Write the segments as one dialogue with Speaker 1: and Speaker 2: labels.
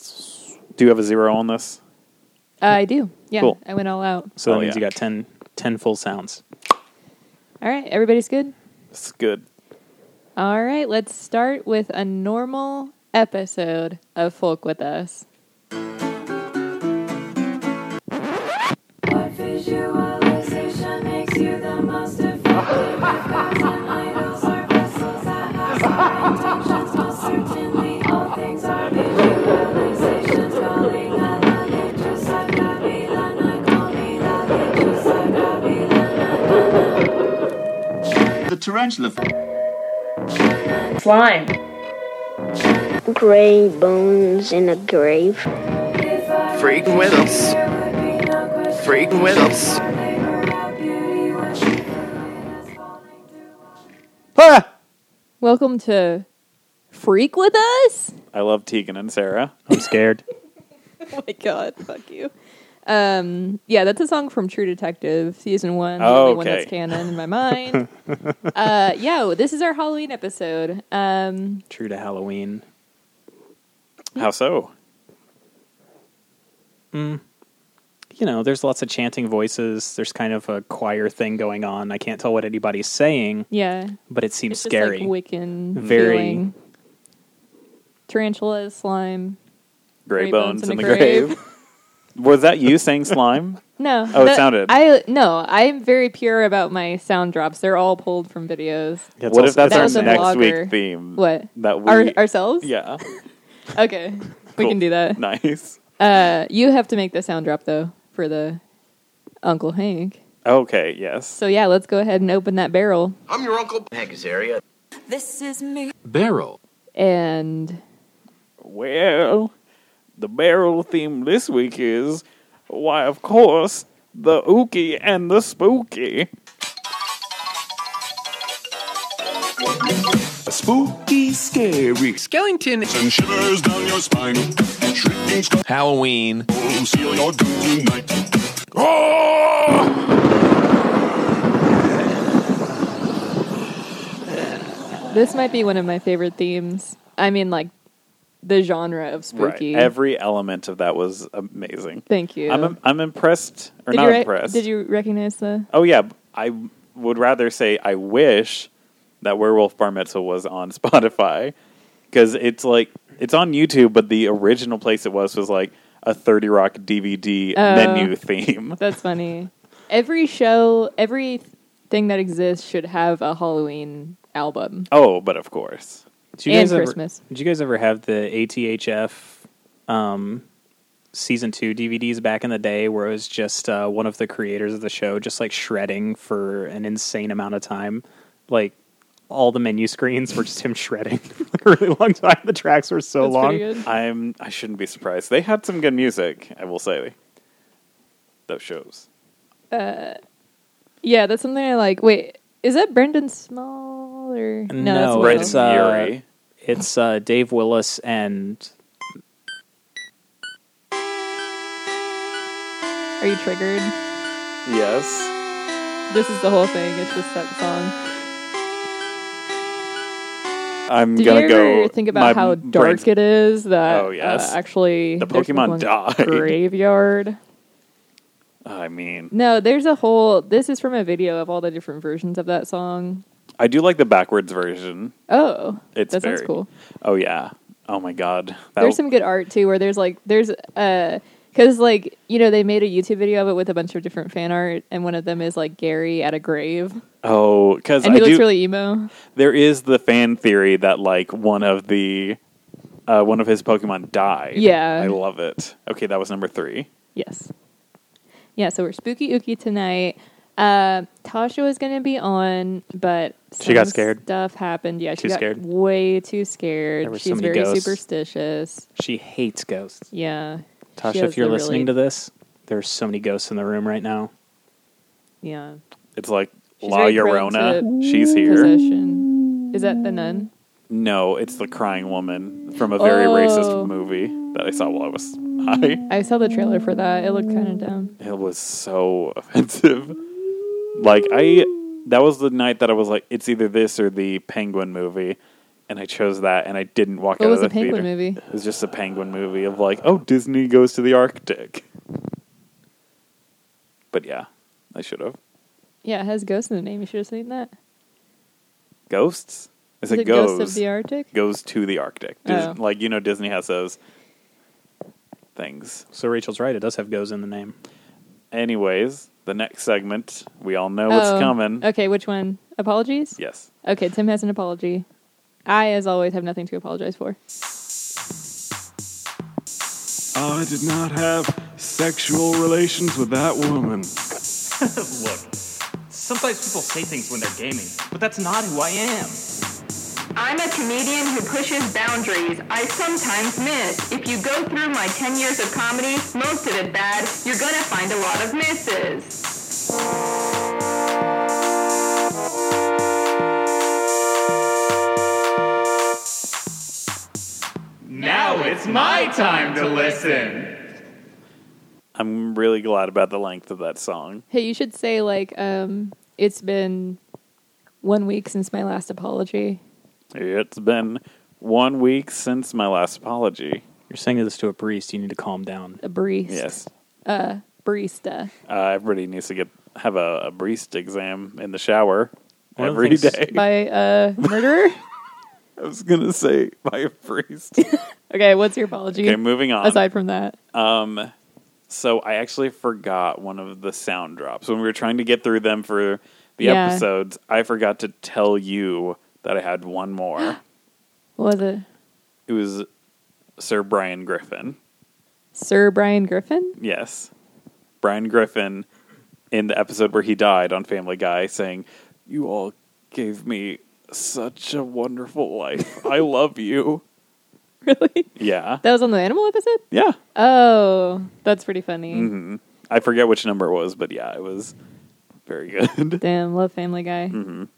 Speaker 1: Yes. Do you have a zero on this?
Speaker 2: Uh, I do. Yeah,
Speaker 1: Cool.
Speaker 2: I went all out.
Speaker 1: So that
Speaker 3: Oh,
Speaker 1: means you
Speaker 3: yeah.
Speaker 1: got 10, 10 full sounds.
Speaker 2: All right, everybody's good?
Speaker 1: That's good.
Speaker 2: All right, let's start with a normal episode of Folk with Us.
Speaker 4: What visualization makes you the most effective? If gods and idols are vessels that have some intentions, most certainly all things are visualizations. Call me that religious, I Babylon. I call me that religious, I Babylon.
Speaker 5: The tarantula.
Speaker 6: Slime.
Speaker 7: Gray bones in a grave.
Speaker 4: If I
Speaker 8: Freaking with us.
Speaker 4: there would be no question,
Speaker 8: Freaking with us.
Speaker 4: labor of beauty would be the greatest falling through.
Speaker 2: Welcome to Freak with Us.
Speaker 1: I love Tegan and Sarah. I'm scared.
Speaker 2: Oh my god, fuck you. Um, yeah, that's a song from True Detective season one. The
Speaker 1: Oh,
Speaker 2: only one
Speaker 1: okay.
Speaker 2: that's canon in my mind. uh, yo, this is our Halloween episode. Um,
Speaker 1: True to Halloween. How so? Mm. You know, there's lots of chanting voices. There's kind of a choir thing going on. I can't tell what anybody's saying,
Speaker 2: yeah,
Speaker 1: but it seems
Speaker 2: it's
Speaker 1: scary.
Speaker 2: just like Wiccan,
Speaker 1: Very-
Speaker 2: feeling. tarantula slime.
Speaker 1: Gray bones, in the grave. Was that you saying slime?
Speaker 2: No.
Speaker 1: Oh, it sounded.
Speaker 2: I no. I am very pure about my sound drops. They're all pulled from videos.
Speaker 1: what if that's
Speaker 2: That
Speaker 1: our
Speaker 2: was a
Speaker 1: next
Speaker 2: vlogger.
Speaker 1: week theme?
Speaker 2: What?
Speaker 1: That we,
Speaker 2: Our, ourselves?
Speaker 1: yeah,
Speaker 2: Okay. We
Speaker 1: Cool.
Speaker 2: can do that.
Speaker 1: nice.
Speaker 2: Uh, you have to make the sound drop though for the Uncle Hank.
Speaker 1: Okay, yes.
Speaker 2: So yeah, let's go ahead and open that barrel
Speaker 5: I'm your uncle.
Speaker 8: Hank Azaria.
Speaker 4: This is me.
Speaker 5: Barrel.
Speaker 2: and
Speaker 1: Well, the barrel theme this week is why, of course, the ookie and the spooky.
Speaker 5: A spooky, scary.
Speaker 8: Skellington.
Speaker 5: And shivers down your spine. Shrieking skulls
Speaker 3: Halloween.
Speaker 9: Oh,
Speaker 5: seal your doom tonight. Oh!
Speaker 2: this might be one of my favorite themes. I mean, like the genre of spooky.
Speaker 1: Right. Every element of that was amazing.
Speaker 2: Thank you.
Speaker 1: I'm I'm impressed or
Speaker 2: did
Speaker 1: not
Speaker 2: you re-
Speaker 1: impressed.
Speaker 2: Did you recognize the?
Speaker 1: Oh yeah, I would rather say I wish that Werewolf Bar Mitzvah was on Spotify because it's like it's on YouTube, but the original place it was was like a Thirty Rock DVD
Speaker 2: Oh.
Speaker 1: menu theme.
Speaker 2: That's funny. Every show, every thing that exists should have a Halloween album.
Speaker 1: Oh, but of course. Did
Speaker 2: And Christmas.
Speaker 1: Ever, did you guys ever have the ATHF um, season two DVDs back in the day, where it was just uh, one of the creators of the show just like shredding for an insane amount of time, like. All the menu screens were just him shredding for like a really long time. The tracks were so
Speaker 2: That's
Speaker 1: long.
Speaker 2: pretty good.
Speaker 1: I'm I shouldn't be surprised. They had some good music, I will say. Those shows.
Speaker 2: Yeah, that's something I like. Wait, is that Brendan Small or that's
Speaker 1: no,
Speaker 2: Will.
Speaker 1: it's uh, it's uh, Dave Willis and
Speaker 2: Are you triggered?
Speaker 1: yes,
Speaker 2: This is the whole thing. It's just that song.
Speaker 1: I'm
Speaker 2: Did you
Speaker 1: gonna
Speaker 2: ever
Speaker 1: go.
Speaker 2: think about
Speaker 1: my
Speaker 2: how
Speaker 1: brain's-
Speaker 2: dark it is? That
Speaker 1: Oh, yes.
Speaker 2: uh, actually
Speaker 1: The
Speaker 2: there's
Speaker 1: Pokemon
Speaker 2: Pokemon
Speaker 1: died.
Speaker 2: graveyard.
Speaker 1: I mean,
Speaker 2: No, there's a whole. This is from a video of all the different versions of that song.
Speaker 1: I do like the backwards version.
Speaker 2: Oh,
Speaker 1: It's
Speaker 2: that
Speaker 1: very
Speaker 2: sounds cool.
Speaker 1: Oh yeah. Oh my god. That
Speaker 2: there's some good art too, where there's like there's uh. Because like you know, they made a YouTube video of it with a bunch of different fan art, and one of them is like Gary at a grave,
Speaker 1: oh, because I
Speaker 2: and he looks
Speaker 1: do.
Speaker 2: really emo.
Speaker 1: there is the fan theory that like one of the uh, one of his Pokemon died.
Speaker 2: Yeah.
Speaker 1: I love it. Okay, that was number three.
Speaker 2: Yes. Yeah, so we're spooky ooky tonight. Uh, Tasha was going to be on, but
Speaker 1: She got
Speaker 2: some
Speaker 1: scared.
Speaker 2: Stuff happened. Yeah, she
Speaker 1: Too
Speaker 2: got
Speaker 1: scared.
Speaker 2: way too scared.
Speaker 1: There were so
Speaker 2: She's
Speaker 1: many
Speaker 2: very
Speaker 1: ghosts.
Speaker 2: superstitious.
Speaker 1: She hates ghosts.
Speaker 2: Yeah.
Speaker 1: Tasha, if you're listening to this, there's so many ghosts in the room right now.
Speaker 2: yeah,
Speaker 1: It's like
Speaker 2: She's
Speaker 1: La
Speaker 2: very prone
Speaker 1: Llorona.
Speaker 2: to
Speaker 1: She's here.
Speaker 2: possession. Is that the nun?
Speaker 1: No, it's the crying woman from a very
Speaker 2: Oh.
Speaker 1: racist movie that I saw while I was high.
Speaker 2: I saw the trailer for that. It looked kind of dumb.
Speaker 1: It was so offensive. Like I, that was the night that I was like, it's either this or the Penguin movie, and I chose that, and I didn't walk
Speaker 2: What
Speaker 1: out of
Speaker 2: was the
Speaker 1: the
Speaker 2: Penguin
Speaker 1: theater.
Speaker 2: movie?
Speaker 1: It was just a penguin movie of like, oh, Disney goes to the Arctic. But yeah, I should have
Speaker 2: Yeah, it has ghost in the name. You should have seen that.
Speaker 1: ghosts. Is it,
Speaker 2: Is it
Speaker 1: goes
Speaker 2: Ghost of the Arctic?
Speaker 1: goes to the Arctic? Dis-
Speaker 2: Oh.
Speaker 1: Like you know, Disney has those things.
Speaker 3: So Rachel's right. It does have goes in the name.
Speaker 1: Anyways, the next segment, we all know what's
Speaker 2: Oh,
Speaker 1: coming.
Speaker 2: Okay, which one? Apologies?
Speaker 1: Yes.
Speaker 2: Okay, Tim has an apology. I, as always, have nothing to apologize for.
Speaker 5: I did not have sexual relations with that woman.
Speaker 10: Look, sometimes people say things when they're gaming, but that's not who I am.
Speaker 8: I'm a comedian who pushes boundaries. I sometimes miss. If you go through my 10 years of comedy, most of it bad, you're gonna find a lot of misses.
Speaker 10: Now it's my time to listen.
Speaker 1: I'm really glad about the length of that song.
Speaker 2: Hey, you should say, like, um, it's been one week since my last apology.
Speaker 1: It's been one week since my last apology.
Speaker 3: You're saying this to a priest. You need to calm down.
Speaker 2: A barista.
Speaker 1: Yes.
Speaker 2: Barista.
Speaker 1: Uh, everybody needs to get have a, a breast exam in the shower
Speaker 3: One of the
Speaker 1: every
Speaker 3: things-
Speaker 1: day.
Speaker 2: By uh, a murderer?
Speaker 1: I was gonna say by a priest.
Speaker 2: okay, what's your apology?
Speaker 1: okay, moving on.
Speaker 2: Aside from that.
Speaker 1: So I actually forgot one of the sound drops when we were trying to get through them for the
Speaker 2: Yeah.
Speaker 1: episodes. I forgot to tell you that I had one more.
Speaker 2: What was it?
Speaker 1: it was Sir Brian Griffin.
Speaker 2: Sir Brian Griffin?
Speaker 1: Yes. Brian Griffin in the episode where he died on Family Guy saying, You all gave me such a wonderful life. I love you.
Speaker 2: Really?
Speaker 1: Yeah.
Speaker 2: That was on the animal episode?
Speaker 1: Yeah.
Speaker 2: Oh, that's pretty funny.
Speaker 1: Mm-hmm. I forget which number it was, but yeah, it was very good.
Speaker 2: Damn, love Family Guy.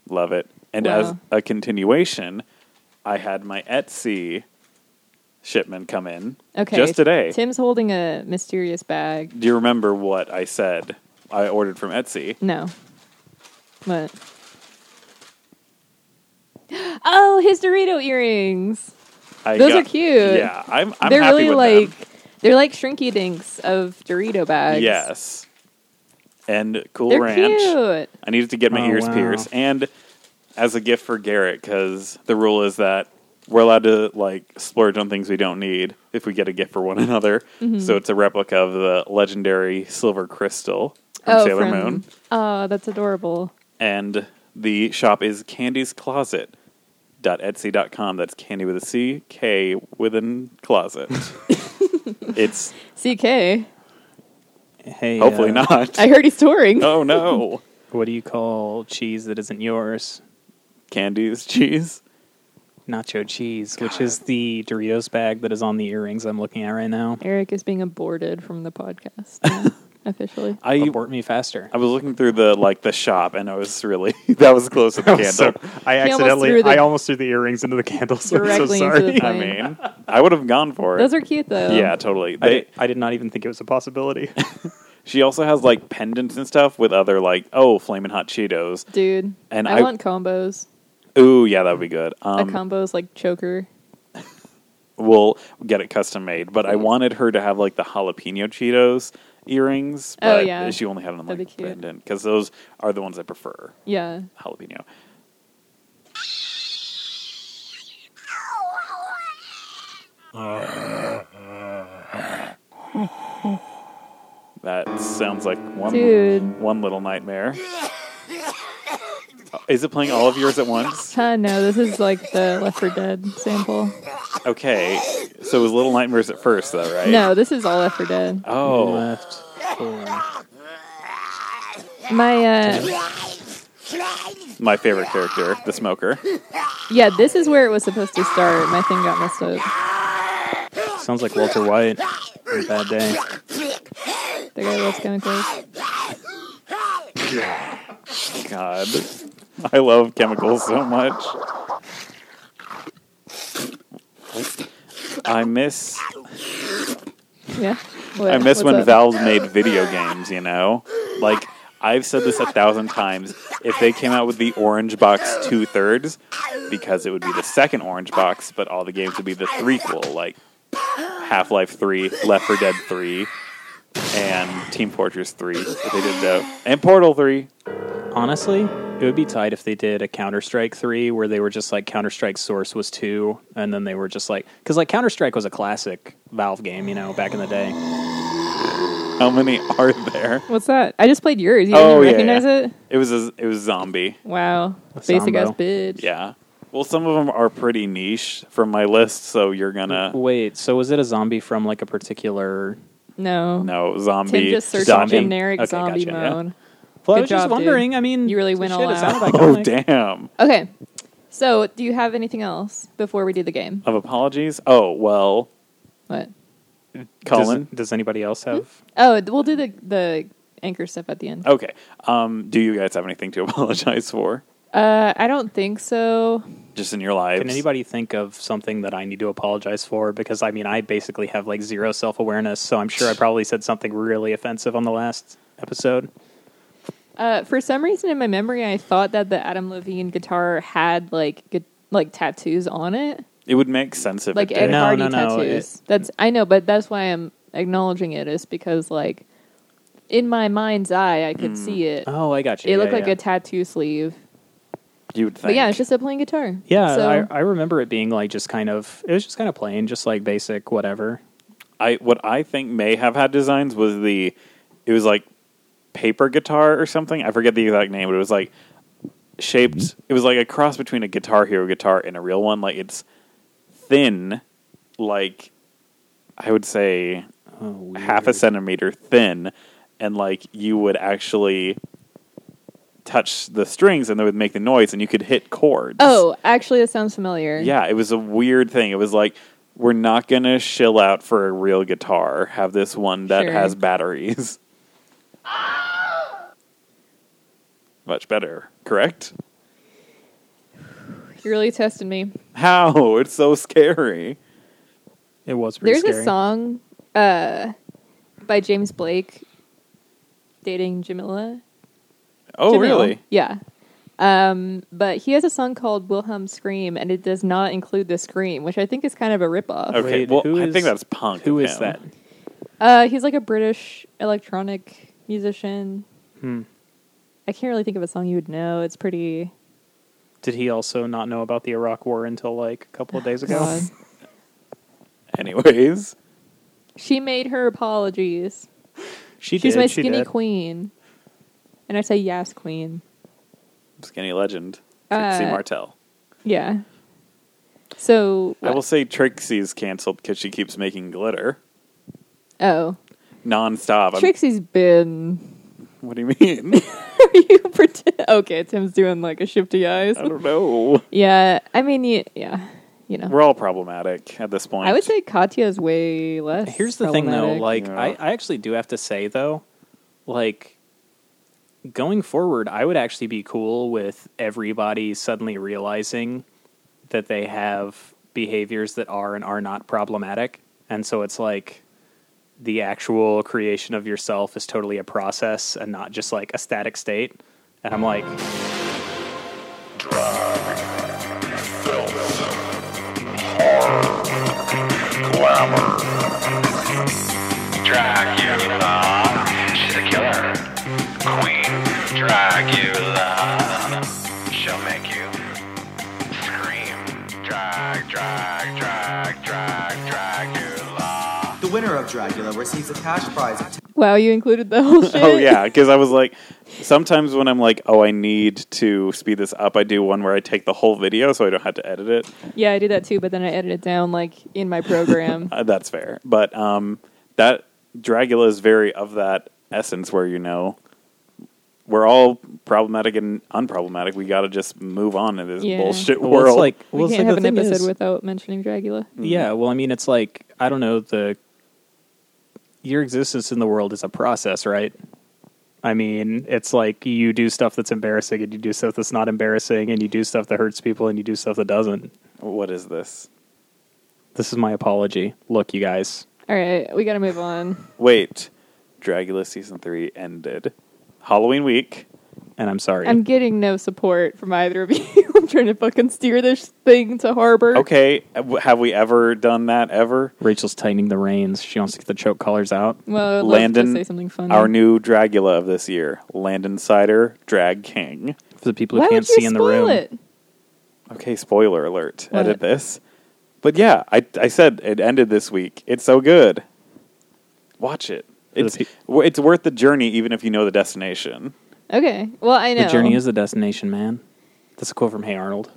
Speaker 1: love it. And
Speaker 2: Wow.
Speaker 1: as a continuation, I had my Etsy shipment come in
Speaker 2: Okay.
Speaker 1: just today.
Speaker 2: Tim's holding a mysterious bag.
Speaker 1: Do you remember what I said I ordered from Etsy?
Speaker 2: No. What? Oh, his Dorito earrings.
Speaker 1: I
Speaker 2: Those are cute.
Speaker 1: Yeah, I'm. I'm
Speaker 2: they're
Speaker 1: happy
Speaker 2: really
Speaker 1: with
Speaker 2: like
Speaker 1: them.
Speaker 2: they're like shrinky dinks of Dorito bags.
Speaker 1: Yes. And Cool
Speaker 2: They're
Speaker 1: Ranch.
Speaker 2: cute.
Speaker 1: I needed to get my
Speaker 3: Oh,
Speaker 1: ears
Speaker 3: wow.
Speaker 1: pierced. And as a gift for Garrett, because the rule is that we're allowed to like splurge on things we don't need if we get a gift for one another.
Speaker 2: Mm-hmm.
Speaker 1: So it's a replica of the legendary silver crystal from
Speaker 2: oh,
Speaker 1: Sailor
Speaker 2: from-
Speaker 1: Moon.
Speaker 2: Oh, that's adorable.
Speaker 1: And the shop is Candy's Closet. Etsy.com. That's candy with a C, K within closet. it's
Speaker 2: CK.
Speaker 3: Hey,
Speaker 1: hopefully
Speaker 3: uh,
Speaker 1: not.
Speaker 2: I heard he's touring.
Speaker 1: Oh no.
Speaker 3: What do you call cheese that isn't yours?
Speaker 1: Candies, cheese.
Speaker 3: Nacho cheese, which is the Doritos bag that is on the earrings I'm looking at right now.
Speaker 2: Eric is being aborted from the podcast now, officially.
Speaker 1: I
Speaker 3: Abort me faster.
Speaker 1: I was looking through the like the shop and I was really that was close to the candle.
Speaker 3: I
Speaker 2: He almost accidentally- threw the- I
Speaker 3: almost threw the earrings into the candles.
Speaker 2: Directly into the
Speaker 1: I
Speaker 2: flame.
Speaker 1: mean, I would have gone for it.
Speaker 2: Those are cute though.
Speaker 1: yeah, totally.
Speaker 3: I,
Speaker 1: They,
Speaker 3: did, I did not even think it was a possibility.
Speaker 1: she also has like pendants and stuff with other like oh flaming hot Cheetos.
Speaker 2: Dude.
Speaker 1: And
Speaker 2: I,
Speaker 1: I-
Speaker 2: want combos.
Speaker 1: Ooh yeah, that would be good.
Speaker 2: a
Speaker 1: Um,
Speaker 2: combos like choker.
Speaker 1: we'll get it custom made. But I wanted her to have like the jalapeno Cheetos earrings.
Speaker 2: Oh,
Speaker 1: But
Speaker 2: yeah.
Speaker 1: she only had them
Speaker 2: That'd
Speaker 1: like
Speaker 2: be cute.
Speaker 1: pendant because those are the ones I prefer.
Speaker 2: Yeah.
Speaker 1: Jalapeno. That sounds like one
Speaker 2: Dude.
Speaker 1: one little nightmare. Is it playing all of yours at once?
Speaker 2: Huh, no, this is like the Left 4 Dead sample.
Speaker 1: Okay, so it was Little Nightmares at first, though, right?
Speaker 2: No, this is all Left 4 Dead.
Speaker 1: Oh,
Speaker 3: Left. Oh.
Speaker 2: My uh
Speaker 1: my favorite character, the smoker.
Speaker 2: yeah, this is where it was supposed to start. My thing got messed up.
Speaker 3: Sounds like Walter White. on a Bad day.
Speaker 2: The guy loves chemicals.
Speaker 1: God, I love chemicals so much. I miss
Speaker 2: Yeah. What-
Speaker 1: I miss
Speaker 2: what's
Speaker 1: when
Speaker 2: up?
Speaker 1: Valve made video games, you know? Like I've said this a thousand times. If they came out with the orange box two thirds, because it would be the second orange box, but all the games would be the threequel, like Half Life Three, Left 4 Dead Three, and Team Fortress Three. If they did that, and Portal Three.
Speaker 3: Honestly, it would be tight if they did a Counter Strike 3 where they were just like Counter Strike Source was 2, and then they were just like. Because like Counter Strike was a classic Valve game, you know, back in the day.
Speaker 1: How many are there?
Speaker 2: What's that? I just played yours. You
Speaker 1: Oh,
Speaker 2: didn't
Speaker 1: yeah,
Speaker 2: recognize
Speaker 1: yeah.
Speaker 2: it?
Speaker 1: It was a, it was zombie.
Speaker 2: Wow. Basic ass
Speaker 3: Sambo.
Speaker 2: bitch.
Speaker 1: Yeah. Well, some of them are pretty niche from my list, so you're gonna
Speaker 3: Uh, Wait, so was it a zombie from like a particular.
Speaker 2: No.
Speaker 1: no
Speaker 2: Tim
Speaker 1: zombie.
Speaker 2: just searched
Speaker 1: zombie.
Speaker 2: generic
Speaker 3: Okay,
Speaker 2: zombie
Speaker 3: gotcha, yeah.
Speaker 2: mode.
Speaker 3: Well, I
Speaker 2: Good
Speaker 3: was just
Speaker 2: job, dude.
Speaker 3: wondering. I mean,
Speaker 2: You really
Speaker 3: so
Speaker 2: went
Speaker 3: shit,
Speaker 2: all
Speaker 3: it sounded
Speaker 2: out.
Speaker 1: Oh
Speaker 3: iconic.
Speaker 1: damn!
Speaker 2: Okay. So, do you have anything else before we do the game?
Speaker 1: Of apologies. Oh well,
Speaker 2: What?
Speaker 1: Colin.
Speaker 3: Does, does anybody else have?
Speaker 2: Oh, we'll do the the anchor stuff at the end.
Speaker 1: Okay. Um, do you guys have anything to apologize for?
Speaker 2: Uh, I don't think so.
Speaker 1: Just in your lives.
Speaker 3: Can anybody think of something that I need to apologize for? Because I mean, I basically have like zero self awareness, so I'm sure I probably said something really offensive on the last episode.
Speaker 2: Uh, for some reason in my memory, I thought that the Adam Levine guitar had like gu- like tattoos on it,
Speaker 1: It would make sense if
Speaker 2: like eh,
Speaker 1: it
Speaker 2: Ed
Speaker 1: did.
Speaker 3: No,
Speaker 2: Hardy
Speaker 3: no, no,
Speaker 2: tattoos.
Speaker 3: it-
Speaker 2: that's I know, but that's why I'm acknowledging it is because like in my mind's eye, I could see it.
Speaker 3: Oh, I got you.
Speaker 2: it looked
Speaker 3: Yeah,
Speaker 2: like
Speaker 3: yeah.
Speaker 2: a tattoo sleeve,
Speaker 1: You would think.
Speaker 2: but yeah, it's just a plain guitar.
Speaker 3: yeah,
Speaker 2: so
Speaker 3: I, I remember it being like just kind of. It was just kind of plain, just like basic whatever.
Speaker 1: I what I think may have had designs was the it was like paper guitar or something. I forget the exact name, but it was like shaped it was like a cross between a guitar hero guitar and a real one. Like it's thin, like I would say
Speaker 3: Oh,
Speaker 1: half a centimeter thin and like you would actually touch the strings and they would make the noise and you could hit chords.
Speaker 2: oh, actually, that sounds familiar.
Speaker 1: Yeah, it was a weird thing. It was like we're not gonna shill out for a real guitar. Have this one that
Speaker 2: Sure.
Speaker 1: has batteries. Much better, correct?
Speaker 2: you really tested me.
Speaker 1: How? It's so scary.
Speaker 3: it was. Pretty
Speaker 2: There's
Speaker 3: scary.
Speaker 2: a song uh, by James Blake dating Jamila.
Speaker 1: Oh,
Speaker 2: Jamil.
Speaker 1: really?
Speaker 2: Yeah. Um, but he has a song called Wilhelm Scream, and it does not include the scream, which I think is kind of a ripoff.
Speaker 1: Okay.
Speaker 3: Wait,
Speaker 1: well,
Speaker 3: who
Speaker 1: I
Speaker 3: is-
Speaker 1: think that's punk.
Speaker 3: Who
Speaker 1: of
Speaker 3: is
Speaker 1: him.
Speaker 3: that?
Speaker 2: Uh, he's like a British electronic musician.
Speaker 3: Hmm.
Speaker 2: I can't really think of a song you would know. It's pretty.
Speaker 3: Did he also not know about the Iraq War until like a couple of days ago?
Speaker 2: Oh, God.
Speaker 1: Anyways,
Speaker 2: she made her apologies.
Speaker 3: She
Speaker 2: She's
Speaker 3: did,
Speaker 2: my
Speaker 3: she
Speaker 2: skinny
Speaker 3: did.
Speaker 2: queen, and I say yes, queen.
Speaker 1: skinny legend Trixie
Speaker 2: Uh,
Speaker 1: Martel.
Speaker 2: Yeah. So
Speaker 1: I will say Trixie's canceled because she keeps making glitter
Speaker 2: oh,
Speaker 1: nonstop. I'm-
Speaker 2: Trixie's been.
Speaker 1: what do you mean?
Speaker 2: Are you pretend? Okay, Tim's doing like a shifty eyes.
Speaker 1: I don't know.
Speaker 2: Yeah, I mean, y- yeah, you know,
Speaker 1: We're all problematic at this point.
Speaker 2: I would say Katya's way less.
Speaker 3: Here's the thing, though.
Speaker 2: problematic.
Speaker 3: Like, I,
Speaker 1: Yeah.
Speaker 3: I actually do have to say, though, like, going forward, I would actually be cool with everybody suddenly realizing that they have behaviors that are and are not problematic. And so it's like the actual creation of yourself is totally a process and not just like a static state. And I'm like,
Speaker 11: Dracula, she's a killer. Queen Dracula, she'll make you scream. Drag, drag, drag, drag, Dracula.
Speaker 12: The winner of Dracula receives a cash prize of
Speaker 2: wow, you included the whole shit.
Speaker 1: Oh yeah, because I was like, sometimes when I'm like, oh, I need to speed this up, I do one where I take the whole video so I don't have to edit it.
Speaker 2: yeah, I do that too, but then I edit it down like in my program.
Speaker 1: Uh, that's fair, but um, that Dracula is very of that essence where you know we're all problematic and unproblematic. We got to just move on in this
Speaker 2: Yeah.
Speaker 1: bullshit
Speaker 3: well,
Speaker 1: world.
Speaker 3: it's like,
Speaker 2: we
Speaker 3: well, it's
Speaker 2: can't
Speaker 3: like
Speaker 2: have
Speaker 3: the
Speaker 2: an
Speaker 3: thing
Speaker 2: episode
Speaker 3: is-
Speaker 2: without mentioning Dracula.
Speaker 3: Yeah, well, I mean, it's like I don't know the your existence in the world is a process, right? I mean, it's like you do stuff that's embarrassing, and you do stuff that's not embarrassing, and you do stuff that hurts people, and you do stuff that doesn't.
Speaker 1: what is this?
Speaker 3: This is my apology. Look, you guys,
Speaker 2: All right, we got to move on.
Speaker 1: Wait, Dracula season three ended. Halloween week.
Speaker 3: And I'm sorry.
Speaker 2: I'm getting no support from either of you. I'm trying to fucking steer this thing to harbor.
Speaker 1: Okay, have we ever done that ever?
Speaker 3: Rachel's tightening the reins. She wants to get the choke collars out.
Speaker 2: Well,
Speaker 1: Landon,
Speaker 2: Landon, say something funny.
Speaker 1: our new Dragula of this year, Landon Cider, Drag King.
Speaker 3: For the people who
Speaker 2: Why
Speaker 3: can't
Speaker 2: would you
Speaker 3: see in the
Speaker 2: spoil
Speaker 3: room.
Speaker 2: It?
Speaker 1: Okay, spoiler alert.
Speaker 2: What?
Speaker 1: Edit this. But yeah, I I said it ended this week. It's so good. Watch it.
Speaker 3: the
Speaker 1: It's
Speaker 3: pe-
Speaker 1: w- it's worth the journey, even if you know the destination.
Speaker 2: Okay. Well, I know.
Speaker 3: The journey is the destination, man. That's a quote from Hey Arnold.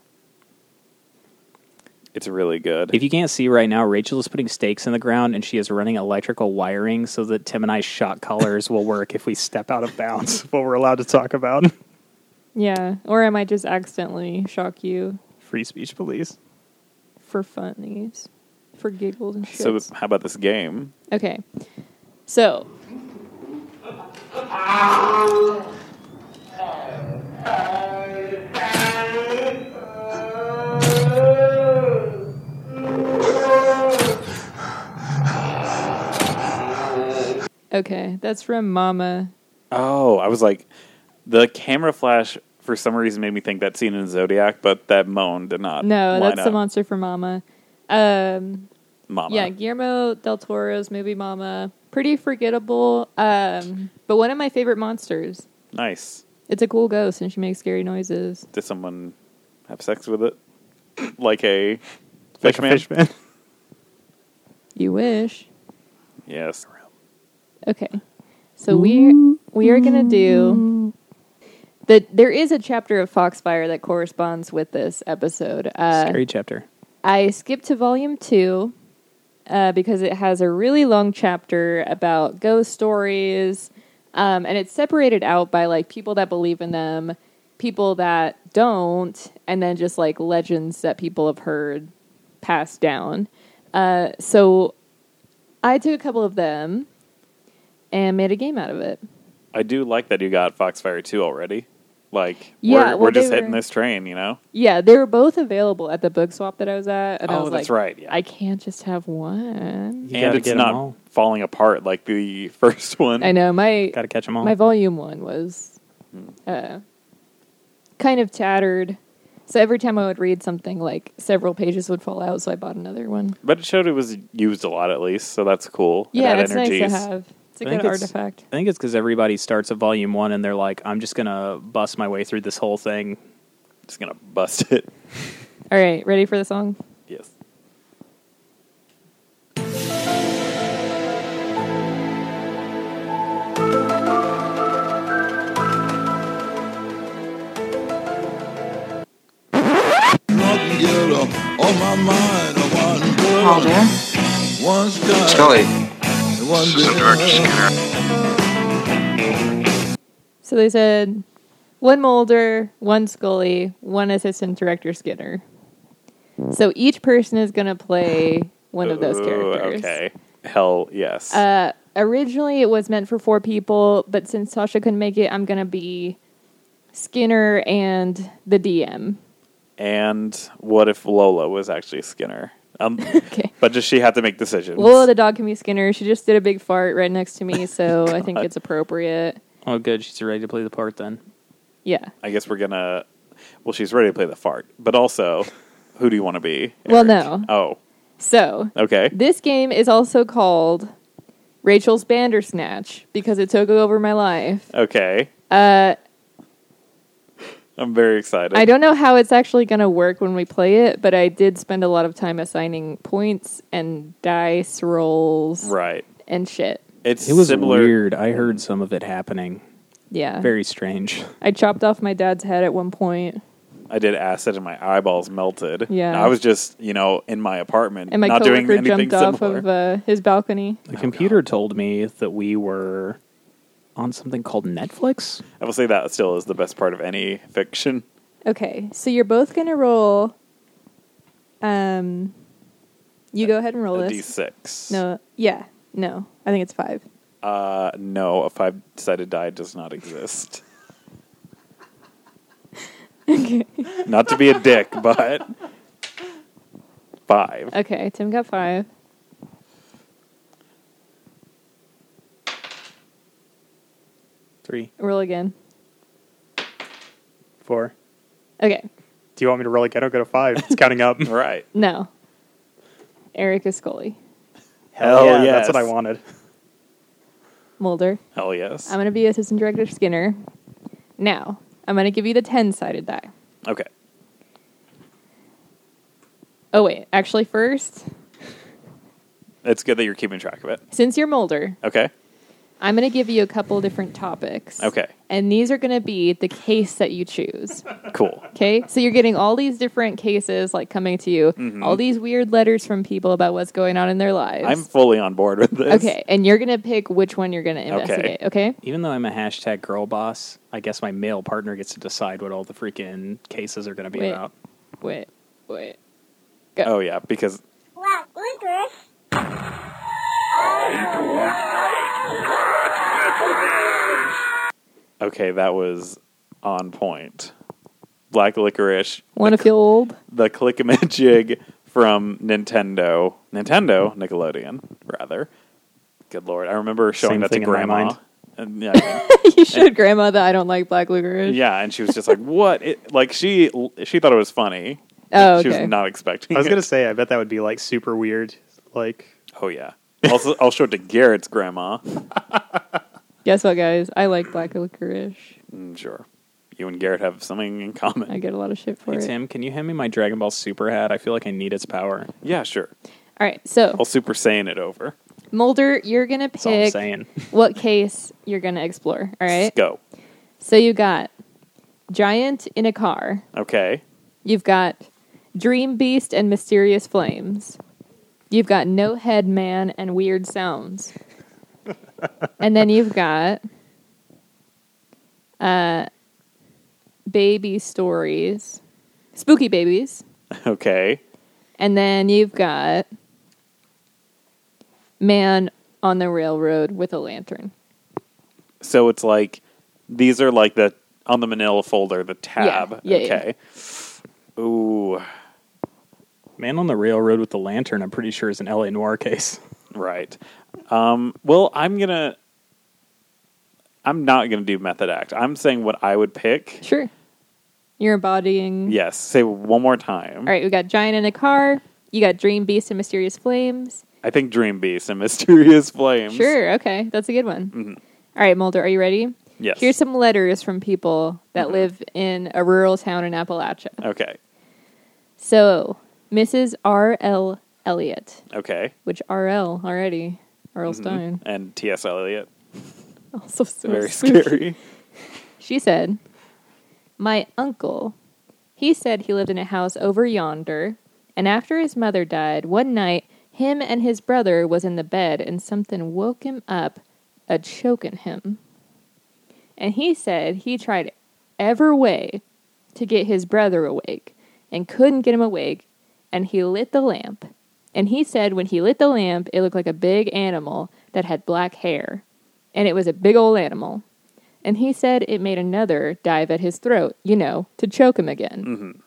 Speaker 1: It's really good.
Speaker 3: If you can't see right now, Rachel is putting stakes in the ground and she is running electrical wiring so that Tim and I's shot collars will work if we step out of bounds. what we're allowed to talk about.
Speaker 2: Yeah. Or I might just accidentally shock you
Speaker 3: Free speech police.
Speaker 2: for funnies, for giggles and shit.
Speaker 1: so how about this game?
Speaker 2: okay. So. Okay, that's from Mama.
Speaker 1: Oh, I was like, the camera flash for some reason made me think that scene in Zodiac, but that moan did not.
Speaker 2: No,
Speaker 1: line
Speaker 2: that's the
Speaker 1: up.
Speaker 2: monster from Mama. Um,
Speaker 1: Mama.
Speaker 2: Yeah, Guillermo del Toro's movie Mama. Pretty forgettable, um, but one of my favorite monsters.
Speaker 1: Nice.
Speaker 2: It's a cool ghost and she makes scary noises.
Speaker 1: Did someone have sex with it? Like a
Speaker 3: Like
Speaker 1: fishman?
Speaker 3: a fishman.
Speaker 2: You wish.
Speaker 1: Yes.
Speaker 2: Okay. So we we are gonna do the there is a chapter of Foxfire that corresponds with this episode. Uh,
Speaker 3: Scary chapter.
Speaker 2: I skipped to volume two uh, because it has a really long chapter about ghost stories, um, and it's separated out by like people that believe in them, people that don't, and then just like legends that people have heard passed down. Uh, so I took a couple of them and made a game out of it.
Speaker 1: I do like that you got Foxfire 2 already. Like,
Speaker 2: Yeah,
Speaker 1: we're,
Speaker 2: well,
Speaker 1: we're just
Speaker 2: they
Speaker 1: hitting
Speaker 2: were-
Speaker 1: this train, you know?
Speaker 2: Yeah, they were both available at the book swap that I was at, and I
Speaker 1: Oh,
Speaker 2: was
Speaker 1: that's
Speaker 2: like,
Speaker 1: right, yeah.
Speaker 2: I can't just have one.
Speaker 3: You
Speaker 1: and
Speaker 3: gotta
Speaker 1: it's
Speaker 3: get 'em
Speaker 1: not
Speaker 3: all.
Speaker 1: falling apart like the first one.
Speaker 2: I know my
Speaker 3: Gotta catch them all.
Speaker 2: My volume one was uh, kind of tattered. So every time I would read something, like several pages would fall out. So I bought another one.
Speaker 1: But it showed it was used a lot at least, so that's cool. It
Speaker 2: Yeah,
Speaker 1: had
Speaker 2: it's nice
Speaker 1: energies.
Speaker 2: to have. It's a
Speaker 3: I think
Speaker 2: good
Speaker 3: it's-
Speaker 2: artifact.
Speaker 3: I think it's because everybody starts at volume one and they're like, I'm just gonna bust my way through this whole thing.
Speaker 1: Just going to bust it.
Speaker 2: All right, ready for the song?
Speaker 1: Yes.
Speaker 5: Calder.
Speaker 11: Scully.
Speaker 5: One
Speaker 11: Some Director Skinner.
Speaker 2: So they said one Mulder, one Scully, one assistant director Skinner. So each person is going to play one of those
Speaker 1: Ooh,
Speaker 2: characters.
Speaker 1: Okay. Hell yes.
Speaker 2: Uh, originally, it was meant for four people, but since Sasha couldn't make it, I'm gonna be Skinner and the DM.
Speaker 1: and what if Lola was actually Skinner? Um,
Speaker 2: Okay.
Speaker 1: but does she have to make decisions?
Speaker 2: Lola the dog can be Skinner. She just did a big fart right next to me, so I think it's appropriate.
Speaker 3: Oh, good. She's ready to play the part then.
Speaker 2: Yeah.
Speaker 1: I guess we're gonna. Well, she's ready to play the fart, but also, who do you want to be?
Speaker 2: Well,
Speaker 1: Eric?
Speaker 2: no.
Speaker 1: Oh,
Speaker 2: So
Speaker 1: okay.
Speaker 2: this game is also called Rachel's Bandersnatch because it took over my life.
Speaker 1: Okay.
Speaker 2: Uh,
Speaker 1: I'm very excited.
Speaker 2: I don't know how it's actually going to work when we play it, but I did spend a lot of time assigning points and dice rolls
Speaker 1: Right.
Speaker 2: and shit.
Speaker 1: It's
Speaker 3: It was
Speaker 1: similar.
Speaker 3: weird. I heard some of it happening.
Speaker 2: Yeah.
Speaker 3: Very strange.
Speaker 2: I chopped off my dad's head at one point,
Speaker 1: I did acid and my eyeballs melted.
Speaker 2: Yeah.
Speaker 1: I was just, you know, in my apartment,
Speaker 2: and my
Speaker 1: not doing
Speaker 2: coworker
Speaker 1: anything
Speaker 2: jumped
Speaker 1: similar.
Speaker 2: off of uh, his balcony.
Speaker 3: The computer told me that we were on something called Netflix.
Speaker 1: I will say that still is the best part of any fiction.
Speaker 2: Okay, so you're both gonna roll. Um, you go ahead and roll
Speaker 1: A
Speaker 2: this.
Speaker 1: D6.
Speaker 2: No, yeah, no, I think it's five.
Speaker 1: Uh, no, a five sided die does not exist. Not to be a dick, but five.
Speaker 2: Okay, Tim got five.
Speaker 3: Three,
Speaker 2: Roll again.
Speaker 3: four.
Speaker 2: Okay.
Speaker 3: Do you want me to roll again? I'll go to five. It's counting up.
Speaker 1: All right.
Speaker 2: No. Erica Scully.
Speaker 1: Hell yes.
Speaker 3: That's what I wanted.
Speaker 2: Mulder.
Speaker 1: Hell yes.
Speaker 2: I'm going to be Assistant Director Skinner. Now, I'm going to give you the 10 sided die.
Speaker 1: okay.
Speaker 2: Oh, wait. Actually, first,
Speaker 1: It's good that you're keeping track of it.
Speaker 2: since you're Mulder,
Speaker 1: Okay.
Speaker 2: I'm going to give you a couple different topics.
Speaker 1: Okay.
Speaker 2: And these are going to be the case that you choose.
Speaker 1: Cool.
Speaker 2: Okay. So you're getting all these different cases like coming to you,
Speaker 1: Mm-hmm.
Speaker 2: all these weird letters from people about what's going on in their lives.
Speaker 1: I'm fully on board with this.
Speaker 2: okay. And you're going to pick which one you're going to investigate. Okay.
Speaker 3: Even though I'm a hashtag girl boss, I guess my male partner gets to decide what all the freaking cases are going to be
Speaker 2: Wait.
Speaker 3: about.
Speaker 2: Wait. Wait.
Speaker 1: Oh yeah, because Okay, that was on point. Black licorice,
Speaker 2: Want to feel old?
Speaker 1: the click a jig from Nintendo. Nintendo, Nickelodeon, rather. Good lord. I remember showing
Speaker 3: Same
Speaker 1: that to
Speaker 3: thing in my
Speaker 1: grandma.
Speaker 3: mind.
Speaker 1: And yeah,
Speaker 2: you showed grandma that I don't like black licorice.
Speaker 1: yeah, and she was just like, "What?" It, like she she thought it was funny.
Speaker 2: Oh,
Speaker 1: She
Speaker 2: okay.
Speaker 1: was not expecting.
Speaker 3: I was
Speaker 1: it.
Speaker 3: going to say, I bet that would be like super weird. Like,
Speaker 1: Oh yeah. Also, I'll show it to Garrett's grandma.
Speaker 2: Guess what, guys? I like black licorice.
Speaker 1: Mm, sure. You and Garrett have something in common.
Speaker 2: I get a lot of shit for
Speaker 3: hey,
Speaker 2: it.
Speaker 3: Tim, can you hand me my Dragon Ball Super hat? I feel like I need its power.
Speaker 1: yeah, sure.
Speaker 2: All right. So,
Speaker 1: I'll super saiyan it over.
Speaker 2: Mulder, you're going to
Speaker 3: That's all I'm
Speaker 2: pick
Speaker 3: saying.
Speaker 2: what case you're going to explore. All right.
Speaker 1: Let's go.
Speaker 2: So, you got Giant in a Car.
Speaker 1: Okay.
Speaker 2: You've got Dream Beast and Mysterious Flames. You've got No Head Man and Weird Sounds. and then you've got uh, Baby Stories, Spooky Babies.
Speaker 1: Okay.
Speaker 2: And then you've got Man on the Railroad with a Lantern.
Speaker 1: So it's like these are like the on the manila folder, the tab.
Speaker 2: Yeah, yeah,
Speaker 1: okay. Ooh,
Speaker 3: Man on the Railroad with the Lantern, I'm pretty sure, is an LA Noir case.
Speaker 1: right. Um, well, I'm going to I'm not going to do method act. I'm saying what I would pick.
Speaker 2: Sure. You're embodying.
Speaker 1: Yes, say it one more time.
Speaker 2: All right, we got Giant in a Car. You got Dream Beast and Mysterious Flames.
Speaker 1: I think Dream Beast and Mysterious Flames. Mm-hmm.
Speaker 2: Sure. Okay, that's a good one. All right, Mulder, are you ready?
Speaker 1: Yes.
Speaker 2: Here's some letters from people that live in a rural town in Appalachia.
Speaker 1: Okay.
Speaker 2: So, Mrs. R. L. Elliot,
Speaker 1: Okay.
Speaker 2: which R. L. already
Speaker 1: Mm-hmm.
Speaker 2: Earl Stone,
Speaker 1: And T.S. Eliot.
Speaker 2: also so
Speaker 1: Very
Speaker 2: spooky.
Speaker 1: scary.
Speaker 2: She said, "My uncle, he said he lived in a house over yonder, and after his mother died, one night him and his brother was in the bed, and something woke him up, a choking him. And he said he tried every way to get his brother awake, and couldn't get him awake, and he lit the lamp." And he said when he lit the lamp, it looked like a big animal that had black hair. And it was a big old animal and he said it made another dive at his throat, you know, to choke him again.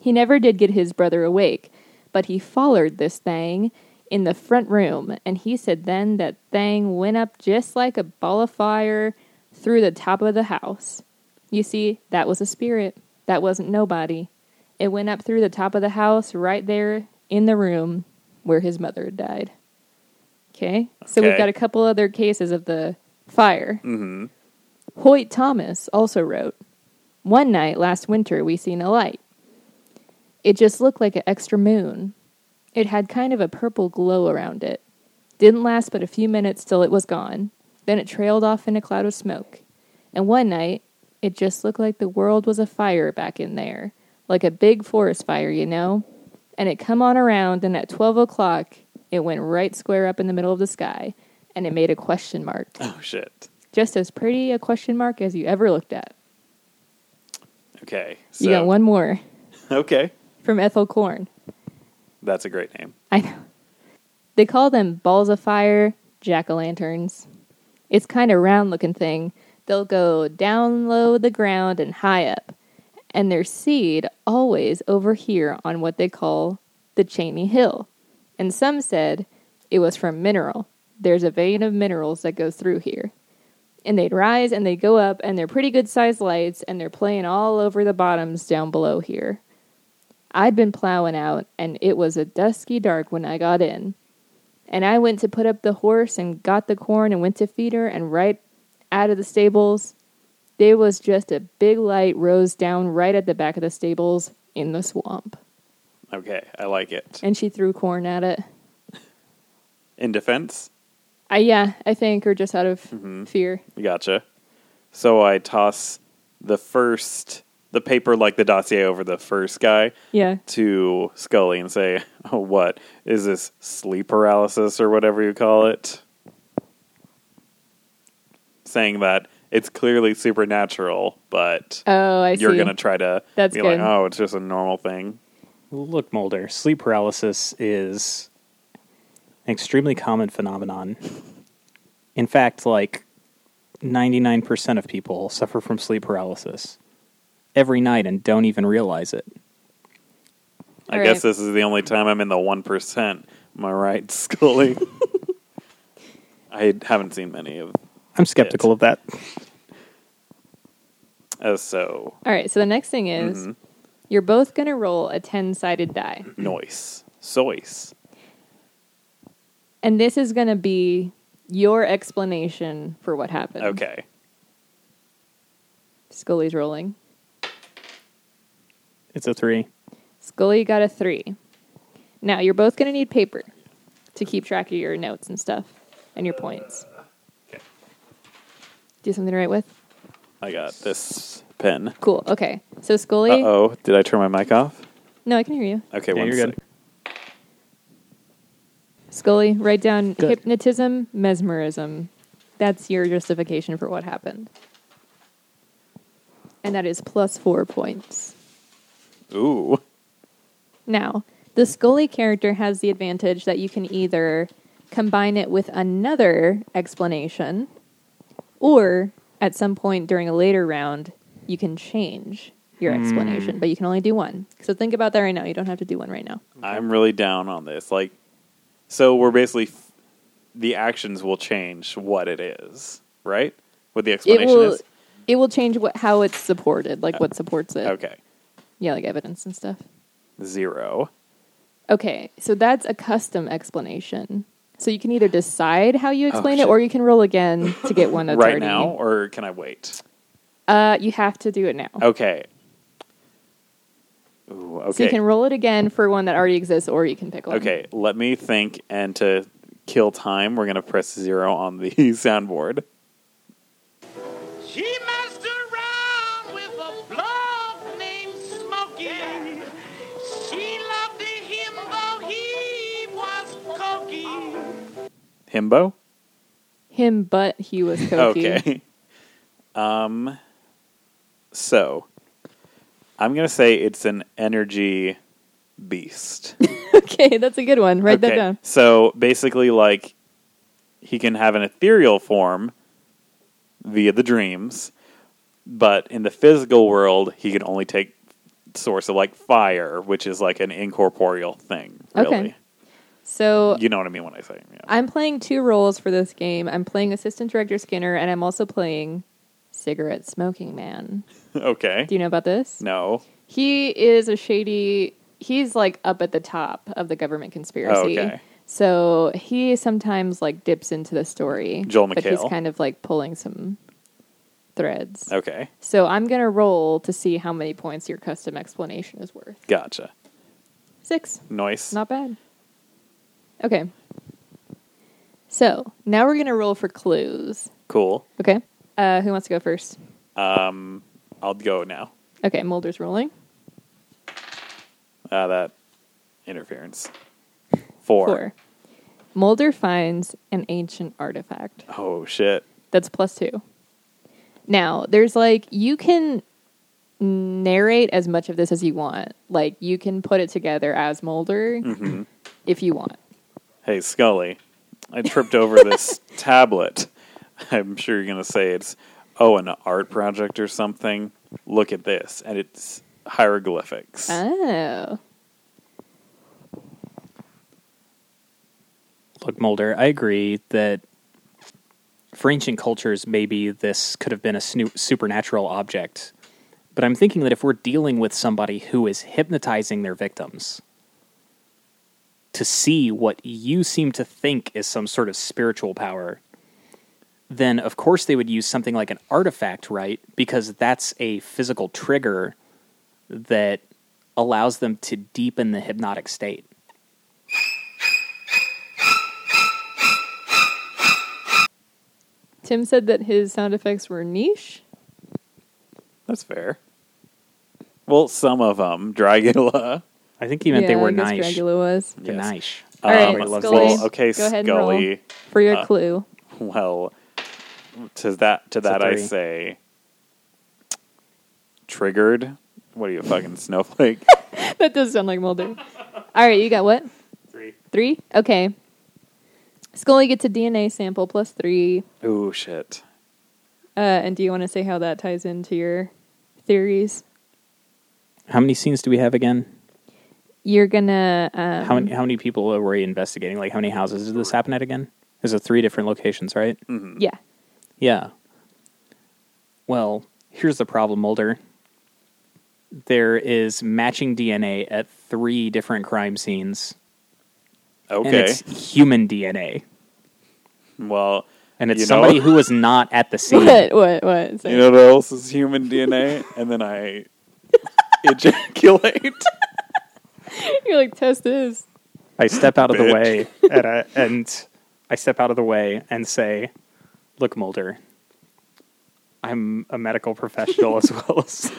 Speaker 2: He never did get his brother awake, but he follered this thing in the front room, and he said then that thing went up just like a ball of fire through the top of the house. You see, that was a spirit. That wasn't nobody. It went up through the top of the house right there in the room where his mother had died. Okay? So we've
Speaker 1: Okay.
Speaker 2: got a couple other cases of the fire. Hoyt Thomas also wrote, One night last winter we seen a light. It just looked like an extra moon. It had kind of a purple glow around it. Didn't last but a few minutes till it was gone. Then it trailed off in a cloud of smoke. And one night, it just looked like the world was afire back in there, like a big forest fire, you know? And it come on around, and at 12 o'clock, it went right square up in the middle of the sky, and it made a question mark
Speaker 1: Oh, shit.
Speaker 2: just as pretty a question mark as you ever looked at.
Speaker 1: Okay. So,
Speaker 2: You got one more
Speaker 1: Okay.
Speaker 2: from Ethel Corn.
Speaker 1: That's a great name.
Speaker 2: I know. They call them balls of fire, jack o' lanterns. It's kind of round looking thing. They'll go down low the ground and high up. And their seed always over here on what they call the Cheney Hill. And some said it was from mineral. There's a vein of minerals that goes through here. and they'd rise and they'd go up and they're pretty good sized lights and they're playing all over the bottoms down below here. I'd been plowing out and it was a dusky dark when I got in. And I went to put up the horse and got the corn and went to feed her and right out of the stables there was just a big light rose down right at the back of the stables in the swamp.
Speaker 1: Okay, I like it.
Speaker 2: And she threw corn at it.
Speaker 1: In defense,
Speaker 2: I, yeah, I think, or just out of
Speaker 1: Mm-hmm.
Speaker 2: fear.
Speaker 1: gotcha. So I toss the first, the paper like the dossier over the first guy
Speaker 2: Yeah.
Speaker 1: to Scully and say, oh, what is this sleep paralysis or whatever you call it? Saying that it's clearly supernatural, but
Speaker 2: Oh, I
Speaker 1: you're
Speaker 2: see.
Speaker 1: going to try to
Speaker 2: That's
Speaker 1: be like,
Speaker 2: good.
Speaker 1: oh, it's just a normal thing.
Speaker 3: Look, Mulder, sleep paralysis is an extremely common phenomenon. In fact, like 99% of people suffer from sleep paralysis every night and don't even realize it.
Speaker 1: I
Speaker 2: All
Speaker 1: guess
Speaker 2: right.
Speaker 1: this is the only time I'm in the 1%. Am I right, Scully? I haven't seen many of
Speaker 3: I'm skeptical of that.
Speaker 1: uh, so
Speaker 2: All right, so the next thing is
Speaker 1: Mm-hmm.
Speaker 2: you're both going to roll a 10 sided die.
Speaker 1: noise. Soice.
Speaker 2: And this is going to be your explanation for what happened.
Speaker 1: Okay.
Speaker 2: Scully's rolling.
Speaker 3: It's a three.
Speaker 2: Scully got a three. Now, you're both going to need paper to keep track of your notes and stuff and your points. Do something to write with?
Speaker 1: I got this pen.
Speaker 2: Cool. Okay. So,
Speaker 1: Uh
Speaker 2: Scully.
Speaker 1: oh. Did I turn my mic off?
Speaker 2: No, I can hear you.
Speaker 1: Okay,
Speaker 3: Yeah,
Speaker 1: one
Speaker 3: you're good.
Speaker 1: sec.
Speaker 2: Scully, write down
Speaker 3: Good.
Speaker 2: hypnotism, mesmerism. That's your justification for what happened. And that is plus four points.
Speaker 1: Ooh.
Speaker 2: Now, the Scully character has the advantage that you can either combine it with another explanation, or at some point during a later round, you can change your
Speaker 1: Hmm.
Speaker 2: explanation, but you can only do one. So think about that right now. You don't have to do one right now.
Speaker 1: I'm really down on this. Like, so we're basically f- the actions will change what it is, right? What the
Speaker 2: It
Speaker 1: explanation
Speaker 2: will,
Speaker 1: is.
Speaker 2: it will change what, how it's supported, like what supports it.
Speaker 1: Okay.
Speaker 2: Yeah, like evidence and stuff.
Speaker 1: Zero.
Speaker 2: Okay, so that's a custom explanation. So you can either decide how you explain it,
Speaker 1: Oh, shit.
Speaker 2: or you can roll again to get one that's
Speaker 1: right
Speaker 2: already.
Speaker 1: now, or can I wait?
Speaker 2: Uh, you have to do it now.
Speaker 1: Okay. Ooh, okay.
Speaker 2: So you can roll it again for one that already exists, or you can pick one.
Speaker 1: Okay, let me think. And to kill time, we're going to press zero on the soundboard.
Speaker 13: She messed around with a blob named Smokey. She loved him though he was cokey.
Speaker 1: Himbo?
Speaker 2: Him, but he was cokey.
Speaker 1: Okay. Um, so, I'm going to say it's an energy beast.
Speaker 2: okay, that's a good one. Write that down.
Speaker 1: So, basically, like, he can have an ethereal form via the dreams, but in the physical world, he can only take source of, like, fire, which is, like, an incorporeal thing, really.
Speaker 2: Okay. So
Speaker 1: You know what I mean when I say yeah.
Speaker 2: I'm playing two roles for this game. I'm playing Assistant Director Skinner, and I'm also playing Cigarette Smoking Man.
Speaker 1: okay.
Speaker 2: Do you know about this?
Speaker 1: No.
Speaker 2: He is a shady. He's like up at the top of the government conspiracy.
Speaker 1: Oh, Okay.
Speaker 2: So he sometimes like dips into the story.
Speaker 1: Joel
Speaker 2: But he's
Speaker 1: McHale.
Speaker 2: kind of like pulling some threads.
Speaker 1: Okay.
Speaker 2: So I'm gonna roll to see how many points your custom explanation is worth.
Speaker 1: Gotcha.
Speaker 2: Six.
Speaker 1: Nice.
Speaker 2: Not bad. Okay. So now we're gonna roll for clues.
Speaker 1: Cool.
Speaker 2: Okay. Uh, who wants to go first?
Speaker 1: Um, I'll go now.
Speaker 2: Okay, Mulder's rolling.
Speaker 1: Uh, that interference. Four.
Speaker 2: Four. Mulder finds an ancient artifact.
Speaker 1: Oh shit.
Speaker 2: That's plus two. Now, there's like, you can narrate as much of this as you want. Like, you can put it together as Mulder if you want.
Speaker 1: Hey Scully, I tripped over this tablet. I'm sure you're gonna say it's oh an art project or something. Look at this, and it's hieroglyphics.
Speaker 2: Oh.
Speaker 3: Look, Mulder, I agree that for ancient cultures, maybe this could have been a snu- supernatural object. But I'm thinking that if we're dealing with somebody who is hypnotizing their victims to see what you seem to think is some sort of spiritual power, then of course they would use something like an artifact, right? Because that's a physical trigger that allows them to deepen the hypnotic state.
Speaker 2: Tim said that his sound effects were niche.
Speaker 1: That's fair. Well, some of them, Dragula.
Speaker 3: I think he meant they
Speaker 2: Yeah, I
Speaker 3: were
Speaker 2: guess
Speaker 3: nice.
Speaker 2: Dragula was.
Speaker 3: They're nice.
Speaker 2: All right,
Speaker 1: Um,
Speaker 2: Scully,
Speaker 1: well, okay,
Speaker 2: go ahead and roll
Speaker 1: Scully.
Speaker 2: for your
Speaker 1: Uh,
Speaker 2: clue.
Speaker 1: Well, to that to
Speaker 3: It's a
Speaker 1: that I
Speaker 3: three.
Speaker 1: say, triggered. What are you a fucking snowflake?
Speaker 2: that does sound like Mulder. All right, you got what? Three. Three? Okay. Scully gets a DNA sample plus three.
Speaker 1: oh shit.
Speaker 2: Uh, and do you want to say how that ties into your theories?
Speaker 3: How many scenes do we have again?
Speaker 2: You're gonna. Um,
Speaker 3: How many how many people were we investigating? Like how many houses did this happen at again? There's a three different locations, right?
Speaker 1: Hmm.
Speaker 3: Mm-hmm.
Speaker 2: Yeah.
Speaker 3: Yeah. Well, here's the problem, Mulder. There is matching DNA at three different crime scenes. And
Speaker 1: Okay.
Speaker 3: it's human DNA.
Speaker 1: Well,
Speaker 3: And it's
Speaker 1: you know-
Speaker 3: somebody who was not at the scene.
Speaker 2: What? What? What? Sorry.
Speaker 1: You know what else is human DNA? And then I ejaculate.
Speaker 2: You're like test this.
Speaker 3: I step out of the
Speaker 1: Bitch.
Speaker 3: way and I, and I step out of the way and say, "Look, Mulder, I'm a medical professional as well as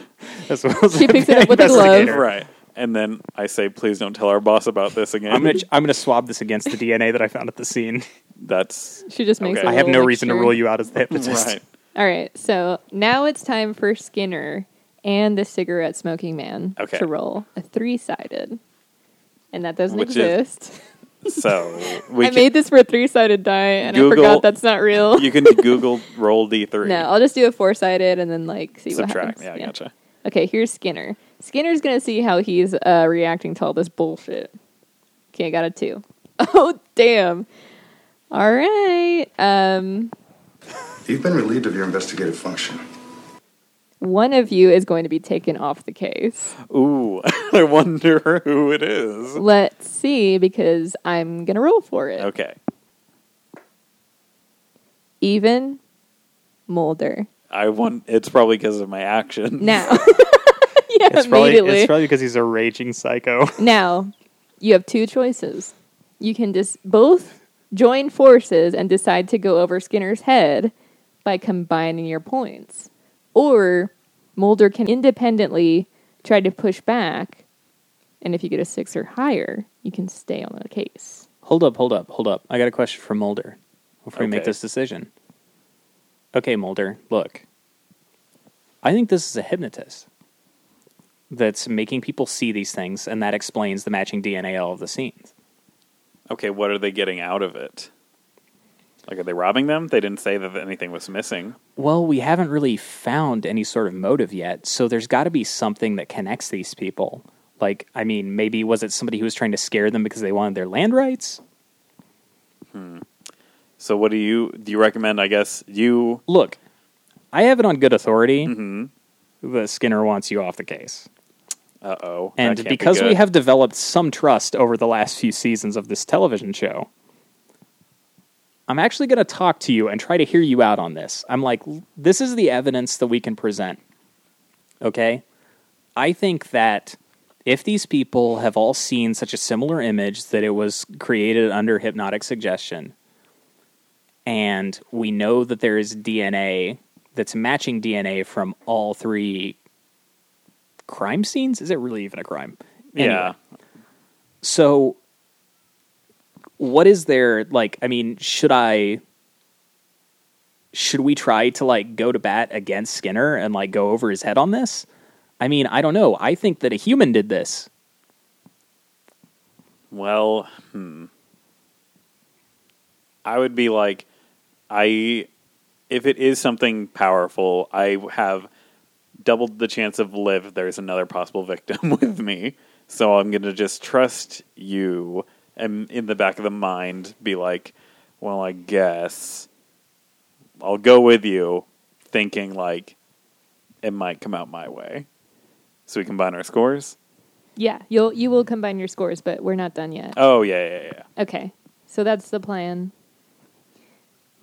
Speaker 3: as well as
Speaker 2: She
Speaker 3: I'm
Speaker 2: picks
Speaker 3: an
Speaker 2: it up with a glove.
Speaker 3: investigator.
Speaker 1: right. And then I say, please don't tell our boss about this again.
Speaker 3: I'm gonna I'm gonna swab this against the DNA that I found at the scene.
Speaker 1: That's
Speaker 2: She just makes.
Speaker 1: Okay.
Speaker 2: a
Speaker 3: I have no
Speaker 2: little
Speaker 3: reason to
Speaker 2: mixture.
Speaker 3: rule you out as the hypnotist.
Speaker 1: right.
Speaker 2: All right, so now it's time for Skinner and the cigarette smoking man
Speaker 1: Okay.
Speaker 2: to roll a three sided, and that doesn't
Speaker 1: Which is-
Speaker 2: exist.
Speaker 1: So we
Speaker 2: I
Speaker 1: can,
Speaker 2: made this for a three sided die, and I
Speaker 1: Google-
Speaker 2: forgot that's not real.
Speaker 1: you can Google roll D three.
Speaker 2: No, I'll just do a four sided and then like see what
Speaker 1: subtract.
Speaker 2: happens.
Speaker 1: Yeah, gotcha.
Speaker 2: Okay, here's Skinner. Skinner's gonna see how he's uh, reacting to all this bullshit. Okay, I got a two. Oh damn! All right. Um,
Speaker 9: You've been relieved of your investigative function.
Speaker 2: one of you is going to be taken off the case.
Speaker 1: Ooh, I wonder who it is.
Speaker 2: Let's see because I'm gonna roll for it.
Speaker 1: Okay.
Speaker 2: Even Mulder.
Speaker 1: I want. It's probably because of my action.
Speaker 2: Now. yeah,
Speaker 3: It's probably
Speaker 2: immediately.
Speaker 3: it's probably because he's a raging psycho.
Speaker 2: Now, you have two choices. You can just both join forces and decide to go over Skinner's head by combining your points. Or Mulder can independently try to push back, and if you get a six or higher, you can stay on the case.
Speaker 3: Hold up, hold up, hold up. I got a question for Mulder before we make
Speaker 2: Okay.
Speaker 3: this decision. Okay, Mulder, look. I think this is a hypnotist that's making people see these things, and that explains the matching DNA all of the scenes.
Speaker 1: Okay, what are they getting out of it? Like, are they robbing them? They didn't say that anything was missing.
Speaker 3: Well, we haven't really found any sort of motive yet, so there's got to be something that connects these people. Like, I mean, maybe was it somebody who was trying to scare them because they wanted their land rights?
Speaker 1: So, what do you do? You recommend? I guess you
Speaker 3: Look, I have it on good authority that Skinner wants you off the case.
Speaker 1: Uh oh.
Speaker 3: And because we have developed some trust over the last few seasons of this television show, I'm actually going to talk to you and try to hear you out on this. I'm like, "L- this is the evidence that we can present. Okay? I think that if these people have all seen such a similar image that it was created under hypnotic suggestion, and we know that there is DNA that's matching DNA from all three crime scenes. Is it really even a crime?
Speaker 1: Yeah.
Speaker 3: So, what is there like? I mean, should I? Should we try to like go to bat against Skinner and like go over his head on this? I mean, I don't know. I think that a human did this.
Speaker 1: Well, hmm. I would be like, I, if it is something powerful, I have doubled the chance of live. There's another possible victim with me, so I'm gonna just trust you. And in the back of the mind, be like, well, I guess I'll go with you, thinking like it might come out my way. So we combine our scores.
Speaker 2: Yeah, you'll you will combine your scores, but we're not done yet.
Speaker 1: Oh yeah, yeah, yeah.
Speaker 2: Okay, so that's the plan.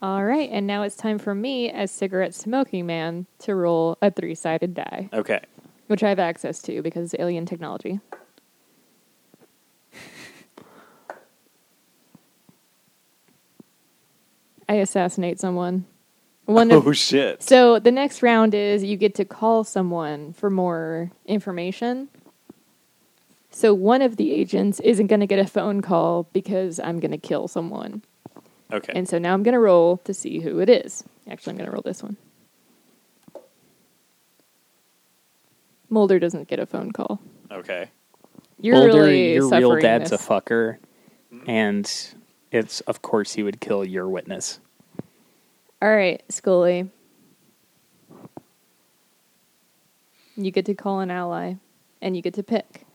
Speaker 2: All right, and now it's time for me, as cigarette smoking man, to roll a three sided die,
Speaker 1: Okay.
Speaker 2: which I have access to because it's alien technology. I assassinate someone. One of,
Speaker 1: oh shit.
Speaker 2: so the next round is you get to call someone for more information. So one of the agents isn't going to get a phone call because I'm going to kill someone.
Speaker 1: Okay.
Speaker 2: And so now I'm going to roll to see who it is. Actually, I'm going to roll this one. Mulder doesn't get a phone call.
Speaker 1: Okay.
Speaker 2: You're
Speaker 3: Mulder,
Speaker 2: really
Speaker 3: your
Speaker 2: suffering
Speaker 3: real dad's
Speaker 2: this.
Speaker 3: a fucker, and it's of course he would kill your witness.
Speaker 2: All right, Scully. You get to call an ally, and you get to pick.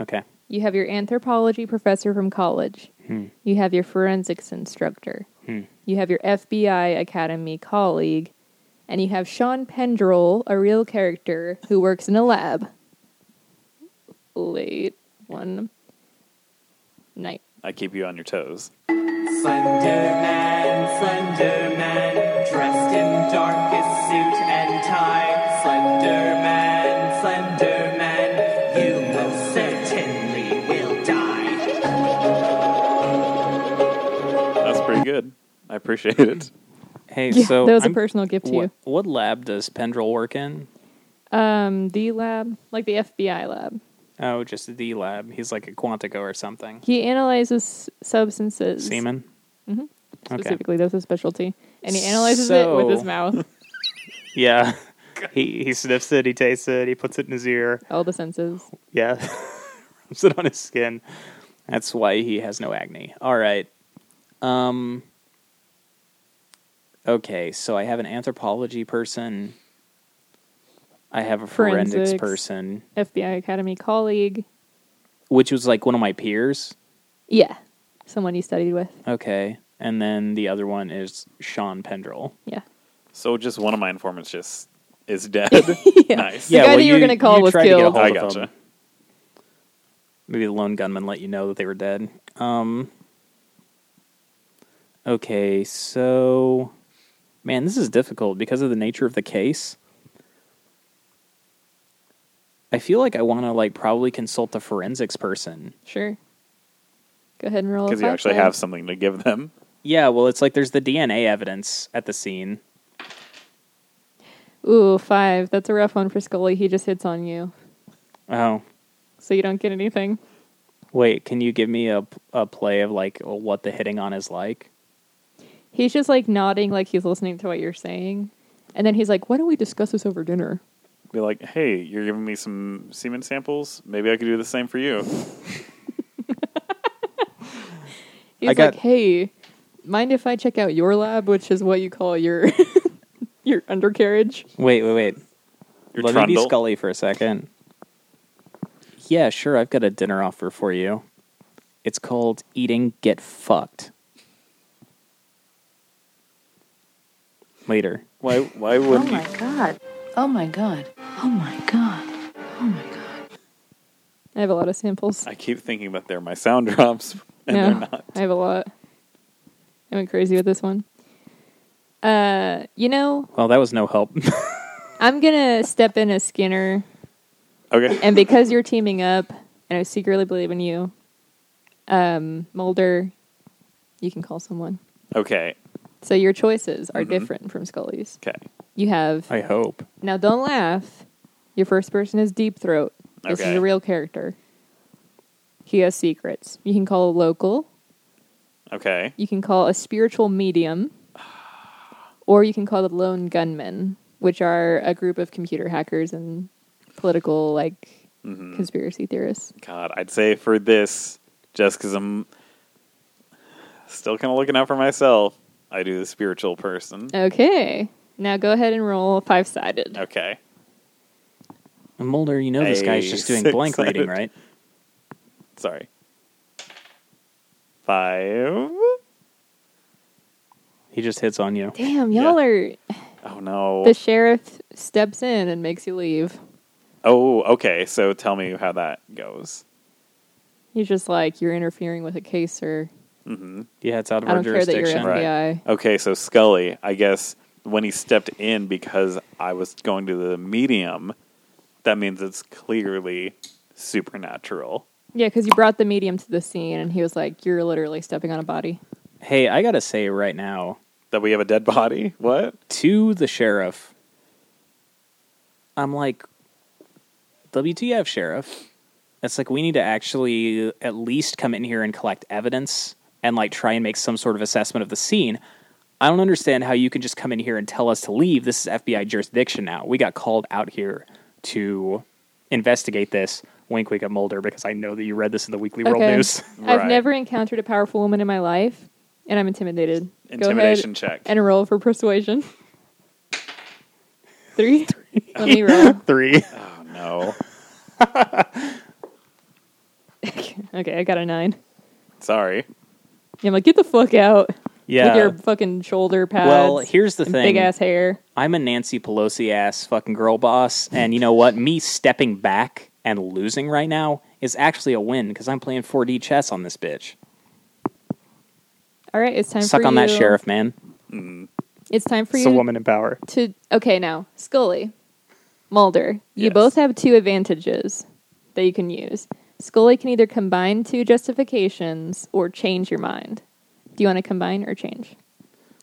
Speaker 3: Okay.
Speaker 2: You have your anthropology professor from college.
Speaker 3: Hmm.
Speaker 2: You have your forensics instructor.
Speaker 3: Hmm.
Speaker 2: You have your FBI Academy colleague. And you have Sean Pendrell, a real character who works in a lab. Late one night.
Speaker 1: I keep you on your toes.
Speaker 14: Slenderman, Slenderman, dressed in darkest suit and tie. Slenderman, Slenderman, you most certainly will die.
Speaker 1: That's pretty good. I appreciate it.
Speaker 3: Hey,
Speaker 2: Yeah,
Speaker 3: so
Speaker 2: that was a personal gift to
Speaker 3: what,
Speaker 2: you.
Speaker 3: What lab does Pendrell work in?
Speaker 2: Um, the lab, like the FBI lab.
Speaker 3: Oh, just the lab. He's like a Quantico or something.
Speaker 2: He analyzes substances.
Speaker 3: Semen.
Speaker 2: Mhm.
Speaker 3: Okay.
Speaker 2: Specifically, that's his specialty. And he analyzes it with his
Speaker 3: So-
Speaker 2: mouth.
Speaker 3: Yeah. he he sniffs it. He tastes it. He puts it in his ear.
Speaker 2: All the senses.
Speaker 3: Yeah. Rubs it on his skin. That's why he has no acne. All right. Um. Okay, so I have an anthropology person. I have a forensics, person,
Speaker 2: FBI Academy colleague.
Speaker 3: which was like one of my peers.
Speaker 2: Yeah. Someone you studied with.
Speaker 3: Okay, and then the other one is Sean Pendrell.
Speaker 2: Yeah.
Speaker 1: So just one of my informants just is dead. Nice.
Speaker 2: The guy that you were gonna call was
Speaker 3: tried To get a
Speaker 2: killed.
Speaker 3: hold
Speaker 1: I
Speaker 3: of
Speaker 1: gotcha.
Speaker 3: them. Maybe the lone gunman let you know that they were dead. Um. Okay, so, man, this is difficult because of the nature of the case. I feel like I want to like probably consult the forensics person.
Speaker 2: Sure. Go ahead and roll. a
Speaker 1: Because you
Speaker 2: five
Speaker 1: actually
Speaker 2: die.
Speaker 1: have something to give them.
Speaker 3: Yeah, well, it's like there's the DNA evidence at the scene.
Speaker 2: Ooh, five. That's a rough one for Scully. He just hits on you,
Speaker 3: Oh,
Speaker 2: so you don't get anything.
Speaker 3: wait, can you give me a a play of like what the hitting on is like?
Speaker 2: He's just like nodding, like he's listening to what you're saying, and then he's like, "Why don't we discuss this over dinner?"
Speaker 1: Be like, hey, you're giving me some semen samples. Maybe I could do the same for you.
Speaker 2: He's
Speaker 1: I got-
Speaker 2: like, "Hey, mind if I check out your lab, which is what you call your your undercarriage?"
Speaker 3: Wait, wait, wait.
Speaker 1: Your
Speaker 3: Let me be
Speaker 1: trundle.
Speaker 3: Scully for a second. Yeah, sure. I've got a dinner offer for you. It's called Eating Get Fucked. Later.
Speaker 1: Why? Why would you?
Speaker 2: god! Oh my god! Oh my god! Oh my god! I have a lot of samples.
Speaker 1: I keep thinking about there my sound drops, and
Speaker 2: no,
Speaker 1: they're not.
Speaker 2: I have a lot. I went crazy with this one. Uh, you know,
Speaker 3: Well, that was no help.
Speaker 2: I'm gonna step in as Skinner,
Speaker 1: okay.
Speaker 2: and because you're teaming up, and I secretly believe in you, um, Mulder, you can call someone.
Speaker 1: Okay.
Speaker 2: So your choices are
Speaker 1: Mhm.
Speaker 2: different from Scully's.
Speaker 1: Okay.
Speaker 2: You have
Speaker 3: Mm-hmm. I hope.
Speaker 2: now. Don't laugh. Your first person is Deep Throat. This is
Speaker 3: Okay.
Speaker 2: a real character. He has secrets. You can call a local.
Speaker 1: Okay.
Speaker 2: You can call a spiritual medium, or you can call the lone gunmen, which are a group of computer hackers and political like
Speaker 1: Mhm.
Speaker 2: conspiracy theorists.
Speaker 1: God, I'd say for this, just because I'm still kind of looking out for myself, I do the spiritual person.
Speaker 2: Oh. Okay, now go ahead and roll five sided.
Speaker 1: Okay.
Speaker 3: Mulder, you know this guy's
Speaker 1: A
Speaker 3: just doing
Speaker 1: six
Speaker 3: blank reading,
Speaker 1: sided.
Speaker 3: right?
Speaker 1: Sorry. Five.
Speaker 3: He He just hits on you.
Speaker 2: Damn, y'all are.
Speaker 1: Oh no.
Speaker 2: The sheriff steps in and makes you leave.
Speaker 1: oh, okay. So tell me how that goes.
Speaker 2: He's just like, you're interfering with a case, sir.
Speaker 1: Mm-hmm.
Speaker 3: Yeah, it's out
Speaker 2: of I our don't care that you're jurisdiction. FBI.
Speaker 1: Okay, so Scully, I guess when he stepped in because I was going to the medium, that means it's clearly supernatural.
Speaker 2: Yeah, because you brought the medium to the scene, and he was like, "You're literally stepping on a body."
Speaker 3: Hey, I gotta say right now
Speaker 1: that we have a dead body. What
Speaker 3: to the sheriff? I'm like, WTF, sheriff? It's like we need to actually at least come in here and collect evidence and like try and make some sort of assessment of the scene. I don't understand how you can just come in here and tell us to leave. This is FBI jurisdiction now. We got called out here to investigate this. Wink, wink at Mulder because I know that you read this in the Weekly World News.
Speaker 2: I've never encountered a powerful woman in my life, and I'm intimidated.
Speaker 1: Intimidation
Speaker 2: Go ahead
Speaker 1: check.
Speaker 2: And roll for persuasion. Three. Let me roll.
Speaker 3: Three.
Speaker 1: Oh no.
Speaker 2: Okay, I got a nine.
Speaker 1: Sorry.
Speaker 2: Yeah, I'm like, get the fuck out.
Speaker 3: Yeah.
Speaker 2: With your fucking shoulder pads.
Speaker 3: Well, here's the thing.
Speaker 2: Big ass hair.
Speaker 3: I'm a Nancy Pelosi ass fucking girl boss, and you know what? Me stepping back and losing right now is actually a win because I'm playing 4D chess on this bitch.
Speaker 2: All right, it's time
Speaker 3: Suck
Speaker 2: for
Speaker 3: on that
Speaker 2: you-
Speaker 3: sheriff, man.
Speaker 2: It's time for
Speaker 3: It's
Speaker 2: you
Speaker 3: a woman in power.
Speaker 2: to okay now scully mulder you both have two advantages that you can use scully can either combine two justifications or change your mind do you want to combine or change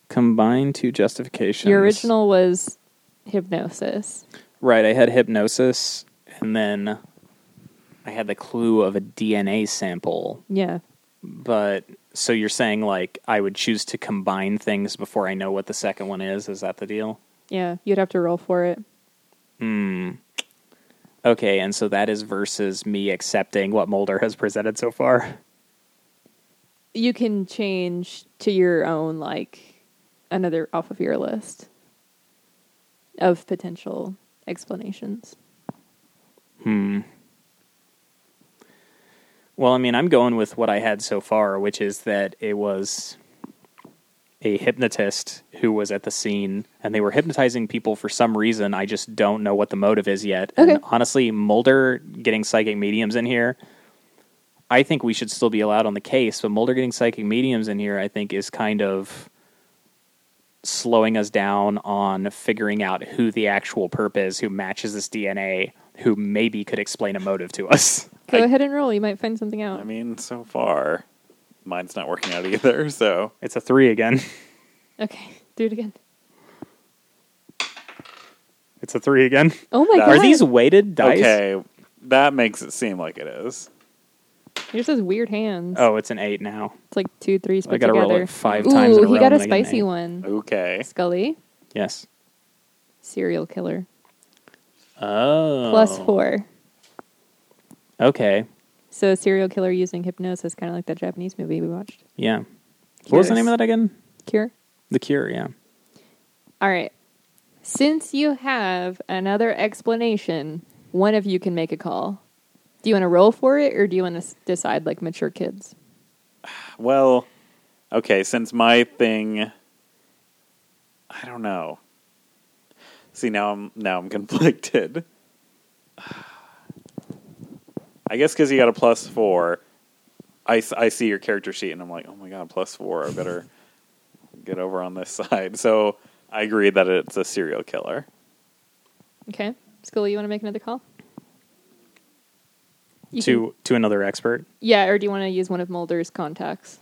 Speaker 3: Combine two justifications.
Speaker 2: your original was hypnosis
Speaker 3: Right, I had hypnosis, and then I had the clue of a DNA sample.
Speaker 2: yeah
Speaker 3: But so you're saying like I would choose to combine things before I know what the second one is? Is that the deal?
Speaker 2: yeah you'd have to roll for it
Speaker 3: Hmm. Okay, and so that is versus me accepting what Mulder has presented so far.
Speaker 2: you can change to your own like another off of your list of potential explanations
Speaker 3: Hmm. Well, I mean, I'm going with what I had so far, which is that it was a hypnotist who was at the scene and they were hypnotizing people for some reason. I just don't know what the motive is yet.
Speaker 2: Okay.
Speaker 3: And honestly, Mulder getting psychic mediums in here, I think we should still be allowed on the case, but Mulder getting psychic mediums in here, I think, is kind of slowing us down on figuring out who the actual perp is, who matches this DNA, who maybe could explain a motive to us.
Speaker 2: go ahead and roll you might find something out
Speaker 1: I mean, so far, mine's not working out either. So
Speaker 3: it's a three again.
Speaker 2: okay do it again
Speaker 3: It's a three again.
Speaker 2: Oh my
Speaker 3: Are
Speaker 2: God.
Speaker 3: these weighted dice?
Speaker 1: Okay, that makes it seem like it is.
Speaker 2: Yours has weird hands.
Speaker 3: Oh, it's an eight now.
Speaker 2: It's like two, three put
Speaker 3: I gotta roll
Speaker 2: together.
Speaker 3: it five
Speaker 2: Ooh,
Speaker 3: times in a
Speaker 2: he
Speaker 3: row
Speaker 2: got a
Speaker 3: and I get an
Speaker 2: spicy
Speaker 3: eight.
Speaker 2: one.
Speaker 1: Okay.
Speaker 2: Scully,
Speaker 3: Yes.
Speaker 2: serial killer,
Speaker 3: Oh.
Speaker 2: plus four.
Speaker 3: Okay.
Speaker 2: So serial killer using hypnosis, kind of like that Japanese movie we watched.
Speaker 3: Yeah. What was the
Speaker 2: Curious.
Speaker 3: name of that again?
Speaker 2: Cure.
Speaker 3: The Cure. Yeah.
Speaker 2: All right. Since you have another explanation, one of you can make a call. Do you want to roll for it, or do you want to s- decide like mature kids?
Speaker 1: Well, okay, since my thing I don't know. See, now I'm now I'm conflicted. I guess cuz you got a plus 4, I, s- I see your character sheet and I'm like, "Oh my god, plus 4. I better get over on this side." So, I agree that it's a serial killer.
Speaker 2: Okay, Scully, you want to make another call? You
Speaker 3: to
Speaker 2: can-
Speaker 3: to another expert.
Speaker 2: yeah, or do you want to use one of Mulder's contacts?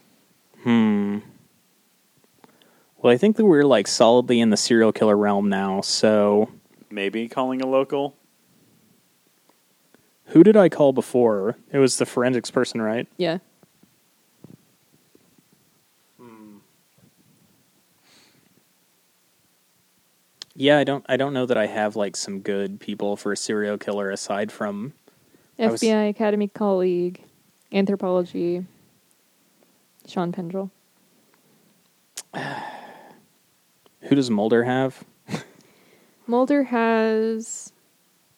Speaker 3: Hmm. Well, I think that we're like solidly in the serial killer realm now. So,
Speaker 1: Maybe calling a local?
Speaker 3: who did I call before? It was the forensics person, right?
Speaker 2: Yeah.
Speaker 3: Yeah, I don't I don't know that I have like some good people for a serial killer aside from I was-
Speaker 2: FBI Academy colleague, anthropology, Sean Pendrell.
Speaker 3: who does Mulder have?
Speaker 2: Mulder has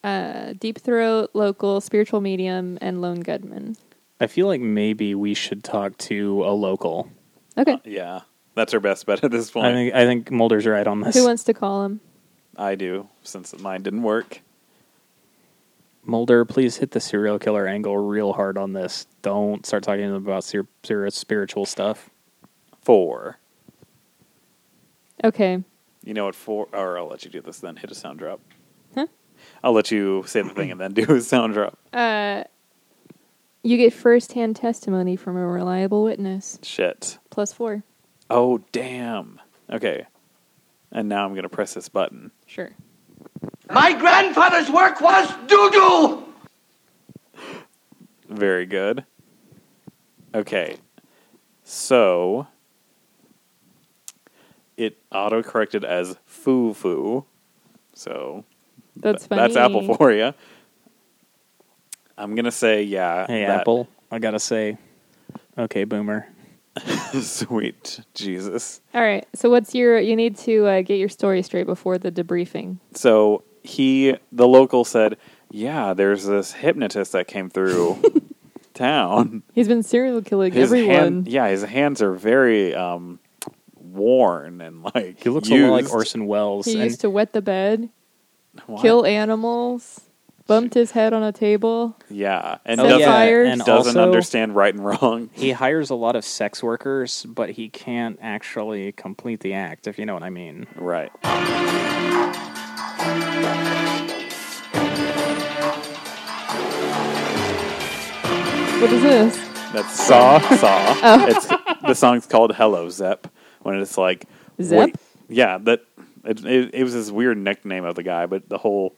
Speaker 2: uh, Deep Throat, Local, Spiritual Medium, and Lone Gunman.
Speaker 3: I feel like maybe we should talk to a local.
Speaker 1: Oh,
Speaker 2: Okay.
Speaker 1: Yeah. That's our best bet at this point.
Speaker 3: I think I think Mulder's right on this.
Speaker 2: Who wants to call him?
Speaker 1: I do, since mine didn't work.
Speaker 3: Mulder, please hit the serial killer angle real hard on this. Don't start talking about ser- ser- spiritual stuff.
Speaker 1: Four.
Speaker 2: Okay.
Speaker 1: You know what? Four. Or I'll let you do this. Then hit a sound drop.
Speaker 2: Huh?
Speaker 1: I'll let you say the thing and then do a sound drop.
Speaker 2: Uh, you get first-hand testimony from a reliable witness.
Speaker 1: Shit.
Speaker 2: Plus four.
Speaker 1: Oh damn. Okay. And now I'm gonna press this button.
Speaker 2: Sure.
Speaker 13: My grandfather's work was doo doo!
Speaker 1: Very good. Okay. So it auto corrected as foo foo. So
Speaker 2: That's
Speaker 1: th- That's
Speaker 2: funny.
Speaker 1: Apple for you. I'm going to say, yeah.
Speaker 3: Hey
Speaker 1: that-
Speaker 3: Apple, I gotta say, okay, Boomer.
Speaker 1: Sweet Jesus.
Speaker 2: All right. So what's your? You need to uh, get your story straight before the debriefing.
Speaker 1: So he, the local said, yeah, there's this hypnotist that came through town.
Speaker 2: He's been serial killing
Speaker 1: His
Speaker 2: everyone.
Speaker 1: hand, yeah, his hands are very um, worn and like
Speaker 3: He looks a lot like
Speaker 1: used.
Speaker 3: Orson Welles.
Speaker 2: he
Speaker 3: and
Speaker 2: used to wet the bed,
Speaker 1: What?
Speaker 2: kill animals, bumped his head on a table.
Speaker 1: Yeah, and
Speaker 2: Set
Speaker 1: doesn't,
Speaker 2: fires.
Speaker 1: and
Speaker 3: Oh, And
Speaker 1: doesn't
Speaker 3: also-
Speaker 1: understand right and wrong.
Speaker 3: he hires a lot of sex workers, but he can't actually complete the act, if you know what I mean.
Speaker 1: Right.
Speaker 2: What is this?
Speaker 1: That's Saw. Saw.
Speaker 2: Oh.
Speaker 1: It's the song's called "Hello Zep." When it's like
Speaker 2: Zep?
Speaker 1: wait- yeah, that it, it, it was this weird nickname of the guy, but the whole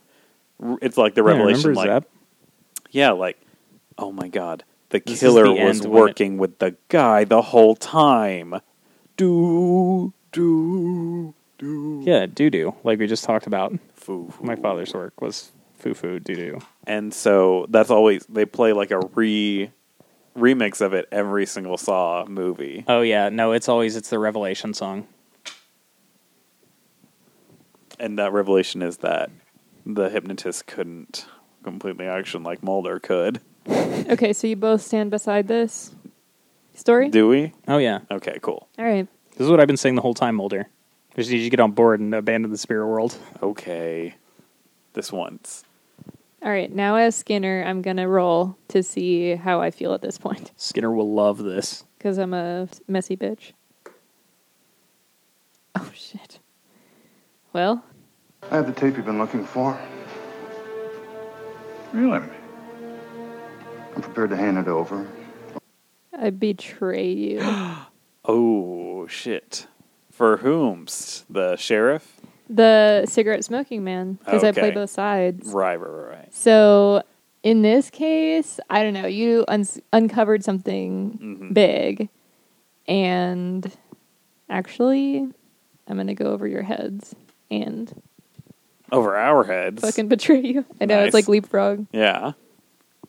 Speaker 1: it's like the
Speaker 3: Yeah, I
Speaker 1: revelation.
Speaker 3: remember
Speaker 1: like, yeah, like oh my god, the
Speaker 3: This is
Speaker 1: killer
Speaker 3: the
Speaker 1: was
Speaker 3: end when it-
Speaker 1: working with the guy the whole time. Do do do.
Speaker 3: Yeah, doo doo, like we just talked about.
Speaker 1: Foo.
Speaker 3: My father's work was foo foo doo doo.
Speaker 1: and so that's always they play like a re remix of it every single Saw movie.
Speaker 3: Oh yeah, no, it's always it's the Revelation song.
Speaker 1: and that revelation is that the hypnotist couldn't completely action like Mulder could.
Speaker 2: Okay. So you both stand beside this story.
Speaker 1: Do we?
Speaker 3: Oh yeah,
Speaker 1: Okay, cool.
Speaker 2: All right.
Speaker 3: this is what I've been saying the whole time, Mulder. I just need you to get on board and abandon the spirit world.
Speaker 1: Okay. This once.
Speaker 2: All right. Now as Skinner, I'm gonna roll to see how I feel at this point
Speaker 3: Skinner will love this.
Speaker 2: because I'm a messy bitch. Oh shit. Well,
Speaker 9: I have the tape you've been looking for. Really? I'm prepared to hand it over.
Speaker 2: I betray you.
Speaker 1: Oh shit. For whomst? The sheriff?
Speaker 2: the cigarette smoking man because I play
Speaker 1: Okay.
Speaker 2: both sides.
Speaker 1: Right, right, right, right.
Speaker 2: So in this case, I don't know. You un- uncovered something big, and actually, I'm gonna go over your heads and
Speaker 1: Over our heads.
Speaker 2: fucking betray you. I know
Speaker 1: Nice.
Speaker 2: it's like leapfrog.
Speaker 1: Yeah.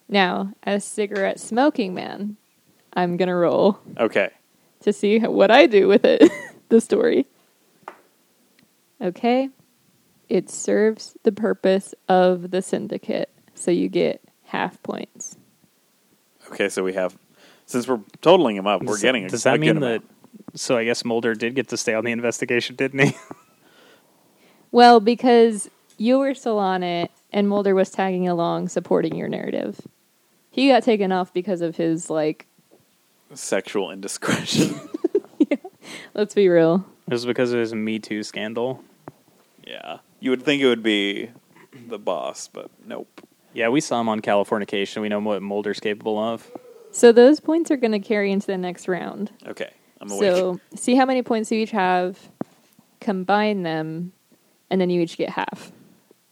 Speaker 2: Now, as cigarette smoking man, I'm gonna roll
Speaker 1: Okay.
Speaker 2: to see how- what I do with it. the story. Okay. It serves the purpose of the syndicate, so you get half points.
Speaker 1: Okay, so we have since we're totaling them up, we're
Speaker 3: Does-
Speaker 1: getting a,
Speaker 3: Does
Speaker 1: a
Speaker 3: that
Speaker 1: good
Speaker 3: mean that?
Speaker 1: amount.
Speaker 3: So I guess Mulder did get to stay on the investigation, didn't he?
Speaker 2: Well, because you were still on it, and Mulder was tagging along, supporting your narrative. He got taken off because of his like.
Speaker 1: sexual indiscretion?
Speaker 2: Let's be real.
Speaker 3: It was because of his Me Too scandal.
Speaker 1: yeah. You would think it would be the boss, but nope.
Speaker 3: Yeah, we saw him on Californication. We know what Mulder's capable of.
Speaker 2: So those points are going to carry into the next round.
Speaker 1: Okay. I'm awake.
Speaker 2: So see how many points you each have, combine them, and then you each get half.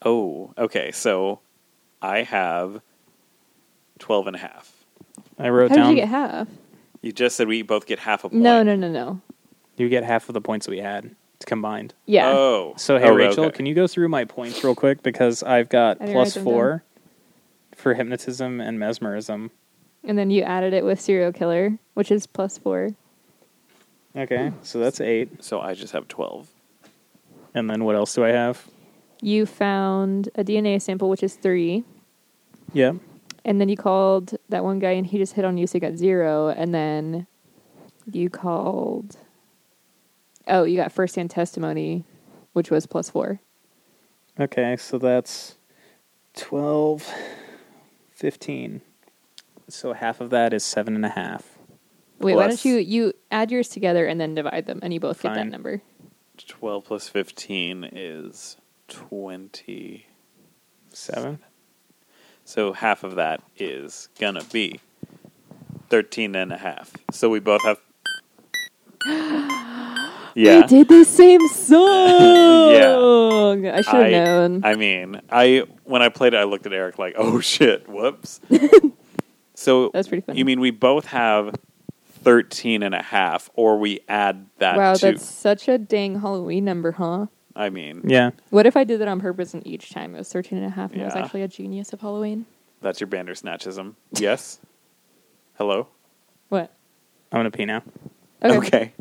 Speaker 1: Oh, okay. So I have 12 and a half.
Speaker 3: I wrote
Speaker 2: How did
Speaker 3: down
Speaker 2: you
Speaker 3: you
Speaker 2: get half?
Speaker 1: You just said we both get half a point.
Speaker 2: No, no, no, no.
Speaker 3: get, half of the points we had combined.
Speaker 2: Yeah.
Speaker 1: Oh.
Speaker 3: So hey
Speaker 1: Oh,
Speaker 3: Rachel,
Speaker 1: okay.
Speaker 3: can you go through my points real quick because I've got
Speaker 2: I didn't
Speaker 3: plus
Speaker 2: write them
Speaker 3: four for hypnotism and mesmerism.
Speaker 2: And then you added it with serial killer, which is plus four.
Speaker 3: Okay,
Speaker 2: Hmm.
Speaker 3: so that's eight.
Speaker 1: So I just have 12.
Speaker 3: And then what else do I have?
Speaker 2: You found a DNA sample, which is three.
Speaker 3: Yeah.
Speaker 2: And then you called that one guy and he just hit on you, so you got zero. And then you called oh, you got firsthand testimony, which was plus four.
Speaker 3: Okay, so that's 12, 15. So half of that is seven and a half.
Speaker 2: Wait, why
Speaker 3: Plus
Speaker 2: don't you you add yours together and then divide them, and you both get that
Speaker 1: Fine.
Speaker 2: number.
Speaker 1: 12 plus 15 is 27. So half of that is going to be 13 and a half. So we both have.
Speaker 2: We did the same song. I should
Speaker 1: I-
Speaker 2: have known.
Speaker 1: I mean, I when I played it, I looked at Eric like, "Oh shit, whoops." so
Speaker 2: That's pretty funny.
Speaker 1: You mean we both have 13 and a half, or we add that?
Speaker 2: wow,
Speaker 1: to,
Speaker 2: that's such a dang Halloween number, huh?
Speaker 1: I mean,
Speaker 3: Yeah.
Speaker 2: What if I did that on purpose and each time it was 13 and a half and I was
Speaker 1: Yeah.
Speaker 2: actually a genius of Halloween?
Speaker 1: That's your Bandersnatchism. Yes. Hello.
Speaker 2: What?
Speaker 3: I'm going to pee now.
Speaker 2: Okay.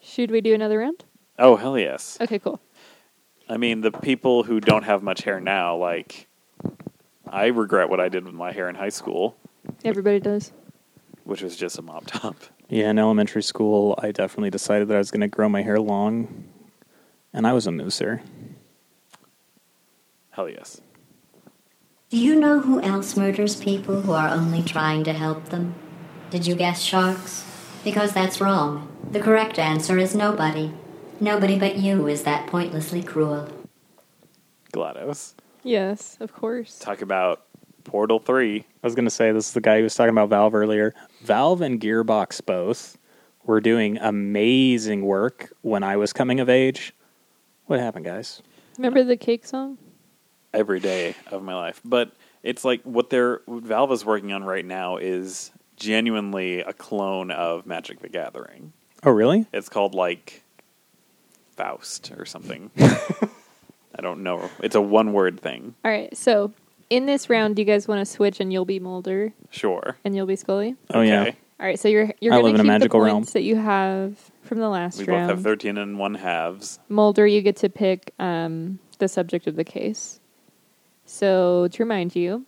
Speaker 2: Should we do another round?
Speaker 1: Oh hell yes.
Speaker 2: Okay, cool.
Speaker 1: I mean, the people who don't have much hair now, like, I regret what I did with my hair in high school,
Speaker 2: Everybody does.
Speaker 1: which was just a mop top.
Speaker 3: Yeah, in elementary school, I definitely decided that I was going to grow my hair long, and I was a mooser.
Speaker 1: Hell yes.
Speaker 4: Do you know who else murders people who are only trying to help them? Did you guess sharks? Because that's wrong. The correct answer is nobody. Nobody but you is that pointlessly cruel.
Speaker 1: GLaDOS.
Speaker 2: Yes, of course.
Speaker 1: Talk about Portal 3.
Speaker 3: I was going to say, this is the guy who was talking about Valve earlier. Valve and Gearbox both were doing amazing work when I was coming of age. What happened, guys?
Speaker 2: Remember the cake song?
Speaker 1: every day of my life. But it's like what they're what Valve is working on right now is genuinely a clone of Magic the Gathering.
Speaker 3: Oh, really?
Speaker 1: It's called like Faust or something. I don't know. It's a one word thing.
Speaker 2: All right, so in this round, do you guys want to switch and you'll be Mulder
Speaker 1: Sure.
Speaker 2: and you'll be Scully?
Speaker 3: Oh, yeah.
Speaker 2: All right, so you're you're
Speaker 3: I
Speaker 2: going
Speaker 3: live
Speaker 2: to
Speaker 3: in
Speaker 2: keep
Speaker 3: a magical
Speaker 2: the
Speaker 3: realm.
Speaker 2: points that you have from the last
Speaker 1: We both
Speaker 2: round.
Speaker 1: have thirteen and one halves.
Speaker 2: Mulder, you get to pick um, the subject of the case. So to remind you,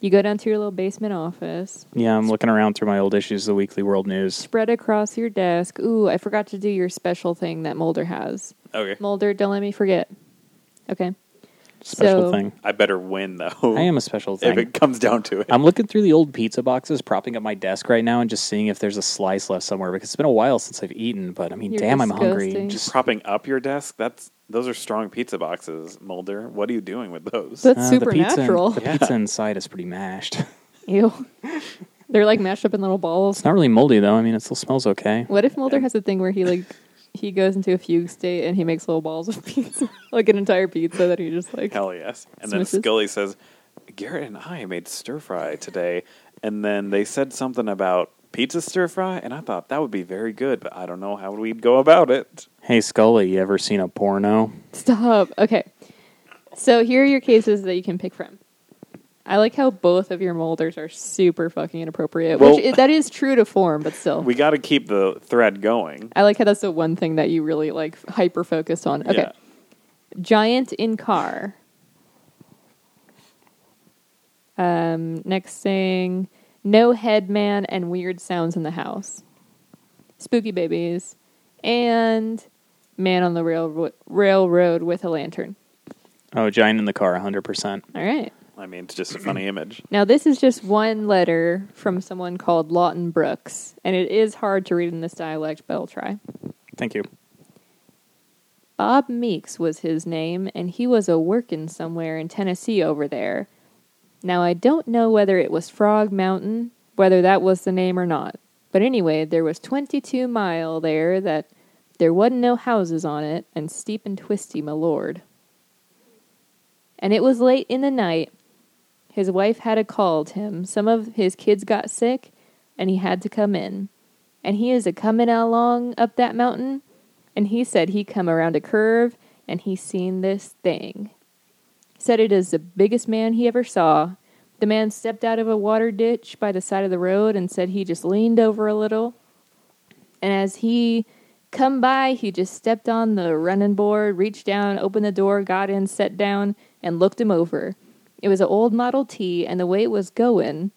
Speaker 2: you go down to your little basement office,
Speaker 3: Yeah, I'm looking around through my old issues, the Weekly World News.
Speaker 2: spread across your desk. Ooh, I forgot to do your special thing that Mulder has.
Speaker 1: Okay.
Speaker 2: Mulder, don't let me forget. Okay.
Speaker 3: Special
Speaker 2: So-
Speaker 3: thing.
Speaker 1: I better win though.
Speaker 3: I am a special thing.
Speaker 1: If it comes down to it.
Speaker 3: I'm looking through the old pizza boxes, propping up my desk right now, and just seeing if there's a slice left somewhere because it's been a while since I've eaten. But I mean,
Speaker 2: You're
Speaker 3: damn, I'm hungry.
Speaker 2: disgusting.
Speaker 3: Just
Speaker 1: propping up your desk, that's those are strong pizza boxes, Mulder. What are you doing with those?
Speaker 2: That's Uh, the pizza- supernatural.
Speaker 3: The
Speaker 2: Yeah.
Speaker 3: pizza inside is pretty mashed.
Speaker 2: Ew. They're like mashed up in little balls.
Speaker 3: It's not really moldy though. I mean, it still smells okay.
Speaker 2: What if Mulder has a thing where he like he goes into a fugue state and he makes little balls of pizza, like an entire pizza that he just like.
Speaker 1: Hell yes. And then
Speaker 2: Smoothies?
Speaker 1: Scully says, Garrett and I made stir fry today. And then they said something about pizza stir fry. And I thought that would be very good, but I don't know how we'd go about it.
Speaker 3: Hey Scully, you ever seen a porno?
Speaker 2: Stop. Okay. So here are your cases that you can pick from. I like how both of your molders are super fucking inappropriate,
Speaker 1: Well-
Speaker 2: which i that is true to form, but still.
Speaker 1: We got to keep the thread going.
Speaker 2: I like how that's the one thing that you really like hyper focused on. Okay.
Speaker 1: Yeah.
Speaker 2: Giant in car. Um, next thing, no head man and weird sounds in the house. Spooky babies and man on the railroad railroad with a lantern.
Speaker 3: Oh, giant in the car, 100. percent
Speaker 2: All right.
Speaker 1: I mean, it's just a funny image.
Speaker 2: Now, this is just one letter from someone called Lawton Brooks, and it is hard to read in this dialect, but I'll try.
Speaker 3: Thank you.
Speaker 2: Bob Meeks was his name, and he was a workin' somewhere in Tennessee over there. Now, I don't know whether it was Frog Mountain, whether that was the name or not, but anyway, there was 22 mile there that there wasn't no houses on it, and steep and twisty, my lord. And it was late in the night. His wife had a called him. Some of his kids got sick, and he had to come in. And he is a comin' along up that mountain, and he said he come around a curve and he seen this thing. Said it is the biggest man he ever saw, The man stepped out of a water ditch by the side of the road and said he just leaned over a little. And as he come by, he just stepped on the running board, reached down, opened the door, got in, sat down, and looked him over. It was an old Model T, and the way it was going,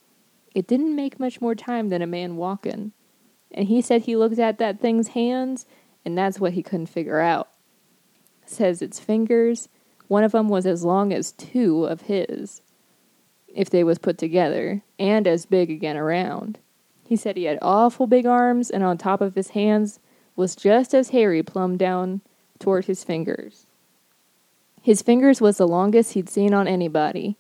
Speaker 2: it didn't make much more time than a man walking. And he said he looked at that thing's hands, and that's what he couldn't figure out. Says its fingers, one of them was as long as two of his, if they was put together, and as big again around. He said he had awful big arms, and on top of his hands was just as hairy plumb down toward his fingers. His fingers was the longest he'd seen on anybody.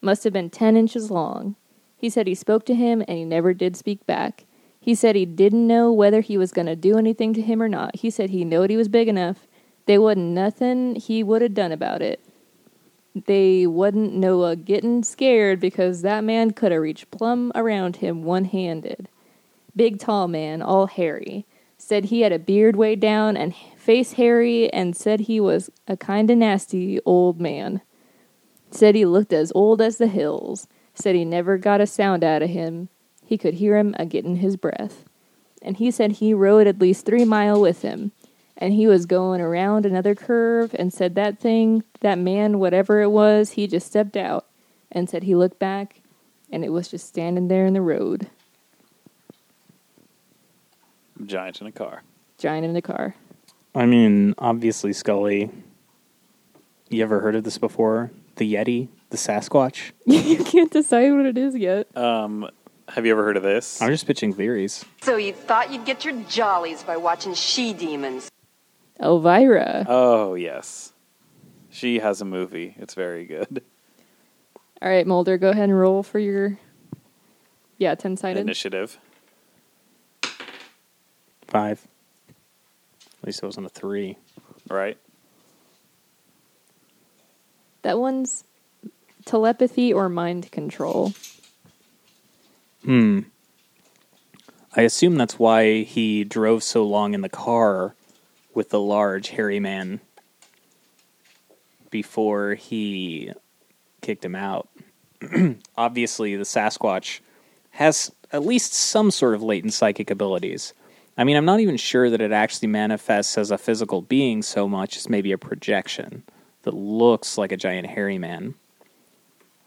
Speaker 2: Must have been ten inches long. He said he spoke to him and he never did speak back. He said he didn't know whether he was going to do anything to him or not. He said he knowed he was big enough. They wasn't nothing he would have done about it. They wasn't Noah getting scared because that man could have reached plumb around him one handed. Big tall man, all hairy. Said he had a beard way down and face hairy and said he was a kinda nasty old man. Said he looked as old as the hills. Said he never got a sound out of him. He could hear him a getting his breath. And he said he rode at least three mile with him. And he was going around another curve and said that thing, that man, whatever it was, he just stepped out and said he looked back and it was just standing there in the road,
Speaker 1: Giant in a car.
Speaker 2: giant in the car.
Speaker 3: I mean, obviously, Scully. You ever heard of this before? The Yeti, the Sasquatch.
Speaker 2: you can't decide what it is yet.
Speaker 1: Um, have you ever heard of this?
Speaker 3: I'm just pitching theories.
Speaker 15: So you thought you'd get your jollies by watching She Demons.
Speaker 2: Elvira.
Speaker 1: Oh yes, she has a movie. It's very good.
Speaker 2: All right, Mulder, go ahead and roll for your. Yeah, 10 sided.
Speaker 1: Initiative.
Speaker 3: Five. At least it wasn't a three.
Speaker 1: Right.
Speaker 2: That one's telepathy or mind control.
Speaker 3: Hmm. I assume that's why he drove so long in the car with the large hairy man before he kicked him out. Obviously, the Sasquatch has at least some sort of latent psychic abilities. I mean, I'm not even sure that it actually manifests as a physical being so much as maybe a projection that looks like a giant hairy man.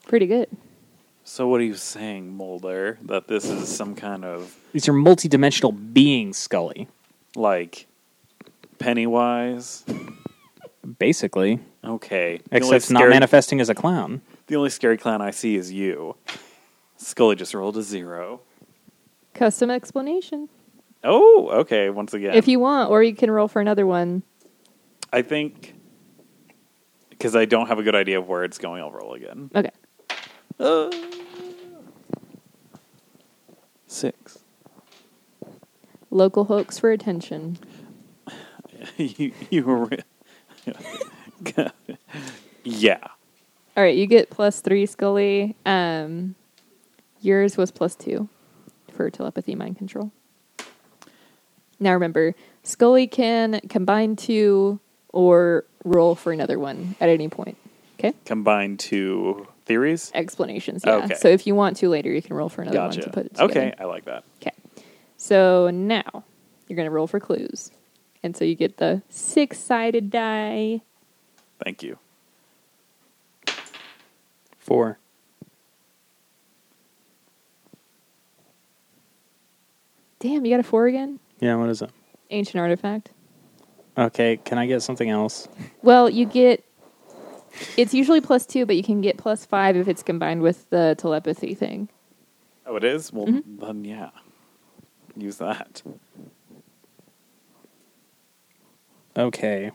Speaker 2: Pretty good.
Speaker 1: So what are you saying, Mulder? That this is some kind of
Speaker 3: These are multidimensional beings, Scully.
Speaker 1: like Pennywise?
Speaker 3: Basically.
Speaker 1: Okay. The only
Speaker 3: Except not
Speaker 1: scary-
Speaker 3: manifesting as a clown.
Speaker 1: The only scary clown I see is you. Scully just rolled a zero.
Speaker 2: Custom explanation.
Speaker 1: Oh, okay. Once again,
Speaker 2: If you want, or you can roll for another one.
Speaker 1: I think because I don't have a good idea of where it's going, I'll roll again.
Speaker 2: Okay.
Speaker 1: Uh, six.
Speaker 2: Local hoax for attention.
Speaker 1: you you were. yeah.
Speaker 2: All right, you get plus three, Scully. Um, yours was plus two for telepathy mind control. Now remember, Scully can combine two or roll for another one at any point. Okay,
Speaker 1: Combine two theories.
Speaker 2: explanations. Yeah.
Speaker 1: Okay.
Speaker 2: So if you want to later, you can roll for another
Speaker 1: Gotcha.
Speaker 2: one to put it together.
Speaker 1: okay, I like that.
Speaker 2: So now you're gonna roll for clues, and so you get the six-sided die.
Speaker 1: Thank you.
Speaker 3: Four.
Speaker 2: Damn, you got a four again.
Speaker 3: Yeah, what is it?
Speaker 2: Ancient artifact.
Speaker 3: Okay, can I get something else?
Speaker 2: Well, you get. It's usually plus two, but you can get plus five if it's combined with the telepathy thing.
Speaker 1: Oh, it is. Well,
Speaker 2: Mm-hmm.
Speaker 1: then yeah, use that.
Speaker 3: Okay.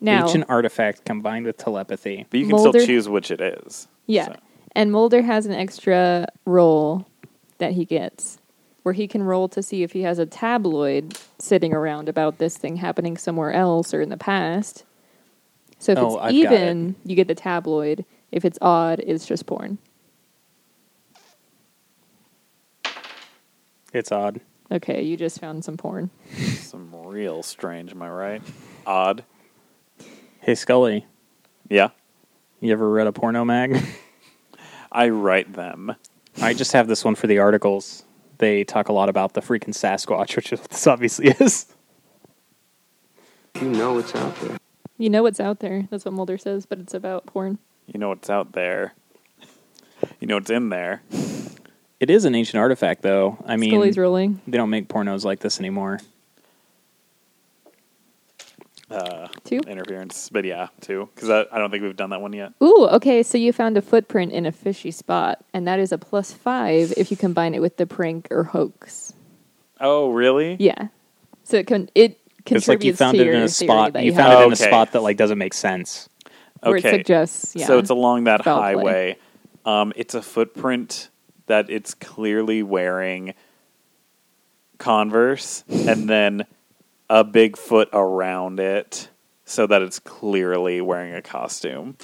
Speaker 2: Now,
Speaker 3: Ancient artifact combined with telepathy.
Speaker 1: But you can
Speaker 2: Mulder-
Speaker 1: still choose which it is.
Speaker 2: yeah, and Mulder has an extra roll that he gets, where he can roll to see if he has a tabloid sitting around about this thing happening somewhere else or in the past. So if
Speaker 3: Oh,
Speaker 2: it's
Speaker 3: I've got it.
Speaker 2: even, you get the tabloid. If it's odd, it's just porn.
Speaker 3: It's odd.
Speaker 2: Okay, you just found some porn.
Speaker 1: Some real strange. Am I right? Odd.
Speaker 3: Hey Scully,
Speaker 1: Yeah.
Speaker 3: you ever read a porno mag?
Speaker 1: I write them.
Speaker 3: I just have this one for the articles. They talk a lot about the freaking Sasquatch, which is what this obviously is.
Speaker 16: You know what's out there.
Speaker 2: You know what's out there. That's what Mulder says, but it's about porn.
Speaker 1: You know what's out there. You know what's in there.
Speaker 3: It is an ancient artifact, though. I mean,
Speaker 2: Scully's ruling.
Speaker 3: They don't make pornos like this anymore.
Speaker 1: Uh,
Speaker 2: Two?
Speaker 1: interference, but yeah, two because I, I don't think we've done that one yet.
Speaker 2: Ooh, okay, so you found a footprint in a fishy spot, and that is a plus five if you combine it with the prank or hoax.
Speaker 1: Oh, really?
Speaker 2: Yeah. So it can it
Speaker 3: It's
Speaker 2: contributes
Speaker 3: like you found
Speaker 2: to
Speaker 3: it
Speaker 2: your
Speaker 3: in a
Speaker 2: theory
Speaker 3: spot.
Speaker 2: that
Speaker 3: You
Speaker 2: have.
Speaker 3: found it in a
Speaker 1: Okay.
Speaker 3: spot that like doesn't make sense.
Speaker 2: Where it suggests,
Speaker 1: So
Speaker 2: yeah,
Speaker 1: it's along that
Speaker 2: foul play.
Speaker 1: highway. Um, it's a footprint that it's clearly wearing Converse and then a big foot around it so that it's clearly wearing a costume.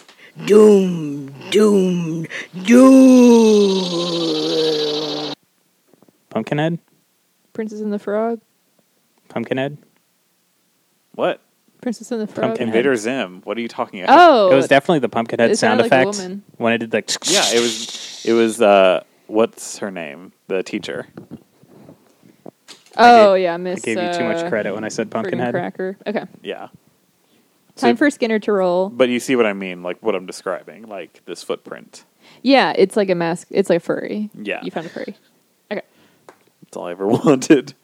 Speaker 13: Doom, doom, doom.
Speaker 3: Pumpkinhead,
Speaker 2: Princess and the Frog.
Speaker 3: Pumpkinhead,
Speaker 1: What?
Speaker 2: Princess and the Frog.
Speaker 3: Pumpkinhead.
Speaker 1: Invader Zim. What are you talking about?
Speaker 2: Oh,
Speaker 3: it was definitely the Pumpkinhead
Speaker 2: it
Speaker 3: sound
Speaker 2: sounded like a
Speaker 3: effect
Speaker 2: woman.
Speaker 3: when it did the.
Speaker 1: Yeah, it was. It was. Uh, what's her name? The teacher.
Speaker 2: Oh yeah, Miss.
Speaker 3: I gave you too much
Speaker 2: uh,
Speaker 3: credit when I said
Speaker 2: Friggin'
Speaker 3: Pumpkinhead.
Speaker 2: Cracker. Okay,
Speaker 1: Yeah,
Speaker 2: time for Skinner to roll.
Speaker 1: but you see what I mean, like what I'm describing, like this footprint.
Speaker 2: Yeah, it's like a mask. It's like a furry.
Speaker 1: Yeah.
Speaker 2: you found a furry.
Speaker 1: That's all I ever wanted.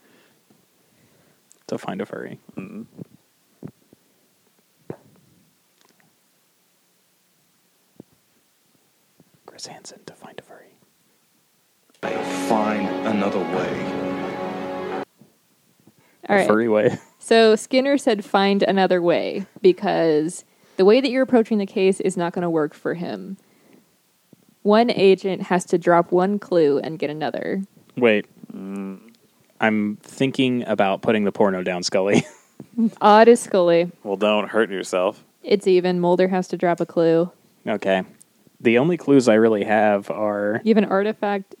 Speaker 3: To find a furry.
Speaker 1: Mm.
Speaker 3: Chris Hansen to find a furry.
Speaker 11: Find another way.
Speaker 2: All right.
Speaker 3: Furry way.
Speaker 2: So Skinner said, "Find another way because the way that you're approaching the case is not going to work for him. One agent has to drop one clue and get another.
Speaker 3: Wait.
Speaker 1: Mm.
Speaker 3: I'm thinking about putting the porno down, Scully.
Speaker 2: Odd is Scully.
Speaker 1: Well, don't hurt yourself.
Speaker 2: It's even. Mulder has to drop a clue.
Speaker 3: okay. The only clues I really have are
Speaker 2: You have an artifact,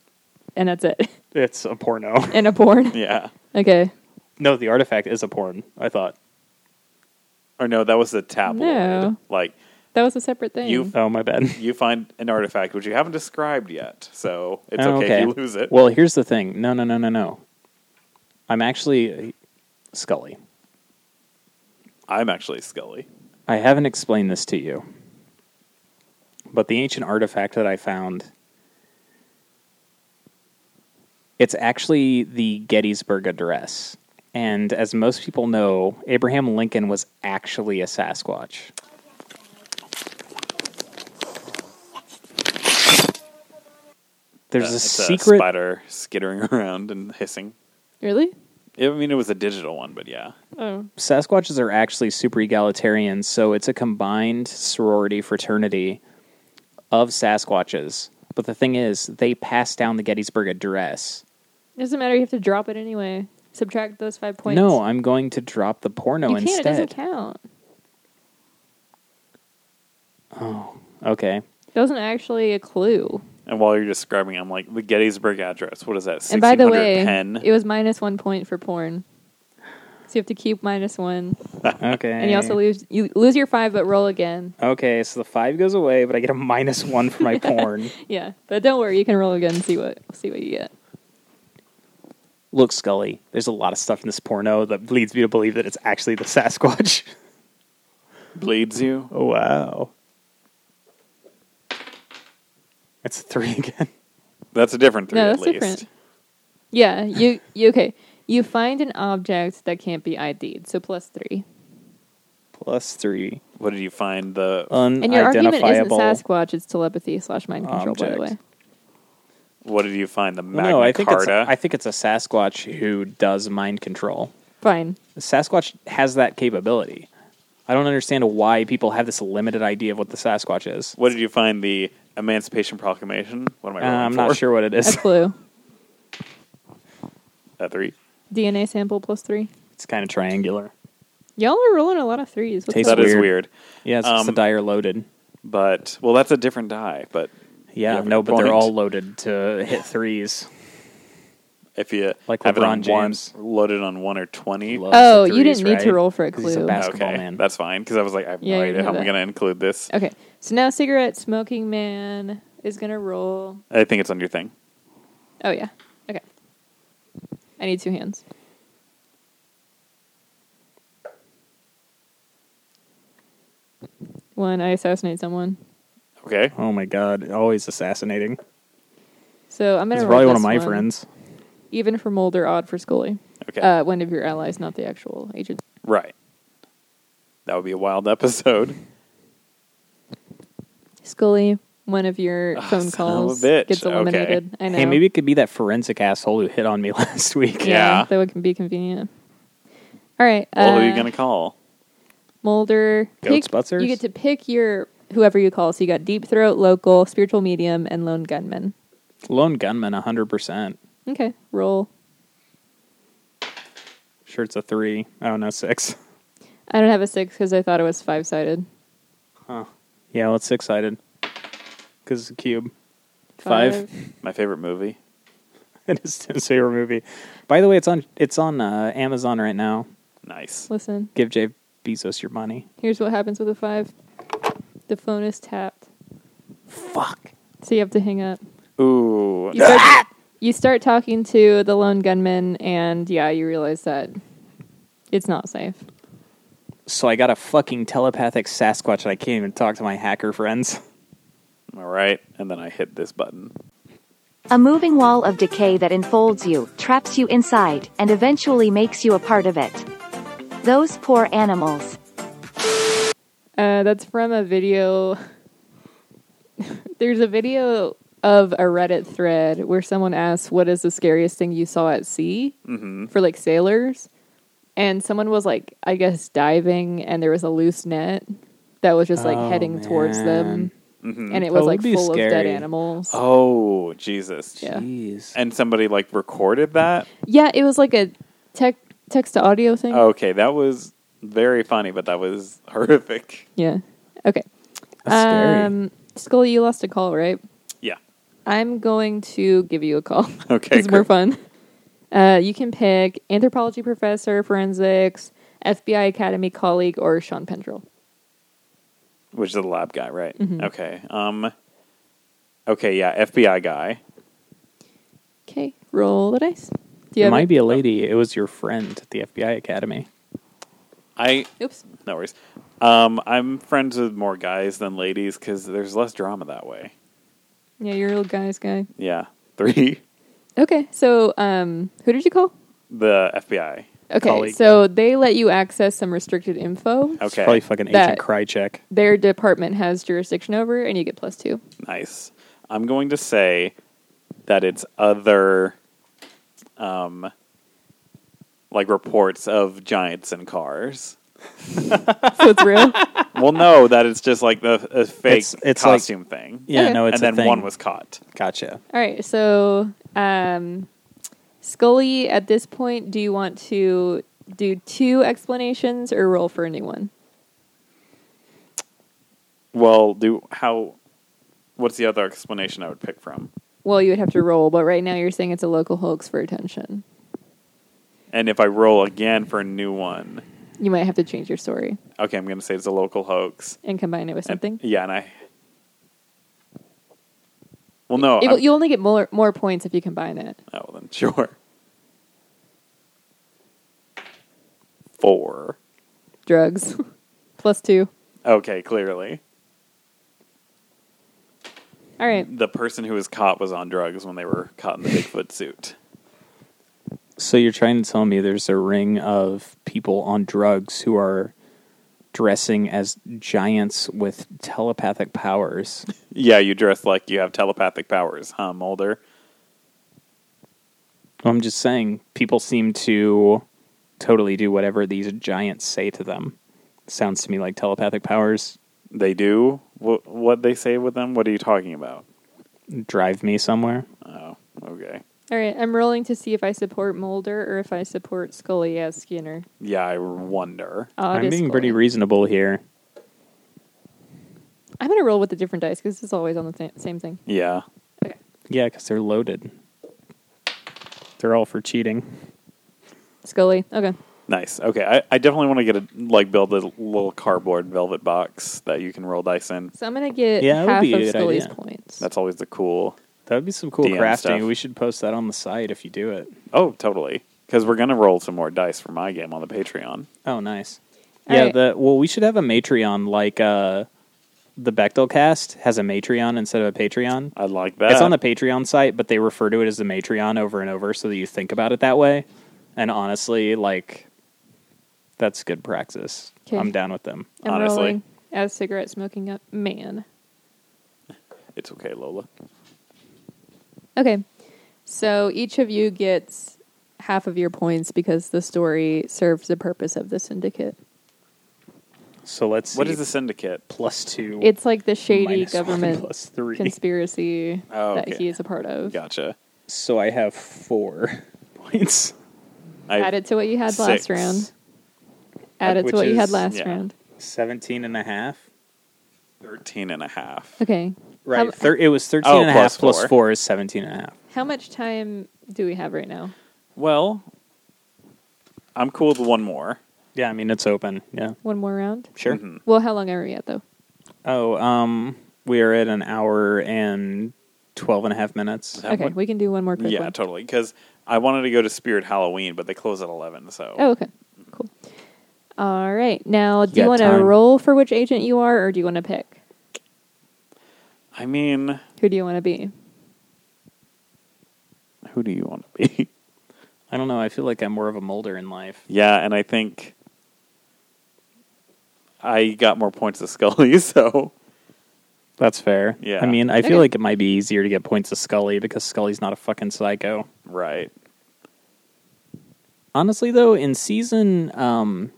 Speaker 2: and that's it.
Speaker 3: it's a porno.
Speaker 2: and a porn.
Speaker 1: Yeah.
Speaker 2: Okay.
Speaker 3: No, the artifact is a porn, I thought.
Speaker 1: Or no, that was the tabloid.
Speaker 2: No.
Speaker 1: Like
Speaker 2: That was a separate thing.
Speaker 1: you.
Speaker 3: Oh my bad.
Speaker 1: You find an artifact which you haven't described yet, so it's
Speaker 3: Oh,
Speaker 1: okay, if you lose it.
Speaker 3: Well, here's the thing. No, no, no, no, no. I'm actually Scully.
Speaker 1: I'm actually Scully.
Speaker 3: I haven't explained this to you, but the ancient artifact that I found. It's actually the Gettysburg Address. And as most people know, Abraham Lincoln was actually a Sasquatch. There's
Speaker 1: Uh,
Speaker 3: a
Speaker 1: it's
Speaker 3: secret.
Speaker 1: spider skittering around and hissing.
Speaker 2: really?
Speaker 1: I mean, it was a digital one, but yeah.
Speaker 2: Oh.
Speaker 3: Sasquatches are actually super egalitarian, so it's a combined sorority fraternity of Sasquatches. But the thing is, they passed down the Gettysburg Address.
Speaker 2: Doesn't matter. You have to drop it anyway. Subtract those five points.
Speaker 3: No, I'm going to drop the porno
Speaker 2: you can't. It doesn't
Speaker 3: instead.
Speaker 2: count.
Speaker 3: Okay.
Speaker 2: It wasn't actually a clue.
Speaker 1: And while you're describing, I'm like the Gettysburg address. What is that?
Speaker 2: And by the way,
Speaker 1: 1610?
Speaker 2: it was minus one point for porn. So you have to keep minus one,
Speaker 3: Okay.
Speaker 2: and you also lose you lose your five, but roll again.
Speaker 3: Okay, so the five goes away, but I get a minus one for my porn.
Speaker 2: Yeah, but don't worry, you can roll again and see what see what you get.
Speaker 3: Look, Scully, there's a lot of stuff in this porno that leads me to believe that it's actually the Sasquatch.
Speaker 1: bleeds you.
Speaker 3: Oh, wow. It's a three again.
Speaker 1: That's a different three,
Speaker 2: no,
Speaker 1: at
Speaker 2: that's
Speaker 1: least.
Speaker 2: different. Yeah, you you okay? You find an object that can't be ID'd, so plus three.
Speaker 3: Plus three.
Speaker 1: What did you find? The
Speaker 3: Uh, Mm,
Speaker 2: And your argument isn't
Speaker 3: Unidentifiable.
Speaker 2: Sasquatch; it's telepathy slash mind control. By the way,
Speaker 3: Object.
Speaker 1: what did you find? The Magna
Speaker 3: no, I think it's
Speaker 1: Carta.
Speaker 3: I think it's a Sasquatch who does mind control.
Speaker 2: fine.
Speaker 3: Sasquatch has that capability. I don't understand why people have this limited idea of what the Sasquatch is.
Speaker 1: what did you find? The Emancipation Proclamation. What am I?
Speaker 3: Uh,
Speaker 1: rolling
Speaker 3: I'm
Speaker 1: for?
Speaker 3: not sure what it
Speaker 2: A
Speaker 3: is.
Speaker 2: clue.
Speaker 1: A three.
Speaker 2: DNA sample plus three.
Speaker 3: It's kind of triangular.
Speaker 2: Y'all are rolling a lot of threes. What's
Speaker 3: Tastes
Speaker 2: up?
Speaker 1: That is
Speaker 3: weird.
Speaker 1: weird.
Speaker 3: Yeah, it's just the
Speaker 1: Um,
Speaker 3: die are loaded.
Speaker 1: But well, that's a different die. But
Speaker 3: Yeah,
Speaker 1: you have
Speaker 3: no,
Speaker 1: a
Speaker 3: but they're
Speaker 1: point.
Speaker 3: all loaded to hit threes.
Speaker 1: if you
Speaker 3: Like
Speaker 1: have it on
Speaker 3: LeBron James.
Speaker 1: one, loaded on one or twenty.
Speaker 2: Oh, you didn't need to roll for a
Speaker 3: 'Cause he's a
Speaker 2: clue.
Speaker 3: basketball
Speaker 1: okay,
Speaker 3: man.
Speaker 1: that's fine because I was like, I have
Speaker 2: Yeah,
Speaker 1: no
Speaker 2: you
Speaker 1: idea
Speaker 2: know
Speaker 1: how I'm
Speaker 2: that.
Speaker 1: going to include this.
Speaker 2: Okay, so now cigarette smoking man. is going to roll.
Speaker 1: I think it's on your thing.
Speaker 2: Oh, yeah. Okay. I need two hands. One, I assassinate someone.
Speaker 1: Okay.
Speaker 3: Oh my god, always assassinating.
Speaker 2: So I'm going
Speaker 3: It's
Speaker 2: to
Speaker 3: probably one of my friends.
Speaker 2: Even for Mulder, odd for Scully.
Speaker 1: Okay.
Speaker 2: Uh, one of your allies, not the actual agent.
Speaker 1: Right. That would be a wild episode.
Speaker 2: Scully, one of your phone
Speaker 3: Ah, of a
Speaker 2: calls
Speaker 3: bitch.
Speaker 2: gets
Speaker 3: Okay.
Speaker 2: eliminated. I know.
Speaker 3: Hey, maybe it could be that forensic asshole who hit on me last week.
Speaker 2: Yeah, that would be convenient. All right.
Speaker 3: Well, Oh, who are you
Speaker 2: uh,
Speaker 3: gonna
Speaker 1: Call.
Speaker 2: Mulder.
Speaker 3: Goats,
Speaker 2: pick-
Speaker 3: butzers?
Speaker 2: You get to pick your whoever you call. So you got deep throat, local, spiritual medium, and lone gunman.
Speaker 3: Lone gunman, 100%.
Speaker 2: Okay, roll.
Speaker 3: Sure, it's a three. Oh, no, six.
Speaker 2: I don't have a six because I thought it was five sided.
Speaker 3: Huh. Yeah, well, it's six sided. Because it's a cube.
Speaker 2: Five.
Speaker 1: My favorite movie.
Speaker 3: it is Tim's favorite movie. By the way, it's on it's on uh, Amazon right now.
Speaker 1: Nice.
Speaker 2: Listen,
Speaker 3: Give Jeff Bezos your money.
Speaker 2: here's what happens with a five. The phone is tapped. Fuck. So you have to hang up.
Speaker 1: Ooh.
Speaker 2: You start, you start talking to the lone gunman, and yeah, you realize that it's not safe.
Speaker 3: So I got a fucking telepathic Sasquatch. and I can't even talk to my hacker friends.
Speaker 1: All right, and then I hit this button.
Speaker 17: A moving wall of decay that enfolds you, traps you inside, and eventually makes you a part of it. Those poor animals.
Speaker 2: Uh, that's from a video. There's a video of a Reddit thread where someone asks, "What is the scariest thing you saw at sea?"
Speaker 1: Mm-hmm.
Speaker 2: for like sailors, and someone was like, I guess diving, and there was a loose net that was just like
Speaker 1: Oh,
Speaker 2: heading towards them,
Speaker 1: Mhm.
Speaker 2: and it was
Speaker 1: That
Speaker 2: like
Speaker 1: would be
Speaker 2: full of dead
Speaker 1: scary.
Speaker 2: animals.
Speaker 1: Oh, Jesus.
Speaker 2: Yeah.
Speaker 1: And somebody like recorded that?
Speaker 2: Yeah, it was like a tech text to audio thing.
Speaker 1: Okay, that was very funny, but that was horrific.
Speaker 2: Yeah. Okay.
Speaker 1: That's scary.
Speaker 2: Um, Scully, you lost a call, right?
Speaker 1: Yeah.
Speaker 2: I'm going to give you a call.
Speaker 1: Okay,
Speaker 2: It's more fun. Uh, you can pick anthropology professor, forensics, FBI Academy colleague, or Sean Pendrell.
Speaker 1: Which is the lab guy, right?
Speaker 3: Mm-hmm.
Speaker 2: Mhm.
Speaker 1: Okay. Um Okay, yeah, FBI guy.
Speaker 2: Okay, roll the dice. Do you
Speaker 3: It
Speaker 2: have oh.
Speaker 3: might
Speaker 2: it?
Speaker 3: be a lady. It was your friend at the FBI Academy.
Speaker 1: I
Speaker 2: Oops.
Speaker 1: No worries. Um I'm friends with more guys than ladies cuz there's less drama that way.
Speaker 2: Yeah, you're a little guy's guy.
Speaker 1: Yeah. 3
Speaker 2: Okay, so um, who did you call?
Speaker 1: the FBI.
Speaker 2: Okay,
Speaker 1: colleague.
Speaker 2: so they let you access some restricted info.
Speaker 1: Okay.
Speaker 3: probably fucking
Speaker 2: That-
Speaker 3: Agent Krychek.
Speaker 2: Their department has jurisdiction over, and you get plus two.
Speaker 1: Nice. I'm going to say that it's other, um, like reports of giants and cars.
Speaker 2: So it's real.
Speaker 1: Well, no, that it's just like the a fake
Speaker 3: It's- it's like-
Speaker 1: costume thing.
Speaker 3: Yeah, Okay. no,
Speaker 1: and
Speaker 3: it's a
Speaker 1: then
Speaker 3: thing.
Speaker 1: one was caught.
Speaker 3: Gotcha.
Speaker 2: All right, so um, Scully, at this point, do you want to do two explanations or roll for a new one?
Speaker 1: Well, do how? What's the other explanation I would pick from?
Speaker 2: Well, you would have to roll, but right now you're saying it's a local hoax for attention.
Speaker 1: And if I roll again for a new one,
Speaker 2: You might have to change your story
Speaker 1: okay, I'm going to say it's a local hoax.
Speaker 2: and combine it with something.
Speaker 1: Uh, Yeah, and I. Well, no,
Speaker 2: It-
Speaker 1: I'm-
Speaker 2: you only get more more points if you combine it.
Speaker 1: Oh, well then sure. Four.
Speaker 2: Drugs, plus two.
Speaker 1: Okay, clearly.
Speaker 2: All right.
Speaker 1: The person who was caught was on drugs when they were caught in the Bigfoot suit.
Speaker 3: So you're trying to tell me there's a ring of people on drugs who are dressing as giants with telepathic powers.
Speaker 1: Yeah, you dress like you have telepathic powers, huh, Mulder?
Speaker 3: I'm just saying people seem to totally do whatever these giants say to them. Sounds to me like telepathic powers.
Speaker 1: They do? What, what they say with them? What are you talking about?
Speaker 3: Drive me somewhere.
Speaker 1: Oh, okay.
Speaker 2: All right, I'm rolling to see if I support Mulder or if I support Scully as Skinner.
Speaker 1: Yeah, I wonder.
Speaker 2: I'll
Speaker 3: I'm
Speaker 2: just
Speaker 3: being
Speaker 2: roll.
Speaker 3: pretty reasonable here.
Speaker 2: I'm gonna roll with a different dice because it's always on the th- same thing.
Speaker 1: Yeah.
Speaker 3: Yeah, because they're loaded. They're all for cheating.
Speaker 2: Scully, okay.
Speaker 1: Nice. Okay, I, I definitely want to get a like build a little cardboard velvet box that you can roll dice in.
Speaker 2: So I'm gonna get
Speaker 1: Yeah, that would
Speaker 2: half
Speaker 1: be a
Speaker 2: of
Speaker 1: good
Speaker 2: Scully's
Speaker 1: idea.
Speaker 2: points.
Speaker 3: happens.
Speaker 1: That's always the cool.
Speaker 3: That would be some cool
Speaker 1: DM
Speaker 3: crafting.
Speaker 1: stuff.
Speaker 3: We should post that on the site if you do it.
Speaker 1: Oh, totally. Because we're gonna roll some more dice for my game on the Patreon.
Speaker 3: Oh, nice.
Speaker 2: All
Speaker 3: yeah,
Speaker 2: right.
Speaker 3: the well, we should have a Matreon like uh, the Bechtel cast has a Matreon instead of a Patreon.
Speaker 1: I like that.
Speaker 3: It's on the Patreon site, but they refer to it as the Matreon over and over so that you think about it that way. And honestly, like that's good praxis.
Speaker 2: 'Kay.
Speaker 3: I'm down with them.
Speaker 2: I'm
Speaker 3: honestly.
Speaker 2: rolling as cigarette smoking up man.
Speaker 1: It's okay, Lola.
Speaker 2: Okay. So each of you gets half of your points because the story serves the purpose of the syndicate.
Speaker 3: So let's
Speaker 1: What
Speaker 3: see.
Speaker 1: is the syndicate?
Speaker 3: Plus two.
Speaker 2: It's like the shady
Speaker 3: Minus one
Speaker 2: government
Speaker 3: plus three.
Speaker 2: conspiracy
Speaker 1: Oh,
Speaker 2: that
Speaker 1: okay.
Speaker 2: he is a part of.
Speaker 1: Gotcha.
Speaker 3: So I have four points.
Speaker 1: I-
Speaker 2: Add it to what you had
Speaker 1: Six.
Speaker 2: last round. Add it
Speaker 3: Uh, Which
Speaker 2: to what you had
Speaker 3: is-
Speaker 2: last
Speaker 3: yeah.
Speaker 2: round.
Speaker 3: 17 and a half.
Speaker 1: 13 and a half.
Speaker 2: Okay.
Speaker 3: Right.
Speaker 2: How-
Speaker 3: thir- it was 13
Speaker 1: Oh,
Speaker 3: and a
Speaker 1: plus
Speaker 3: half plus
Speaker 1: four.
Speaker 3: four is 17 and a half.
Speaker 2: How much time do we have right now?
Speaker 1: Well, I'm cool with one more.
Speaker 3: Yeah, I mean, it's open. Yeah.
Speaker 2: One more round?
Speaker 3: Sure.
Speaker 1: Mm-hmm.
Speaker 2: Well, how long are we at though?
Speaker 3: Oh, um, we are at an hour and 12 and a half minutes.
Speaker 2: okay, we can do one more quick
Speaker 1: yeah,
Speaker 2: one.
Speaker 1: totally. Because I wanted to go to Spirit Halloween, but they close at 11, so.
Speaker 2: Oh, okay. Cool. All right. Now, do you,
Speaker 1: got
Speaker 2: want to
Speaker 1: time.
Speaker 2: roll for which agent you are, or do you want to pick?
Speaker 1: I mean,
Speaker 2: Who do you want to be?
Speaker 1: who do you want to be?
Speaker 3: I don't know. I feel like I'm more of a molder in life.
Speaker 1: Yeah, and I think I got more points of Scully, so.
Speaker 3: That's fair.
Speaker 1: Yeah.
Speaker 3: I mean, I feel
Speaker 1: Okay.
Speaker 3: like it might be easier to get points to Scully because Scully's not a fucking psycho.
Speaker 1: Right.
Speaker 3: Honestly, though, in season, um,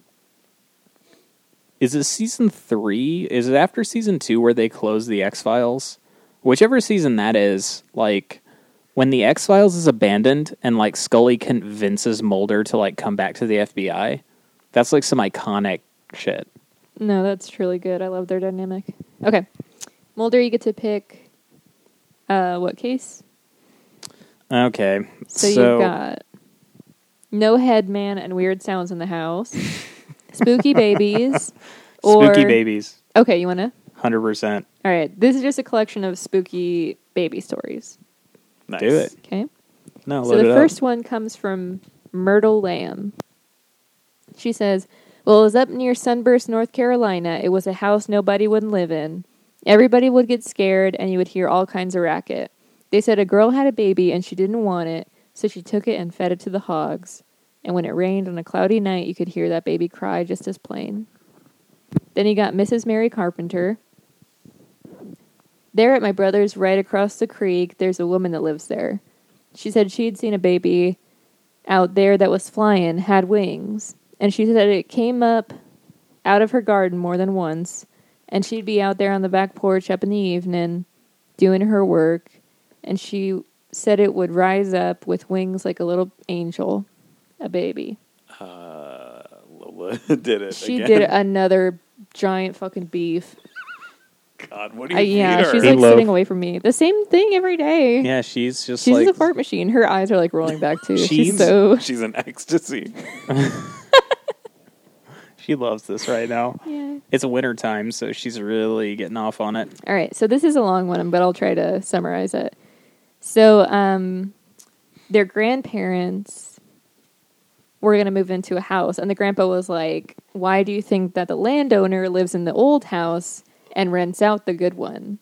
Speaker 3: is it season three? Is it after season two where they close the X Files? Whichever season that is, like when the X Files is abandoned and like Scully convinces Mulder to like come back to the FBI, that's like some iconic shit.
Speaker 2: No, that's truly good. I love their dynamic. Okay, Mulder, you get to pick. Uh, what case?
Speaker 3: Okay,
Speaker 2: So, you've got no head man and weird sounds in the house, spooky babies, or
Speaker 3: spooky babies,
Speaker 2: Okay, you want to?
Speaker 3: hundred percent.
Speaker 2: All right, this is just a collection of spooky baby stories.
Speaker 3: Do it.
Speaker 2: Okay.
Speaker 3: No,
Speaker 2: So
Speaker 3: load
Speaker 2: the
Speaker 3: it
Speaker 2: first
Speaker 3: up.
Speaker 2: one comes from Myrtle Lamb. She says, Well, it was up near Sunburst, North Carolina. It was a house nobody would live in. Everybody would get scared, and you would hear all kinds of racket. They said a girl had a baby and she didn't want it, so she took it and fed it to the hogs. And when it rained on a cloudy night, you could hear that baby cry just as plain. Then you got Mrs. Mary Carpenter. There at my brother's, right across the creek, there's a woman that lives there. She said she'd seen a baby out there that was flying, had wings. And she said it came up out of her garden more than once. And she'd be out there on the back porch up in the evening doing her work. And she said it would rise up with wings like a little angel, a baby.
Speaker 1: Uh, Lola did it.
Speaker 2: She
Speaker 1: again.
Speaker 2: did another giant fucking beef.
Speaker 1: God, what do
Speaker 2: Uh,
Speaker 1: you
Speaker 2: yeah,
Speaker 1: feed her?
Speaker 2: she's like sitting away from me. The same thing every day.
Speaker 3: Yeah, she's just
Speaker 2: she's
Speaker 3: like
Speaker 2: a fart machine. Her eyes are like rolling back too. she's
Speaker 3: She's-
Speaker 2: so
Speaker 1: She's in ecstasy.
Speaker 3: she loves this right now.
Speaker 2: Yeah.
Speaker 3: It's winter time, so she's really getting off on it.
Speaker 2: All right, so this is a long one, but I'll try to summarize it. So, um, their grandparents were going to move into a house, and the grandpa was like, Why do you think that the landowner lives in the old house and rents out the good one?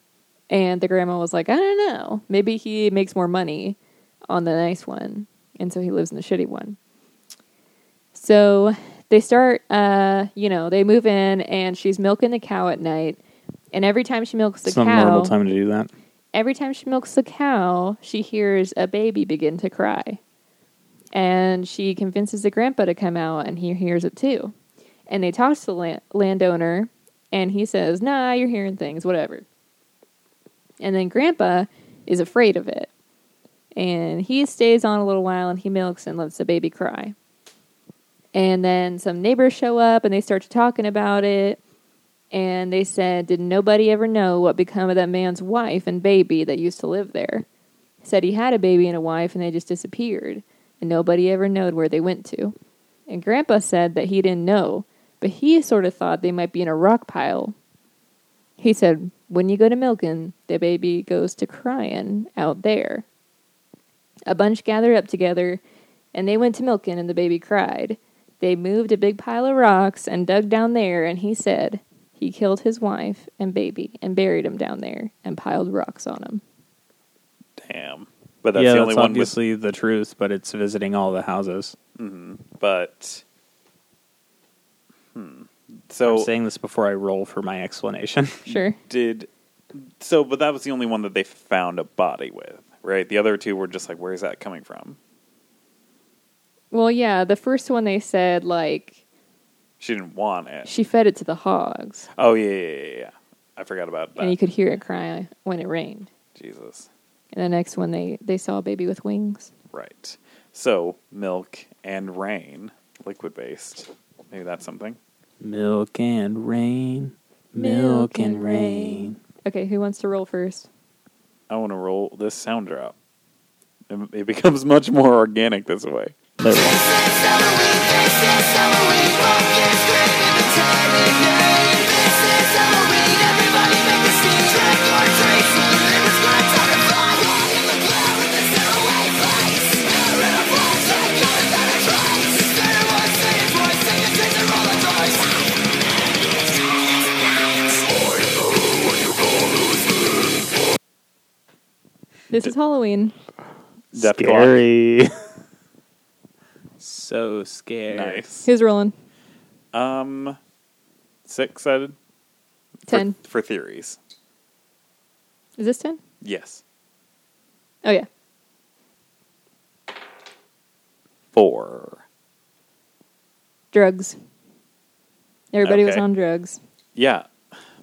Speaker 2: And the grandma was like, I don't know. Maybe he makes more money on the nice one, and so he lives in the shitty one. So they start, uh, you know, they move in, and she's milking the cow at night. And every time she milks the
Speaker 3: It's not a
Speaker 2: cow,
Speaker 3: normal time to do that.
Speaker 2: every time she milks the cow, she hears a baby begin to cry. And she convinces the grandpa to come out, and he hears it too. And they talk to the land- landowner, and he says, Nah, you're hearing things, whatever. And then grandpa is afraid of it. And he stays on a little while and he milks and lets the baby cry. And then some neighbors show up and they start talking about it. And they said, Did nobody ever know what become of that man's wife and baby that used to live there? Said he had a baby and a wife and they just disappeared. And nobody ever knowed where they went to. And Grandpa said that he didn't know, but he sort of thought they might be in a rock pile. He said, when you go to milking, the baby goes to crying out there. A bunch gathered up together, and they went to milking, and the baby cried. They moved a big pile of rocks and dug down there, and he said he killed his wife and baby and buried him down there and piled rocks on him.
Speaker 1: Damn. But that's
Speaker 3: yeah,
Speaker 1: the
Speaker 3: that's
Speaker 1: only one with
Speaker 3: obviously the truth, but it's visiting all the houses.
Speaker 1: hmm But hmm. so
Speaker 3: I'm saying this before I roll for my explanation.
Speaker 2: Sure.
Speaker 1: did so, but that was the only one that they found a body with, right? The other two were just like, where is that coming from?
Speaker 2: Well, yeah, the first one they said, like,
Speaker 1: She didn't want it.
Speaker 2: she fed it to the hogs,
Speaker 1: oh yeah, yeah, yeah, yeah. I forgot about that.
Speaker 2: and you could hear it cry when it rained.
Speaker 1: Jesus,
Speaker 2: And the next one, they, they saw a baby with wings.
Speaker 1: right? So milk and rain, liquid based. Maybe that's something.
Speaker 3: Milk and rain. Milk and rain.
Speaker 2: Okay, who wants to roll first?
Speaker 1: I want to roll this sound drop. It it becomes much more organic this way.
Speaker 2: This is Halloween.
Speaker 1: Death clock.
Speaker 3: scary. so scary.
Speaker 1: Nice.
Speaker 2: Who's rolling?
Speaker 1: Um, six sided.
Speaker 2: Ten.
Speaker 1: for theories.
Speaker 2: Is this ten?
Speaker 1: Yes.
Speaker 2: Oh, yeah.
Speaker 1: Four.
Speaker 2: Drugs. Everybody was
Speaker 1: Okay.
Speaker 2: on drugs.
Speaker 1: Yeah.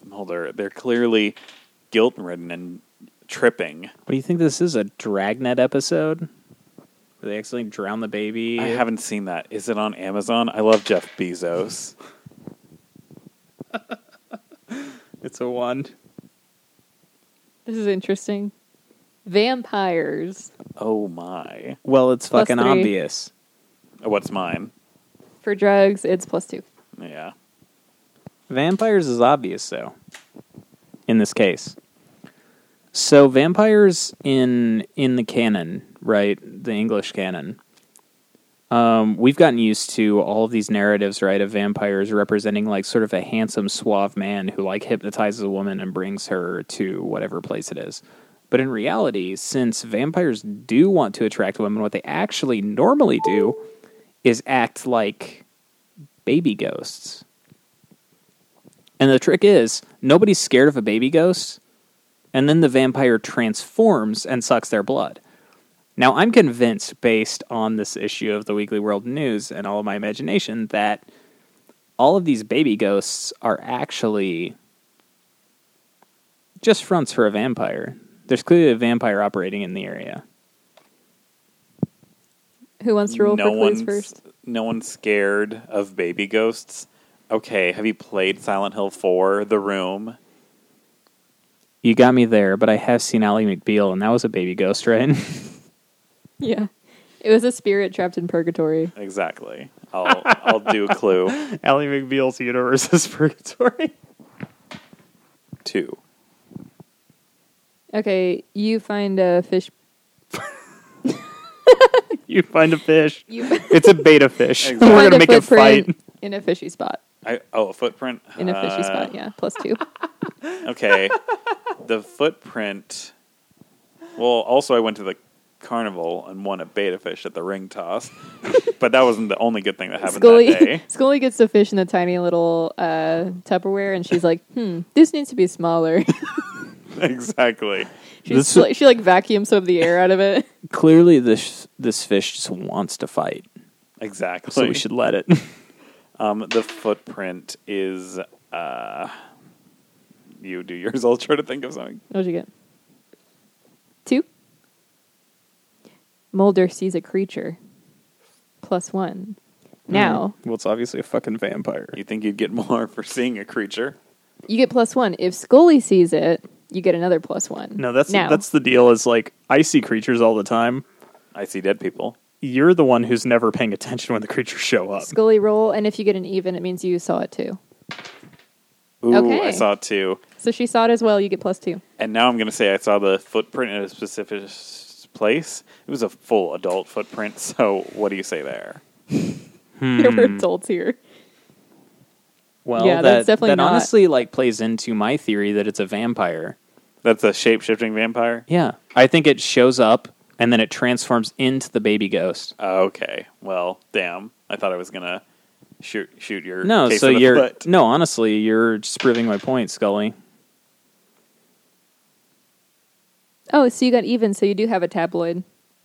Speaker 1: Mulder, they're clearly guilt ridden and tripping.
Speaker 3: What do you think this is? A Dragnet episode? Where they accidentally drown the baby?
Speaker 1: I haven't seen that. Is it on Amazon? I love Jeff Bezos.
Speaker 3: It's a one.
Speaker 2: This is interesting. Vampires.
Speaker 1: Oh my.
Speaker 3: Well, it's
Speaker 2: Plus
Speaker 3: fucking
Speaker 2: three.
Speaker 3: obvious.
Speaker 1: What's mine?
Speaker 2: For drugs, it's plus two.
Speaker 1: Yeah.
Speaker 3: Vampires is obvious, though, in this case. So vampires in in the canon, right? The English canon. Um, we've gotten used to all of these narratives, right, of vampires representing like sort of a handsome, suave man who like hypnotizes a woman and brings her to whatever place it is. But in reality, since vampires do want to attract women, what they actually normally do is act like baby ghosts. And the trick is, nobody's scared of a baby ghost, and then the vampire transforms and sucks their blood. Now, I'm convinced, based on this issue of the Weekly World News and all of my imagination, that all of these baby ghosts are actually just fronts for a vampire. There's clearly a vampire operating in the area.
Speaker 2: Who wants to roll
Speaker 1: no
Speaker 2: for clues
Speaker 1: one's
Speaker 2: first?
Speaker 1: no one's scared of baby ghosts. Okay, have you played Silent Hill 4, The Room?
Speaker 3: You got me there, but I have seen Ally McBeal, and that was a baby ghost, right?
Speaker 2: Yeah. It was a spirit trapped in purgatory.
Speaker 1: Exactly. I'll I'll do clue
Speaker 3: Ally McBeal's universe is purgatory.
Speaker 1: 2.
Speaker 2: Okay, you find a fish.
Speaker 3: You find a fish.
Speaker 2: You
Speaker 3: It's a beta fish.
Speaker 1: Exactly.
Speaker 3: We're
Speaker 2: find
Speaker 3: gonna
Speaker 2: a
Speaker 3: make it
Speaker 2: footprint
Speaker 3: fight.
Speaker 2: in a fishy spot.
Speaker 1: I oh, a footprint
Speaker 2: In a
Speaker 1: Uh,
Speaker 2: fishy spot, yeah. Plus two.
Speaker 1: Okay. the footprint. Well, also I went to the carnival and won a beta fish at the ring toss, but that wasn't the only good thing that happened that
Speaker 2: Scully,
Speaker 1: day.
Speaker 2: Scully gets the fish in the tiny little uh, Tupperware, and she's like, "Hmm, this needs to be smaller."
Speaker 1: exactly.
Speaker 2: she's
Speaker 3: This-
Speaker 2: like, she like vacuums some of the air out of it.
Speaker 3: Clearly, this this fish just wants to fight,
Speaker 1: Exactly.
Speaker 3: so we should let it.
Speaker 1: Um, the footprint is. Uh, you do yours. I'll try to think of something.
Speaker 2: What'd you get? Two. Mulder sees a creature. Plus one. Now
Speaker 3: well, it's obviously a fucking vampire.
Speaker 1: You think you'd get more for seeing a creature?
Speaker 2: you get plus one. If Scully sees it, you get another plus one.
Speaker 3: No, that's
Speaker 2: now.
Speaker 3: that's the deal. Is like I see creatures all the time.
Speaker 1: I see dead people.
Speaker 3: You're the one who's never paying attention when the creatures show up.
Speaker 2: Scully roll, and if you get an even, it means you saw it too.
Speaker 1: Ooh,
Speaker 2: Okay.
Speaker 1: I saw it too.
Speaker 2: So she saw it as well. You get plus two.
Speaker 1: And now I'm going to say I saw the footprint in a specific s- place. It was a full adult footprint. So what do you say there?
Speaker 2: There were
Speaker 3: Hmm.
Speaker 2: adults here.
Speaker 3: Well,
Speaker 2: Yeah,
Speaker 3: that,
Speaker 2: that's definitely
Speaker 3: that
Speaker 2: not-
Speaker 3: honestly like plays into my theory that it's a vampire.
Speaker 1: That's a shape shifting vampire?
Speaker 3: Yeah. I think it shows up and then it transforms into the baby ghost.
Speaker 1: Okay. Well, damn. I thought I was going to shoot shoot your
Speaker 3: No,
Speaker 1: case
Speaker 3: so
Speaker 1: in the
Speaker 3: you're
Speaker 1: foot.
Speaker 3: no. Honestly, you're just proving my point, Scully.
Speaker 2: Oh, so you got even. So you do have a tabloid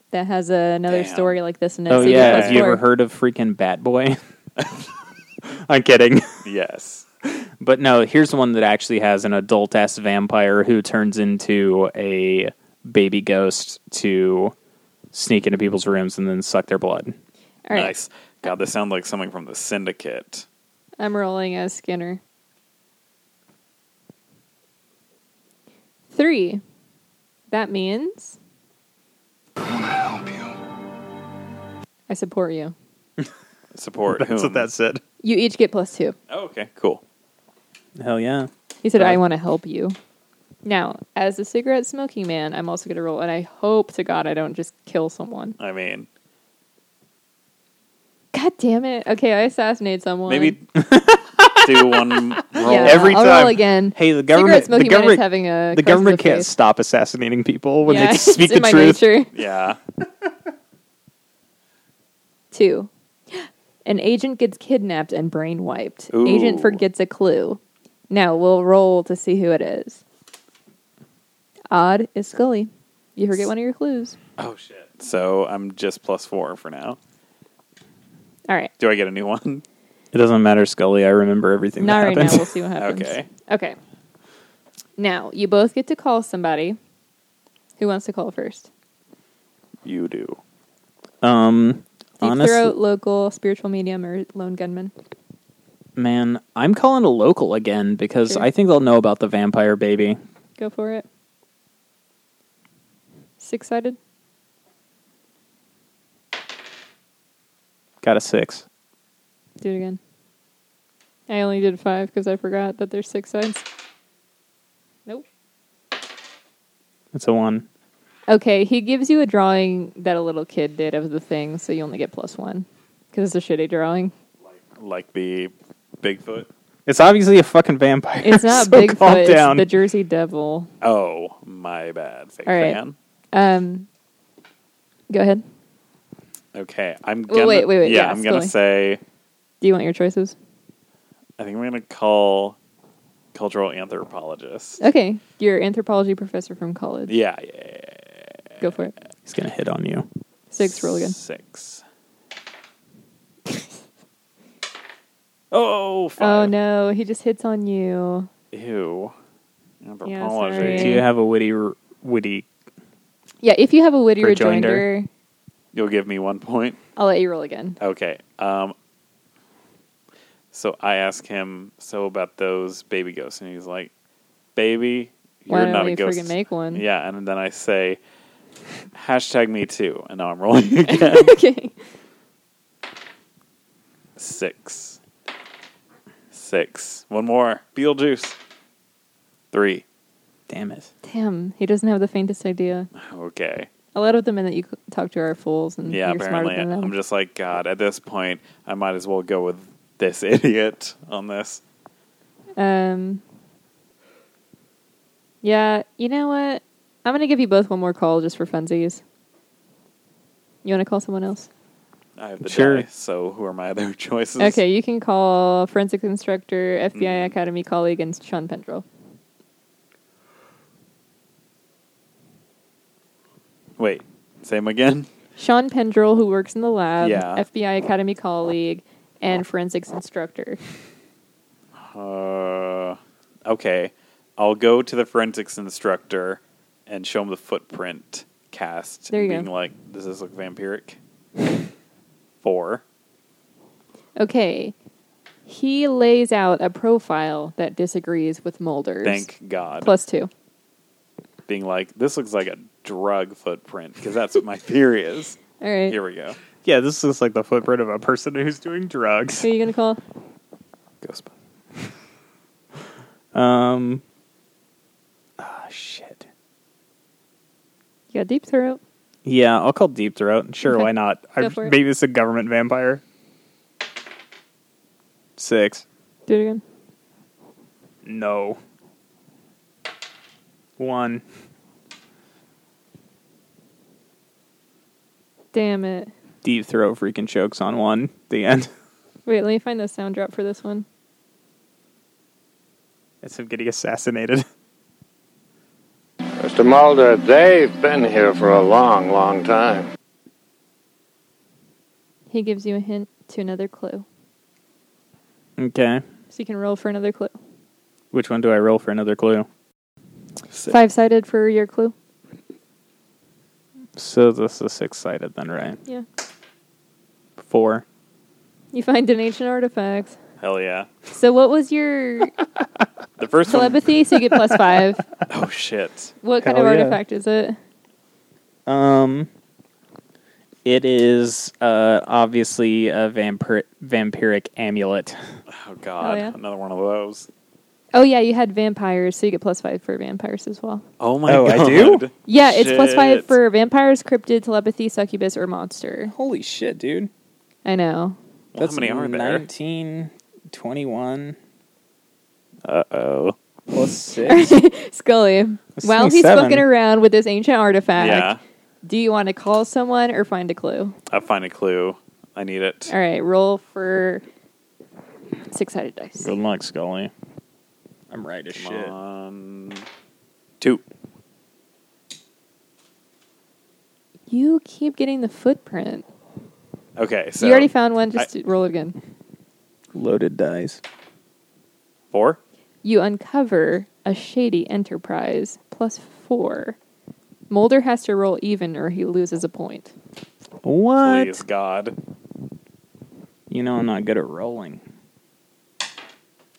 Speaker 2: that has another
Speaker 3: Damn.
Speaker 2: story like this. And
Speaker 3: oh
Speaker 2: so you
Speaker 3: yeah,
Speaker 2: get
Speaker 3: have
Speaker 2: plus
Speaker 3: you
Speaker 2: four.
Speaker 3: ever heard of freaking Bat Boy? I'm kidding.
Speaker 1: Yes.
Speaker 3: But no, here's one that actually has an adult ass vampire who turns into a baby ghost to sneak into people's rooms and then suck their blood.
Speaker 2: All right.
Speaker 1: Nice. God, this sounds like something from the Syndicate.
Speaker 2: I'm rolling as Skinner. Three. That means. I support you.
Speaker 1: Support.
Speaker 3: That's what that said.
Speaker 2: You each get plus two.
Speaker 1: Oh, okay. Cool.
Speaker 3: Hell yeah.
Speaker 2: He said,
Speaker 3: Uh,
Speaker 2: I want to help you. Now, as a cigarette smoking man, I'm also going to roll, and I hope to God I don't just kill someone.
Speaker 1: I mean,
Speaker 2: God damn it. Okay, I assassinate someone.
Speaker 1: maybe do one roll.
Speaker 2: Yeah,
Speaker 3: Every
Speaker 2: I'll
Speaker 3: time.
Speaker 2: roll again.
Speaker 3: Hey, the
Speaker 2: Cigarette
Speaker 3: government. The
Speaker 2: smoking man is
Speaker 3: government,
Speaker 2: having a
Speaker 3: the
Speaker 2: crisis
Speaker 3: government
Speaker 2: of
Speaker 3: can't
Speaker 2: faith.
Speaker 3: stop assassinating people when
Speaker 2: Yeah,
Speaker 3: they
Speaker 2: it's
Speaker 3: speak the
Speaker 2: in my
Speaker 3: truth.
Speaker 2: nature.
Speaker 1: Yeah.
Speaker 2: Two. An agent gets kidnapped and brain wiped.
Speaker 3: Ooh.
Speaker 2: Agent forgets a clue. Now we'll roll to see who it is. Odd is Scully. You forget one of your clues.
Speaker 1: Oh shit. So I'm just plus four for now.
Speaker 2: All right.
Speaker 1: Do I get a new one?
Speaker 3: It doesn't matter, Scully. I remember everything.
Speaker 2: Not
Speaker 3: that
Speaker 2: right now.
Speaker 3: happened.
Speaker 2: We'll see what happens.
Speaker 1: Okay.
Speaker 2: Okay. Now you both get to call somebody. Who wants to call first?
Speaker 1: You do.
Speaker 3: Um,
Speaker 2: Deep
Speaker 3: honestly,
Speaker 2: throat, local, spiritual medium, or lone gunman.
Speaker 3: man, I'm calling a local again because
Speaker 2: Sure.
Speaker 3: I think they'll know about the vampire baby.
Speaker 2: Go for it. Six sided.
Speaker 3: Got a six.
Speaker 2: Do it again. I only did five because I forgot that there's six sides. Nope.
Speaker 3: It's a one.
Speaker 2: Okay, he gives you a drawing that a little kid did of the thing, so you only get plus one because it's a shitty drawing.
Speaker 1: Like the Bigfoot.
Speaker 3: It's obviously a fucking vampire.
Speaker 2: It's not
Speaker 3: so calm
Speaker 2: Bigfoot,
Speaker 3: down.
Speaker 2: it's the Jersey Devil.
Speaker 1: Oh, my bad. Fake
Speaker 2: All right.
Speaker 1: fan.
Speaker 2: Um, go ahead.
Speaker 1: Okay. I'm
Speaker 2: Well,
Speaker 1: gonna
Speaker 2: wait, wait, wait,
Speaker 1: Yeah,
Speaker 2: yeah,
Speaker 1: I'm gonna
Speaker 2: Scully.
Speaker 1: say
Speaker 2: Do you want your choices?
Speaker 1: I think I'm gonna call cultural anthropologist.
Speaker 2: Okay, your anthropology professor from college.
Speaker 1: Yeah, yeah, yeah, yeah.
Speaker 2: Go for it.
Speaker 3: He's gonna hit on you.
Speaker 2: Six, roll again.
Speaker 1: Six. Oh,
Speaker 2: Oh
Speaker 1: five.
Speaker 2: no, he just hits on you.
Speaker 1: Ew.
Speaker 2: Anthropology. sorry.
Speaker 3: Do you have a witty, r- witty?
Speaker 2: Yeah, if you have a witty
Speaker 3: Rejoinder.
Speaker 2: rejoinder,
Speaker 1: You'll give me one point.
Speaker 2: I'll let you roll again.
Speaker 1: Okay. Um, so I ask him, so about those baby ghosts, and he's like, "Baby, you're
Speaker 2: Why don't
Speaker 1: not
Speaker 2: we
Speaker 1: a ghost."
Speaker 2: friggin' make one?
Speaker 1: Yeah, and then I say, "Hashtag me too," and now I'm rolling again.
Speaker 2: okay.
Speaker 1: Six. Six. One more. Beetlejuice. Three.
Speaker 3: Damn it.
Speaker 2: Damn, he doesn't have the faintest idea.
Speaker 1: Okay.
Speaker 2: A lot of the men that you c- talk to are fools, and
Speaker 1: Yeah,
Speaker 2: you're
Speaker 1: apparently
Speaker 2: smarter than them.
Speaker 1: I'm just like God. At this point, I might as well go with this idiot on this.
Speaker 2: Um, yeah, you know what? I'm gonna give you both one more call just for funsies. You want to call someone else?
Speaker 1: I have the
Speaker 3: Sure.
Speaker 1: die, so who are my other choices?
Speaker 2: Okay, you can call forensic instructor, FBI
Speaker 1: Mm.
Speaker 2: Academy colleague, and Sean Pendrell.
Speaker 1: Wait, same again?
Speaker 2: Sean Pendrell, who works in the lab,
Speaker 1: Yeah.
Speaker 2: FBI Academy colleague, and forensics instructor.
Speaker 1: Uh, okay, I'll go to the forensics instructor and show him the footprint cast.
Speaker 2: There you
Speaker 1: being
Speaker 2: go.
Speaker 1: like, does this look vampiric? Four.
Speaker 2: Okay, he lays out a profile that disagrees with Mulder's.
Speaker 1: Thank God.
Speaker 2: Plus two.
Speaker 1: being like, this looks like a drug footprint because that's what my theory is.
Speaker 2: All right.
Speaker 1: Here we go.
Speaker 3: Yeah, this looks like the footprint of a person who's doing drugs.
Speaker 2: Who are you gonna call?
Speaker 1: Ghost.
Speaker 3: Um, ah, shit.
Speaker 2: You got deep throat.
Speaker 3: Yeah, I'll call Deep Throat. Sure,
Speaker 2: Okay.
Speaker 3: why not?
Speaker 2: Go
Speaker 3: I,
Speaker 2: for it.
Speaker 3: maybe it's a government vampire. Six.
Speaker 2: Do it again.
Speaker 3: No. One.
Speaker 2: Damn it.
Speaker 3: Deep Throat freaking chokes on one. The end.
Speaker 2: Wait, let me find the sound drop for this one.
Speaker 3: It's him getting assassinated.
Speaker 18: Mr. Mulder, they've been here for a long, long time.
Speaker 2: He gives you a hint to another clue.
Speaker 3: Okay.
Speaker 2: So you can roll for another clue.
Speaker 3: Which one do I roll for another clue?
Speaker 2: Five sided for your clue.
Speaker 3: So this is six sided then, right?
Speaker 2: Yeah.
Speaker 3: Four.
Speaker 2: You find an ancient artifact.
Speaker 1: Hell yeah.
Speaker 2: So what was your
Speaker 1: The first one.
Speaker 2: telepathy? So you get plus five.
Speaker 1: Oh shit.
Speaker 2: What kind
Speaker 3: Hell
Speaker 2: of
Speaker 3: yeah.
Speaker 2: artifact is it?
Speaker 3: Um, it is uh obviously a vampir- vampiric amulet.
Speaker 1: Oh god,
Speaker 2: Oh, yeah?
Speaker 1: another one of those.
Speaker 2: Oh yeah, you had vampires, so you get plus five for vampires as well.
Speaker 1: Oh my
Speaker 3: Oh, I
Speaker 1: god.
Speaker 3: do?
Speaker 2: Yeah, it's plus five
Speaker 3: Shit.
Speaker 2: for vampires, cryptid, telepathy, succubus, or monster.
Speaker 3: Holy shit, dude!
Speaker 2: I know.
Speaker 1: Well, how many are there?
Speaker 3: 19, 21,
Speaker 1: Uh oh.
Speaker 3: plus six.
Speaker 2: Scully,
Speaker 3: That's
Speaker 2: while
Speaker 3: only
Speaker 2: he's
Speaker 3: seven.
Speaker 2: fucking around with this ancient artifact,
Speaker 1: Yeah.
Speaker 2: do you want to call someone or find a clue?
Speaker 1: I find a clue. I need it.
Speaker 2: All right, roll for six sided dice.
Speaker 3: Good luck, Scully. I'm right as
Speaker 1: Come
Speaker 3: shit.
Speaker 1: on. Two.
Speaker 2: You keep getting the footprint.
Speaker 1: Okay, so
Speaker 2: you already found one.
Speaker 1: I-
Speaker 2: Just roll it again.
Speaker 3: Loaded dice.
Speaker 1: Four?
Speaker 2: You uncover a shady enterprise plus four. Mulder has to roll even or he loses a point.
Speaker 3: What?
Speaker 1: Please God.
Speaker 3: You know I'm not good at rolling.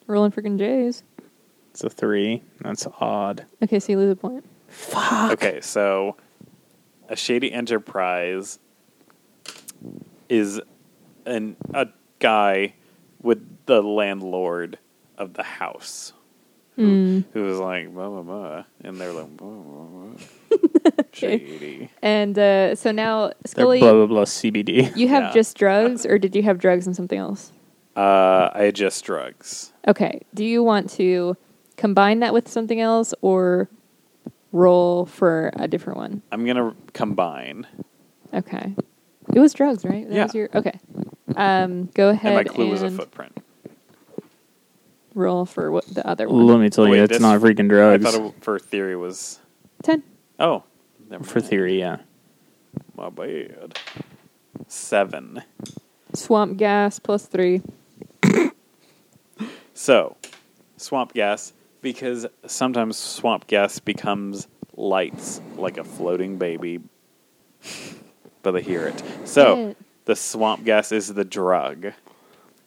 Speaker 2: Rolling freaking J's.
Speaker 3: It's a three. That's odd.
Speaker 2: Okay, so you lose a point.
Speaker 1: Okay, so a shady enterprise is an a guy with the landlord of the house
Speaker 2: Mm.
Speaker 1: who was like blah blah blah, and they're like blah, blah, blah. shady.
Speaker 2: And uh, so now,
Speaker 3: They're
Speaker 2: Scully,
Speaker 3: blah blah blah CBD.
Speaker 2: you have
Speaker 1: Yeah.
Speaker 2: just drugs or did you have drugs and something else?
Speaker 1: Uh, I adjust drugs.
Speaker 2: Okay, do you want to combine that with something else or roll for a different one?
Speaker 1: I'm gonna combine.
Speaker 2: Okay. It was drugs, right? That
Speaker 1: Yeah.
Speaker 2: was your okay. Um, go ahead
Speaker 1: And my
Speaker 2: and,
Speaker 1: clue was a footprint.
Speaker 2: roll for what the other one.
Speaker 3: Let me tell
Speaker 1: Wait,
Speaker 3: you, it's
Speaker 1: this-
Speaker 3: not freaking drugs.
Speaker 1: I thought it, for theory was
Speaker 2: Ten.
Speaker 1: oh, never
Speaker 3: For theory, yeah.
Speaker 1: my bad. Seven.
Speaker 2: Swamp gas plus three.
Speaker 1: So, swamp gas because sometimes swamp gas becomes lights like a floating baby, but they hear it. So
Speaker 3: Shit.
Speaker 1: the swamp gas is the drug.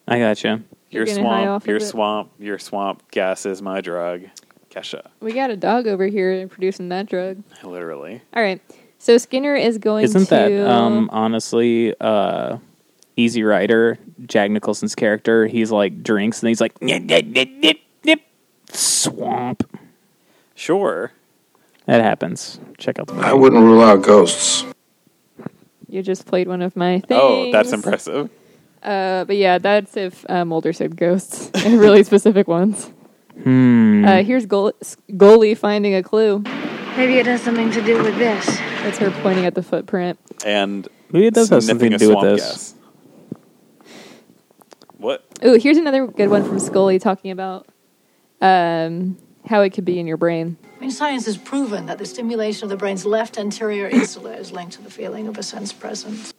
Speaker 3: I gotcha.
Speaker 1: Your
Speaker 2: You're getting high
Speaker 1: swamp,
Speaker 2: off of
Speaker 1: your
Speaker 2: it.
Speaker 1: swamp, your swamp gas is my drug. Kesha,
Speaker 2: We got a dog over here producing that drug.
Speaker 1: literally.
Speaker 2: All right. So Skinner is going
Speaker 3: Isn't
Speaker 2: to
Speaker 3: that um, honestly uh, Easy Rider, Jack Nicholson's character? He's like drinks and he's like nip nip nip nip nip swamp.
Speaker 1: Sure.
Speaker 3: That happens. Check out the.
Speaker 11: I wouldn't rule out ghosts.
Speaker 2: you just played one of my things.
Speaker 1: Oh, that's impressive.
Speaker 2: Uh, but yeah, that's if uh, Mulder said ghosts and really specific ones.
Speaker 3: Hmm.
Speaker 2: Uh, here's goal- goalie finding a clue.
Speaker 19: Maybe it has something to do with this.
Speaker 2: That's her pointing at the footprint.
Speaker 1: And
Speaker 3: Maybe it does have something
Speaker 1: sniffing
Speaker 3: to
Speaker 1: a
Speaker 3: do with
Speaker 1: swamp
Speaker 3: this.
Speaker 1: gas. What?
Speaker 2: Ooh, here's another good one from Scully talking about um, how it could be in your brain.
Speaker 19: I mean, science has proven that the stimulation of the brain's left anterior insula is linked to the feeling of a sense presence.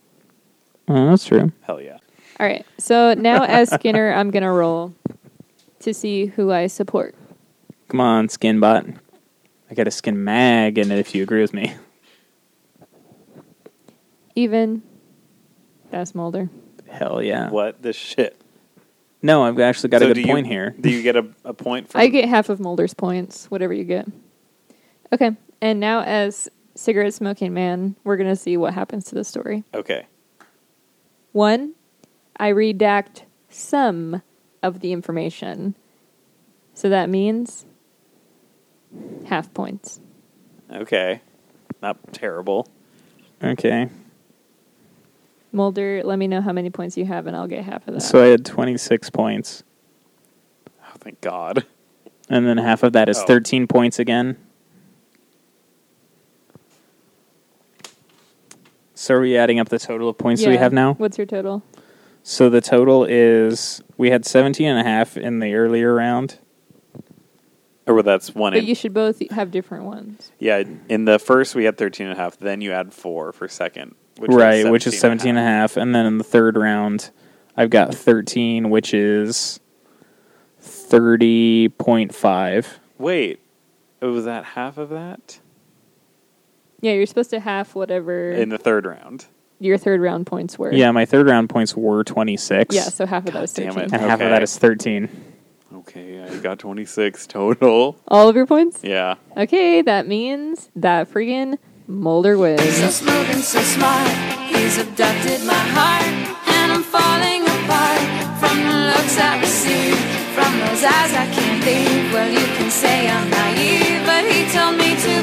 Speaker 3: Oh, that's true.
Speaker 1: Hell yeah.
Speaker 2: All right. So now, as Skinner, I'm going to roll to see who I support.
Speaker 3: Come on, skin bot. I got a skin mag, and if you agree with me,
Speaker 2: Even. That's Mulder.
Speaker 3: hell yeah.
Speaker 1: What the shit?
Speaker 3: No, I've actually got
Speaker 1: So
Speaker 3: a
Speaker 1: do
Speaker 3: good
Speaker 1: you-
Speaker 3: point here.
Speaker 1: Do you get a, a point for
Speaker 2: I get half of Mulder's points, whatever you get. Okay. And now, as cigarette smoking man, we're going to see what happens to the story.
Speaker 1: Okay.
Speaker 2: One, I redact some of the information. So that means half points.
Speaker 1: Okay. Not terrible.
Speaker 3: Okay.
Speaker 2: Mulder, let me know how many points you have, and I'll get half of that.
Speaker 3: So I had 26 points.
Speaker 1: Oh, thank God.
Speaker 3: And then half of that is
Speaker 1: Oh.
Speaker 3: 13 points again. So are we adding up the total of points that we
Speaker 2: Yeah.
Speaker 3: have now?
Speaker 2: What's your total?
Speaker 3: So the total is we had 17 and a half in the earlier round.
Speaker 1: Or that's one.
Speaker 2: But
Speaker 1: In,
Speaker 2: you should both have different ones.
Speaker 1: yeah, in the first we had 13 and a half. Then you add four for second. was
Speaker 3: right, which is 17
Speaker 1: and
Speaker 3: and a half. And then in the third round, I've got 13, which is 30.5.
Speaker 1: a- Wait. Oh, Was that half of that?
Speaker 2: Yeah, you're supposed to half whatever
Speaker 1: In the third round.
Speaker 2: your third round points were.
Speaker 3: Yeah, my third round points were 26.
Speaker 2: Yeah, so half of that was 13.
Speaker 3: And half of that is 13.
Speaker 1: Okay, I got 26 total.
Speaker 2: All of your points?
Speaker 1: Yeah.
Speaker 2: Okay, that means that friggin' Mulder wins.
Speaker 20: smooth and so smart. He's abducted my heart, and I'm falling apart from the looks I receive. From those eyes I can't leave. Well, you can say I'm naive, but he told me to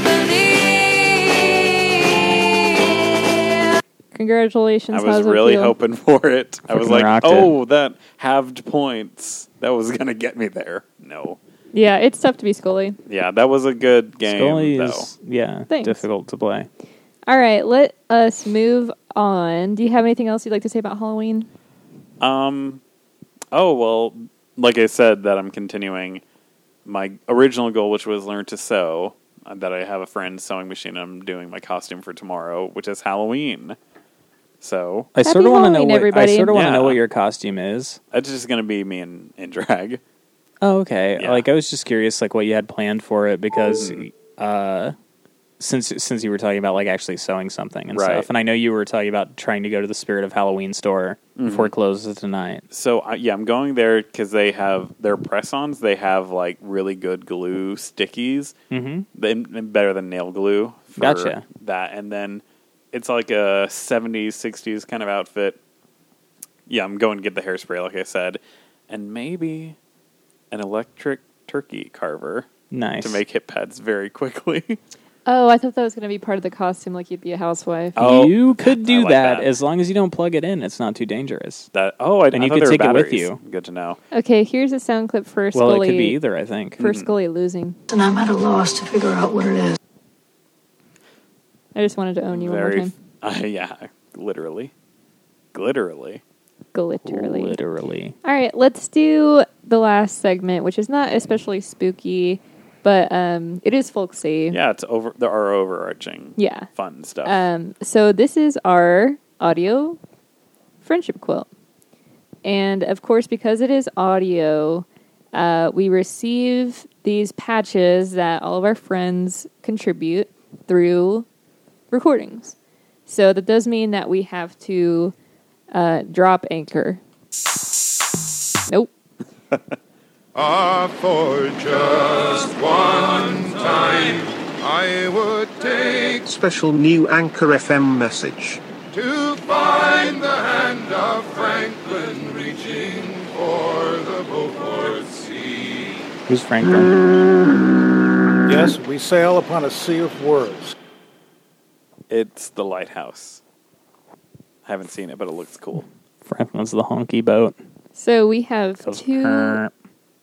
Speaker 20: believe.
Speaker 2: Congratulations.
Speaker 1: I
Speaker 2: how
Speaker 1: was
Speaker 2: does it
Speaker 1: really
Speaker 2: feel?
Speaker 1: hoping for it. I was
Speaker 3: Freaking
Speaker 1: like,
Speaker 3: rocked it.
Speaker 1: oh, that halved points. That was going to get me there. No.
Speaker 2: Yeah, it's tough to be Scully.
Speaker 1: Yeah, that was a good game,
Speaker 3: Scully
Speaker 1: though.
Speaker 3: is, yeah,
Speaker 2: Thanks.
Speaker 3: difficult to play.
Speaker 2: All right, let us move on. Do you have anything else you'd like to say about Halloween?
Speaker 1: Um, oh well, like I said, that I'm continuing my original goal, which was learn to sew. uh, That I have a friend sewing machine. I'm doing my costume for tomorrow, which is Halloween. So
Speaker 3: I sort of want to know what I sort of want
Speaker 1: Yeah.
Speaker 3: to know what your costume is.
Speaker 1: It's just gonna be me in, in drag.
Speaker 3: Oh, okay.
Speaker 1: Yeah. Mm.
Speaker 3: Like I was just curious, like what you had planned for it, because uh, since since you were talking about like actually sewing something and
Speaker 1: Right.
Speaker 3: stuff, and I know you were talking about trying to go to the Spirit of Halloween store
Speaker 1: Mm-hmm.
Speaker 3: before it closes tonight.
Speaker 1: So I yeah, I'm going there because they have their press-ons. They have like really good glue stickies,
Speaker 3: Mhm.
Speaker 1: They- better than nail glue. For
Speaker 3: Gotcha.
Speaker 1: That and then it's like a 70s, 60s kind of outfit. Yeah, I'm going to get the hairspray, like I said, and maybe an electric turkey carver.
Speaker 3: Nice.
Speaker 1: to make hip pads very quickly.
Speaker 2: Oh, I thought that was going to be part of the costume, like you'd be a housewife.
Speaker 1: Oh.
Speaker 3: you could do
Speaker 1: like
Speaker 3: that,
Speaker 1: that.
Speaker 3: as long as you don't plug it in. It's not too dangerous.
Speaker 1: That oh, I,
Speaker 3: And
Speaker 1: I
Speaker 3: you
Speaker 1: thought
Speaker 3: could
Speaker 1: there were
Speaker 3: take it with
Speaker 1: batteries.
Speaker 3: you.
Speaker 1: Good to know.
Speaker 2: Okay, here's a sound clip for
Speaker 3: well,
Speaker 2: Scully.
Speaker 3: it could be either. I think.
Speaker 1: Hmm.
Speaker 2: For Scully losing.
Speaker 19: And I'm at a loss to figure out what it is.
Speaker 2: I just wanted to own you
Speaker 1: very,
Speaker 2: one more time.
Speaker 1: f- uh, yeah, literally, literally.
Speaker 2: Glitterly.
Speaker 3: Literally.
Speaker 2: All right, let's do the last segment, which is not especially spooky, but um, it is folksy.
Speaker 1: Yeah, it's over. There are overarching
Speaker 2: Yeah.
Speaker 1: fun stuff.
Speaker 2: Um, so this is our audio friendship quilt, and of course, because it is audio, uh, we receive these patches that all of our friends contribute through recordings. So that does mean that we have to uh, drop anchor. Nope.
Speaker 21: Ah, for just one time, I would take
Speaker 22: Special new Anchor FM message.
Speaker 21: to find the hand of Franklin reaching for the Beaufort Sea.
Speaker 3: Who's Franklin?
Speaker 23: Yes, we sail upon a sea of words.
Speaker 1: It's the lighthouse. I haven't seen it, but it looks cool.
Speaker 3: Franklin's the honky boat.
Speaker 2: So we have
Speaker 3: Goes
Speaker 2: two
Speaker 3: "Err."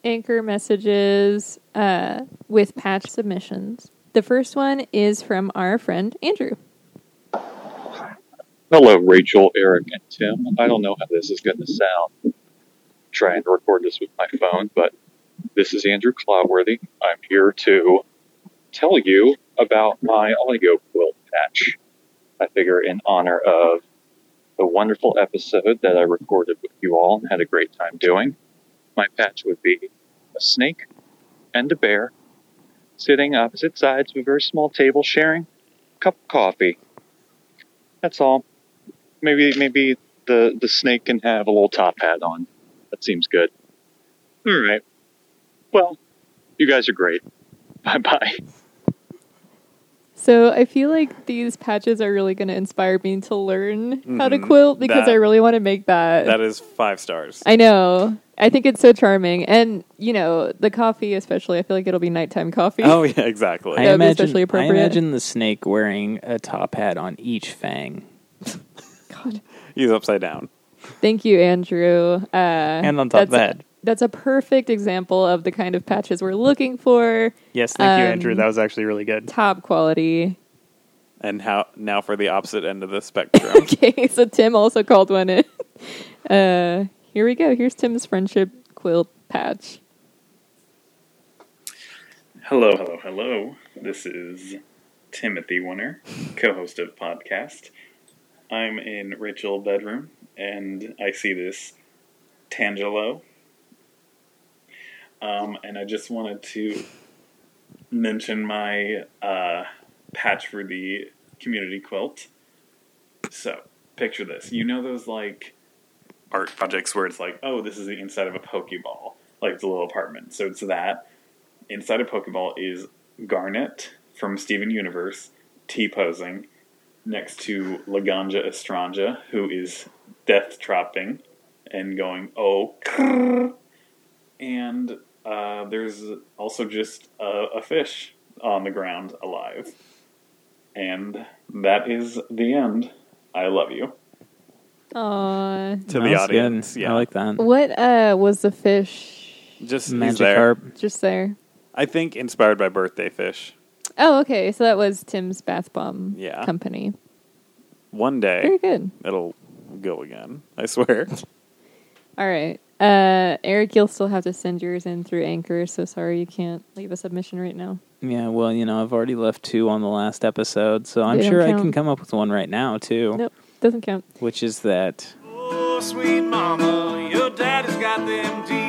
Speaker 2: anchor messages uh, with patch submissions. The first one is from our friend Andrew.
Speaker 24: Hello, Rachel, Eric, and Tim. I don't know how this is going to sound. Trying to record this with my phone, but this is Andrew Clodworthy. I'm here to tell you about my Lego quilt patch. I figure in honor of the wonderful episode that I recorded with you all and had a great time doing, my patch would be a snake and a bear sitting opposite sides of a very small table sharing a cup of coffee. That's all maybe maybe the the snake can have a little top hat on. That seems good. All right. Well, you guys are great. Bye bye.
Speaker 2: So I feel like these patches are really going to inspire me to learn how to
Speaker 25: Mhm.
Speaker 2: quilt because
Speaker 25: That-
Speaker 2: I really want to make that.
Speaker 25: That is five stars.
Speaker 2: I know. I think it's so charming, and you know the coffee, especially. I feel like it'll be nighttime coffee.
Speaker 25: Oh yeah, exactly.
Speaker 2: That would be especially
Speaker 3: I
Speaker 2: appropriate.
Speaker 3: imagine the snake wearing a top hat on each fang.
Speaker 25: He's upside down.
Speaker 2: Thank you, Andrew. Uh, and
Speaker 3: on top of that.
Speaker 2: that's a perfect example of the kind of patches we're looking for.
Speaker 25: Yes, thank you,
Speaker 2: um,
Speaker 25: Andrew. That
Speaker 3: was actually really good.
Speaker 2: Top quality.
Speaker 25: And how now for the opposite end of the spectrum.
Speaker 2: Okay, so Tim also called one in. Uh, here we go. Here's Tim's friendship quilt patch.
Speaker 1: Hello, hello, hello. This is Timothy Winner, co host of podcast. I'm in Rachel's bedroom and I see this Tangelo. Um, and I just wanted to mention my uh, patch for the community quilt. So, picture this. You know those like art projects where it's like, oh, this is the inside of a Pokeball, like the little apartment. So it's that. Inside a Pokeball is Garnet from Steven Universe, T posing, next to Laganja Estranja, who is death trapping and going, oh, krrr. and uh, there's also just a, a fish on the ground alive. And that is the end. I love you.
Speaker 2: Aw.
Speaker 3: That was good. I like that.
Speaker 2: What uh, was the fish
Speaker 25: Just magic
Speaker 3: Magic
Speaker 25: there.
Speaker 3: Carp.
Speaker 2: just there?
Speaker 25: I think inspired by birthday fish.
Speaker 2: Oh, okay. So that was Tim's bath bomb
Speaker 25: Yeah.
Speaker 2: company.
Speaker 25: One day
Speaker 2: Very good.
Speaker 25: it'll go again. I swear.
Speaker 2: All right. Uh, Eric, you'll still have to send yours in through Anchor, so sorry you can't leave a submission right now.
Speaker 3: Yeah, well, you know, I've already left two on the last episode, so I'm
Speaker 2: They don't
Speaker 3: sure I
Speaker 2: count.
Speaker 3: can come up with one right now too.
Speaker 2: Nope, doesn't count.
Speaker 3: Which is that
Speaker 26: Oh, sweet mama, your daddy's got them deep oh,